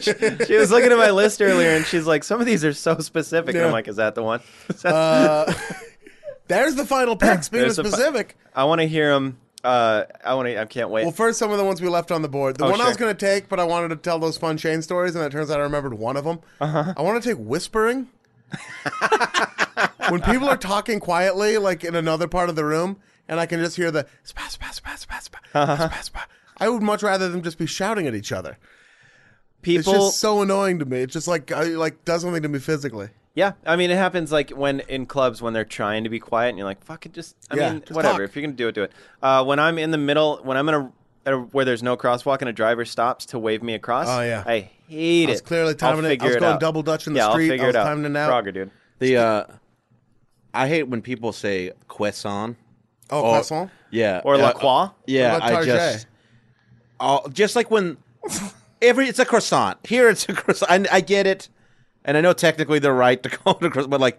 Speaker 4: she, she was looking at my list earlier, and she's like, "Some of these are so specific." And
Speaker 1: Yeah.
Speaker 4: I'm like, "Is that the one?"
Speaker 1: Uh, there's the final picks being
Speaker 4: There's the fi-
Speaker 1: specific.
Speaker 4: I want to hear him. Uh, I want to. I can't wait.
Speaker 1: well, first, some of the ones we left on the board. The
Speaker 4: Oh,
Speaker 1: one I
Speaker 4: sure.
Speaker 1: was going to take, but I wanted to tell those fun chain stories, and it turns out I remembered one of them. Uh-huh. I want to take whispering. when people are talking quietly, like in another part of the room, and I can just hear the spa, spa, spa, spa, spa,
Speaker 4: Uh-huh.
Speaker 1: spa, spa. I would much rather them just be shouting at each other. It's
Speaker 4: People,
Speaker 1: just so annoying to me. It just like I, like does something to me physically.
Speaker 4: yeah. I mean, it happens like when in clubs when they're trying to be quiet, and you're like, "Fuck it, just." I
Speaker 1: Yeah,
Speaker 4: mean,
Speaker 1: just
Speaker 4: whatever.
Speaker 1: talk.
Speaker 4: If you're gonna do it, do it. Uh, when I'm in the middle, when I'm in a, at a where there's no crosswalk and a driver stops to wave me across,
Speaker 1: Oh, yeah.
Speaker 4: I hate it.
Speaker 1: I was clearly timing
Speaker 4: I'll
Speaker 1: it. I
Speaker 4: figure
Speaker 1: was
Speaker 4: it
Speaker 1: going
Speaker 4: out.
Speaker 1: double dutch in the
Speaker 4: yeah,
Speaker 1: street.
Speaker 4: I'll figure
Speaker 1: I was
Speaker 4: it out.
Speaker 1: timing it out.
Speaker 4: Frogger, dude.
Speaker 3: The uh, I hate when people say croissant.
Speaker 1: Oh,
Speaker 3: Or-
Speaker 1: croissant.
Speaker 3: Yeah,
Speaker 4: Or La
Speaker 3: uh,
Speaker 4: Croix.
Speaker 3: Yeah,
Speaker 1: What about
Speaker 3: I
Speaker 1: Tarjay?
Speaker 3: just, all, just like when every it's a croissant. Here it's a croissant. I, I get it, and I know technically they're right to call it a croissant, but like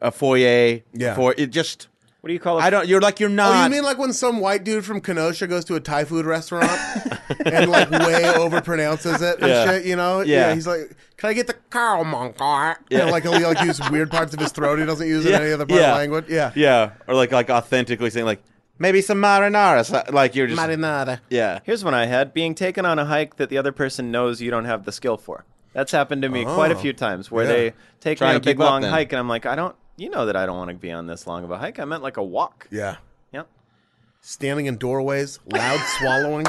Speaker 3: a foyer,
Speaker 1: Yeah.
Speaker 3: for it just.
Speaker 4: What do you call it?
Speaker 3: I don't. You're like you're not.
Speaker 1: Oh, you mean like when some white dude from Kenosha goes to a Thai food restaurant and like way overpronounces it and
Speaker 3: Yeah.
Speaker 1: shit, you know?
Speaker 3: Yeah.
Speaker 1: He's like, "Can I get the cow monkar?" Yeah. And like he'll like use weird parts of his throat he doesn't use in any other part
Speaker 3: yeah.
Speaker 1: of language. Yeah.
Speaker 3: yeah, or like like authentically saying like maybe some marinara. So, like you're just
Speaker 1: Marinara.
Speaker 3: yeah.
Speaker 4: Here's one I had being taken on a hike that the other person knows you don't have the skill for. That's happened to me quite a few times where
Speaker 1: yeah.
Speaker 4: they take
Speaker 3: Oh, Try
Speaker 4: me on a
Speaker 3: and
Speaker 4: big
Speaker 3: keep up
Speaker 4: long
Speaker 3: then.
Speaker 4: hike and I'm like, I don't, you know that I don't want to be on this long of a hike. I meant like a walk.
Speaker 1: Yeah.
Speaker 4: Yep.
Speaker 1: Standing in doorways, loud swallowing.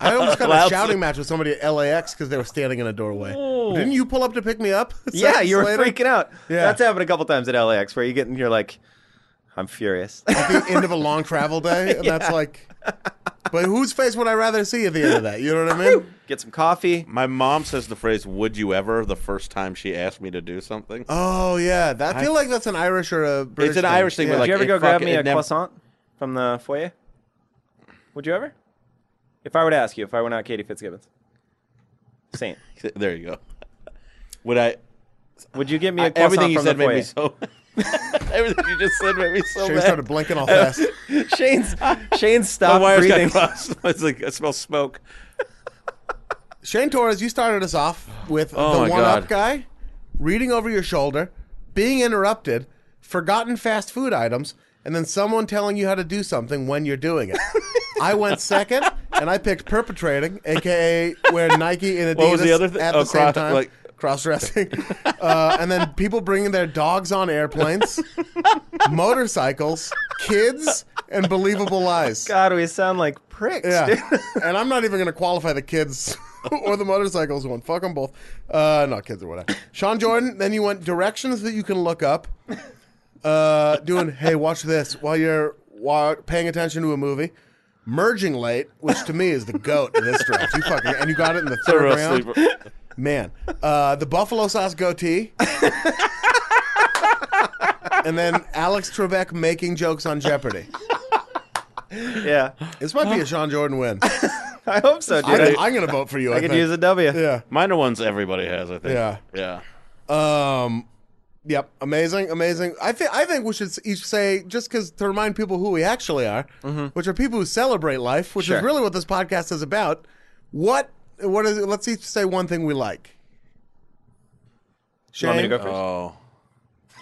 Speaker 1: I almost got
Speaker 3: Loud
Speaker 1: a shouting match with somebody at LAX because they were standing in a doorway. Didn't you pull up to pick me up?
Speaker 4: Yeah,
Speaker 1: Seconds
Speaker 4: you were
Speaker 1: later?
Speaker 4: freaking out.
Speaker 1: Yeah.
Speaker 4: That's happened a couple times at LAX where you get in, you're like, I'm furious.
Speaker 1: at the end of a long travel day, and that's like. But whose face would I rather see at the end of that? You know what I mean?
Speaker 4: get some coffee.
Speaker 3: My mom says the phrase "Would you ever?" the first time she asked me to do something.
Speaker 1: Oh yeah, that, I feel like that's an Irish or a British.
Speaker 3: an Irish thing, but,
Speaker 4: Would
Speaker 3: like,
Speaker 4: you ever
Speaker 3: it
Speaker 4: go grab
Speaker 3: fucking-
Speaker 4: me
Speaker 3: it
Speaker 4: a
Speaker 3: never-
Speaker 4: croissant from the foyer? Would you ever? If I were to ask you, if I were not Katie Fitzgibbons. Saint.
Speaker 3: There you go. Would I?
Speaker 4: Would you give me a croissant
Speaker 3: everything you
Speaker 4: from
Speaker 3: said
Speaker 4: the
Speaker 3: made me
Speaker 4: foyer?
Speaker 3: so. everything you just said made me so
Speaker 1: Shane
Speaker 3: mad.
Speaker 1: started blinking all fast.
Speaker 4: Shane's Shane
Speaker 3: My
Speaker 4: stopped
Speaker 3: wires
Speaker 4: breathing.
Speaker 3: got crossed. I was like, I smell smoke.
Speaker 1: Shane Torres, you started us off with
Speaker 3: Oh my
Speaker 1: the one
Speaker 3: God.
Speaker 1: up guy, reading over your shoulder, being interrupted, forgotten fast food items, and then someone telling you how to do something when you're doing it. I went second, and I picked perpetrating, aka wear Nike and Adidas
Speaker 3: What was the other thing?
Speaker 1: at the
Speaker 3: Oh,
Speaker 1: same
Speaker 3: cross-
Speaker 1: time.
Speaker 3: like-
Speaker 1: Cross dressing, uh, and then people bringing their dogs on airplanes, motorcycles, kids, and believable lies.
Speaker 4: God, we sound like pricks. dude.
Speaker 1: Yeah. and I'm not even going to qualify the kids or the motorcycles one. Fuck them both. Uh, not kids or whatever. Sean Jordan, then you went directions that you can look up. Uh, doing, hey, watch this while you're wa- paying attention to a movie. Merging late, which to me is the goat in this draft. You fucking, and you got it in the third
Speaker 3: Real
Speaker 1: round.
Speaker 3: sleeper.
Speaker 1: Man, uh, the buffalo sauce goatee. and then Alex Trebek making jokes on Jeopardy.
Speaker 4: Yeah.
Speaker 1: This might be a Sean Jordan win.
Speaker 4: I hope so, dude.
Speaker 1: I,
Speaker 4: I,
Speaker 1: am going to vote for you. I,
Speaker 4: I could
Speaker 1: think.
Speaker 4: use a W.
Speaker 1: Yeah.
Speaker 3: Minor ones everybody has, I think.
Speaker 1: Yeah.
Speaker 3: Yeah.
Speaker 1: Um. Yep. Amazing. Amazing. I think. I think we should s- each say just because to remind people who we actually are, which are people who celebrate life, which
Speaker 4: Mm-hmm. Sure.
Speaker 1: is really what this podcast is about. What? What is? It? Let's each say one thing we like.
Speaker 4: You want me to
Speaker 1: Shane?
Speaker 4: go first?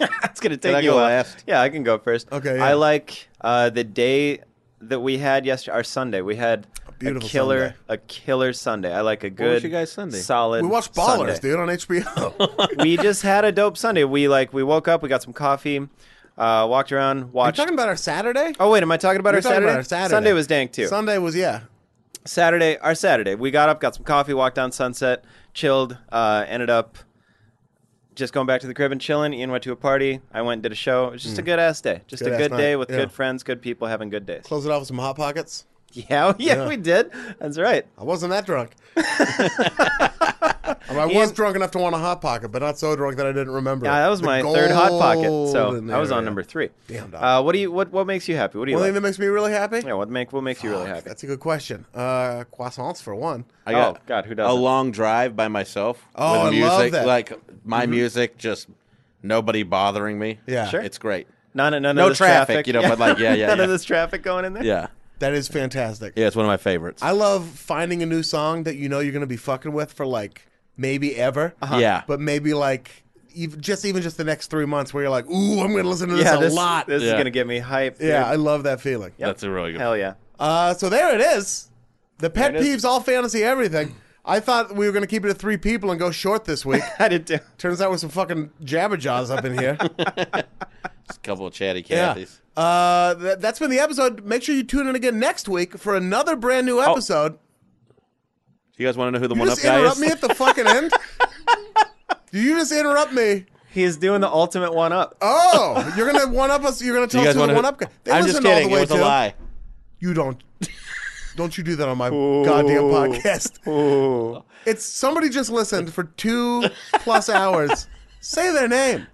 Speaker 3: Oh.
Speaker 4: It's gonna
Speaker 3: I
Speaker 4: take you
Speaker 3: go
Speaker 4: a while.
Speaker 3: last?
Speaker 4: Yeah, I can go first.
Speaker 1: Okay, yeah.
Speaker 4: I like uh, the day that we had yesterday, our Sunday. We had a,
Speaker 1: beautiful
Speaker 4: killer,
Speaker 1: Sunday.
Speaker 4: a killer Sunday. I like a good,
Speaker 3: was you guys' Sunday?
Speaker 4: solid.
Speaker 1: we watched Ballers,
Speaker 4: Sunday.
Speaker 1: dude, on HBO.
Speaker 4: we just had a dope Sunday. We like we woke up, we got some coffee, uh, walked around,
Speaker 1: Are you
Speaker 4: watched.
Speaker 1: talking about our Saturday?
Speaker 4: oh wait, am I talking about
Speaker 1: You're
Speaker 4: our
Speaker 1: talking
Speaker 4: Saturday?
Speaker 1: about our Saturday.
Speaker 4: Sunday was dank too.
Speaker 1: Sunday was yeah.
Speaker 4: Saturday, our Saturday, we got up, got some coffee, walked down Sunset, chilled, uh, ended up just going back to the crib and chilling. Ian went to a party. I went and did a show. It was just a good ass day. Just a
Speaker 1: Good-ass
Speaker 4: good
Speaker 1: night,
Speaker 4: day with
Speaker 1: yeah.
Speaker 4: good friends, good people, having good days.
Speaker 1: Close it off with some hot pockets.
Speaker 4: Yeah, yeah,
Speaker 1: Yeah.
Speaker 4: we did. That's right.
Speaker 1: I wasn't that drunk. I, mean, I was drunk enough to want a hot pocket, but not so drunk that I didn't remember.
Speaker 4: Yeah,
Speaker 1: it.
Speaker 4: that was
Speaker 1: The
Speaker 4: my third hot pocket. So
Speaker 1: golden
Speaker 4: I was on
Speaker 1: area.
Speaker 4: number three.
Speaker 1: Damn, dog.
Speaker 4: Uh, what do you? What What makes you happy? What do you
Speaker 1: One thing
Speaker 4: like?
Speaker 1: that makes me really happy.
Speaker 4: yeah, what make What makes you really
Speaker 1: Fuck,
Speaker 4: happy?
Speaker 1: That's a good question. Uh, croissants for one.
Speaker 3: I
Speaker 4: Oh,
Speaker 3: got
Speaker 4: God, who
Speaker 3: a
Speaker 4: doesn't?
Speaker 3: long drive by myself.
Speaker 1: Oh,
Speaker 3: with
Speaker 1: I
Speaker 3: music,
Speaker 1: love that.
Speaker 3: Like my music, just nobody bothering me.
Speaker 1: Yeah. Sure.
Speaker 3: it's great.
Speaker 4: None, none
Speaker 3: No
Speaker 4: of this
Speaker 3: traffic,
Speaker 4: traffic,
Speaker 3: you know, but like, yeah, yeah,
Speaker 4: none
Speaker 3: yeah.
Speaker 4: of this traffic going in there.
Speaker 3: Yeah,
Speaker 1: That is fantastic.
Speaker 3: yeah, it's one of my favorites.
Speaker 1: I love finding a new song that you know you're gonna be fucking with for like maybe ever.
Speaker 4: Uh-huh.
Speaker 3: Yeah.
Speaker 1: But maybe like even, just even just the next three months where you're like, ooh, I'm gonna listen to this
Speaker 4: yeah,
Speaker 1: a
Speaker 4: this,
Speaker 1: lot.
Speaker 4: This is
Speaker 3: Yeah.
Speaker 4: gonna get me hype. dude.
Speaker 1: yeah, I love that feeling.
Speaker 3: That's a really good.
Speaker 4: hell yeah.
Speaker 1: Uh, so there it is. The pet
Speaker 4: There it
Speaker 1: peeves,
Speaker 4: is.
Speaker 1: all fantasy, everything. I thought we were gonna keep it at three people and go short this week.
Speaker 4: I did too.
Speaker 1: Turns out we're some fucking jabber jaws up in here.
Speaker 3: It's a couple of chatty
Speaker 1: Yeah.
Speaker 3: Cathys.
Speaker 1: Uh, th- that's been the episode. Make sure you tune in again next week for another brand new episode.
Speaker 3: Do you guys want to know who the
Speaker 1: you
Speaker 3: one
Speaker 1: just
Speaker 3: Oh. up guy
Speaker 1: interrupt
Speaker 3: is?
Speaker 1: me at the fucking end? Do you just interrupt me?
Speaker 4: He's doing the ultimate one up.
Speaker 1: Oh, you're gonna one up us. You're gonna
Speaker 3: Do
Speaker 1: tell
Speaker 3: you
Speaker 1: us
Speaker 3: guys
Speaker 1: who the
Speaker 3: want to
Speaker 1: one up guy. They
Speaker 3: I'm just
Speaker 1: listen all
Speaker 3: kidding.
Speaker 1: the way
Speaker 3: it was a
Speaker 1: to.
Speaker 3: lie.
Speaker 1: You don't. Don't you do that on my goddamn podcast? It's somebody just listened for two plus hours. Say their name.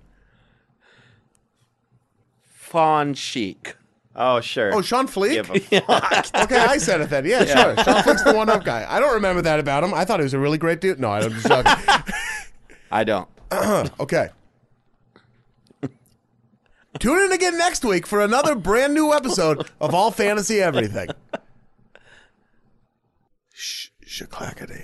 Speaker 3: Fawn chic.
Speaker 4: Oh sure.
Speaker 1: Oh, Sean Fleek.
Speaker 4: Give him.
Speaker 1: Okay, I said it then. Yeah, sure. Sean Fleek's the one up guy. I don't remember that about him. I thought he was a really great dude. No, I'm just joking.
Speaker 3: I don't.
Speaker 1: Okay. Tune in again next week for another brand new episode of All Fantasy Everything. Shh, shaklackity.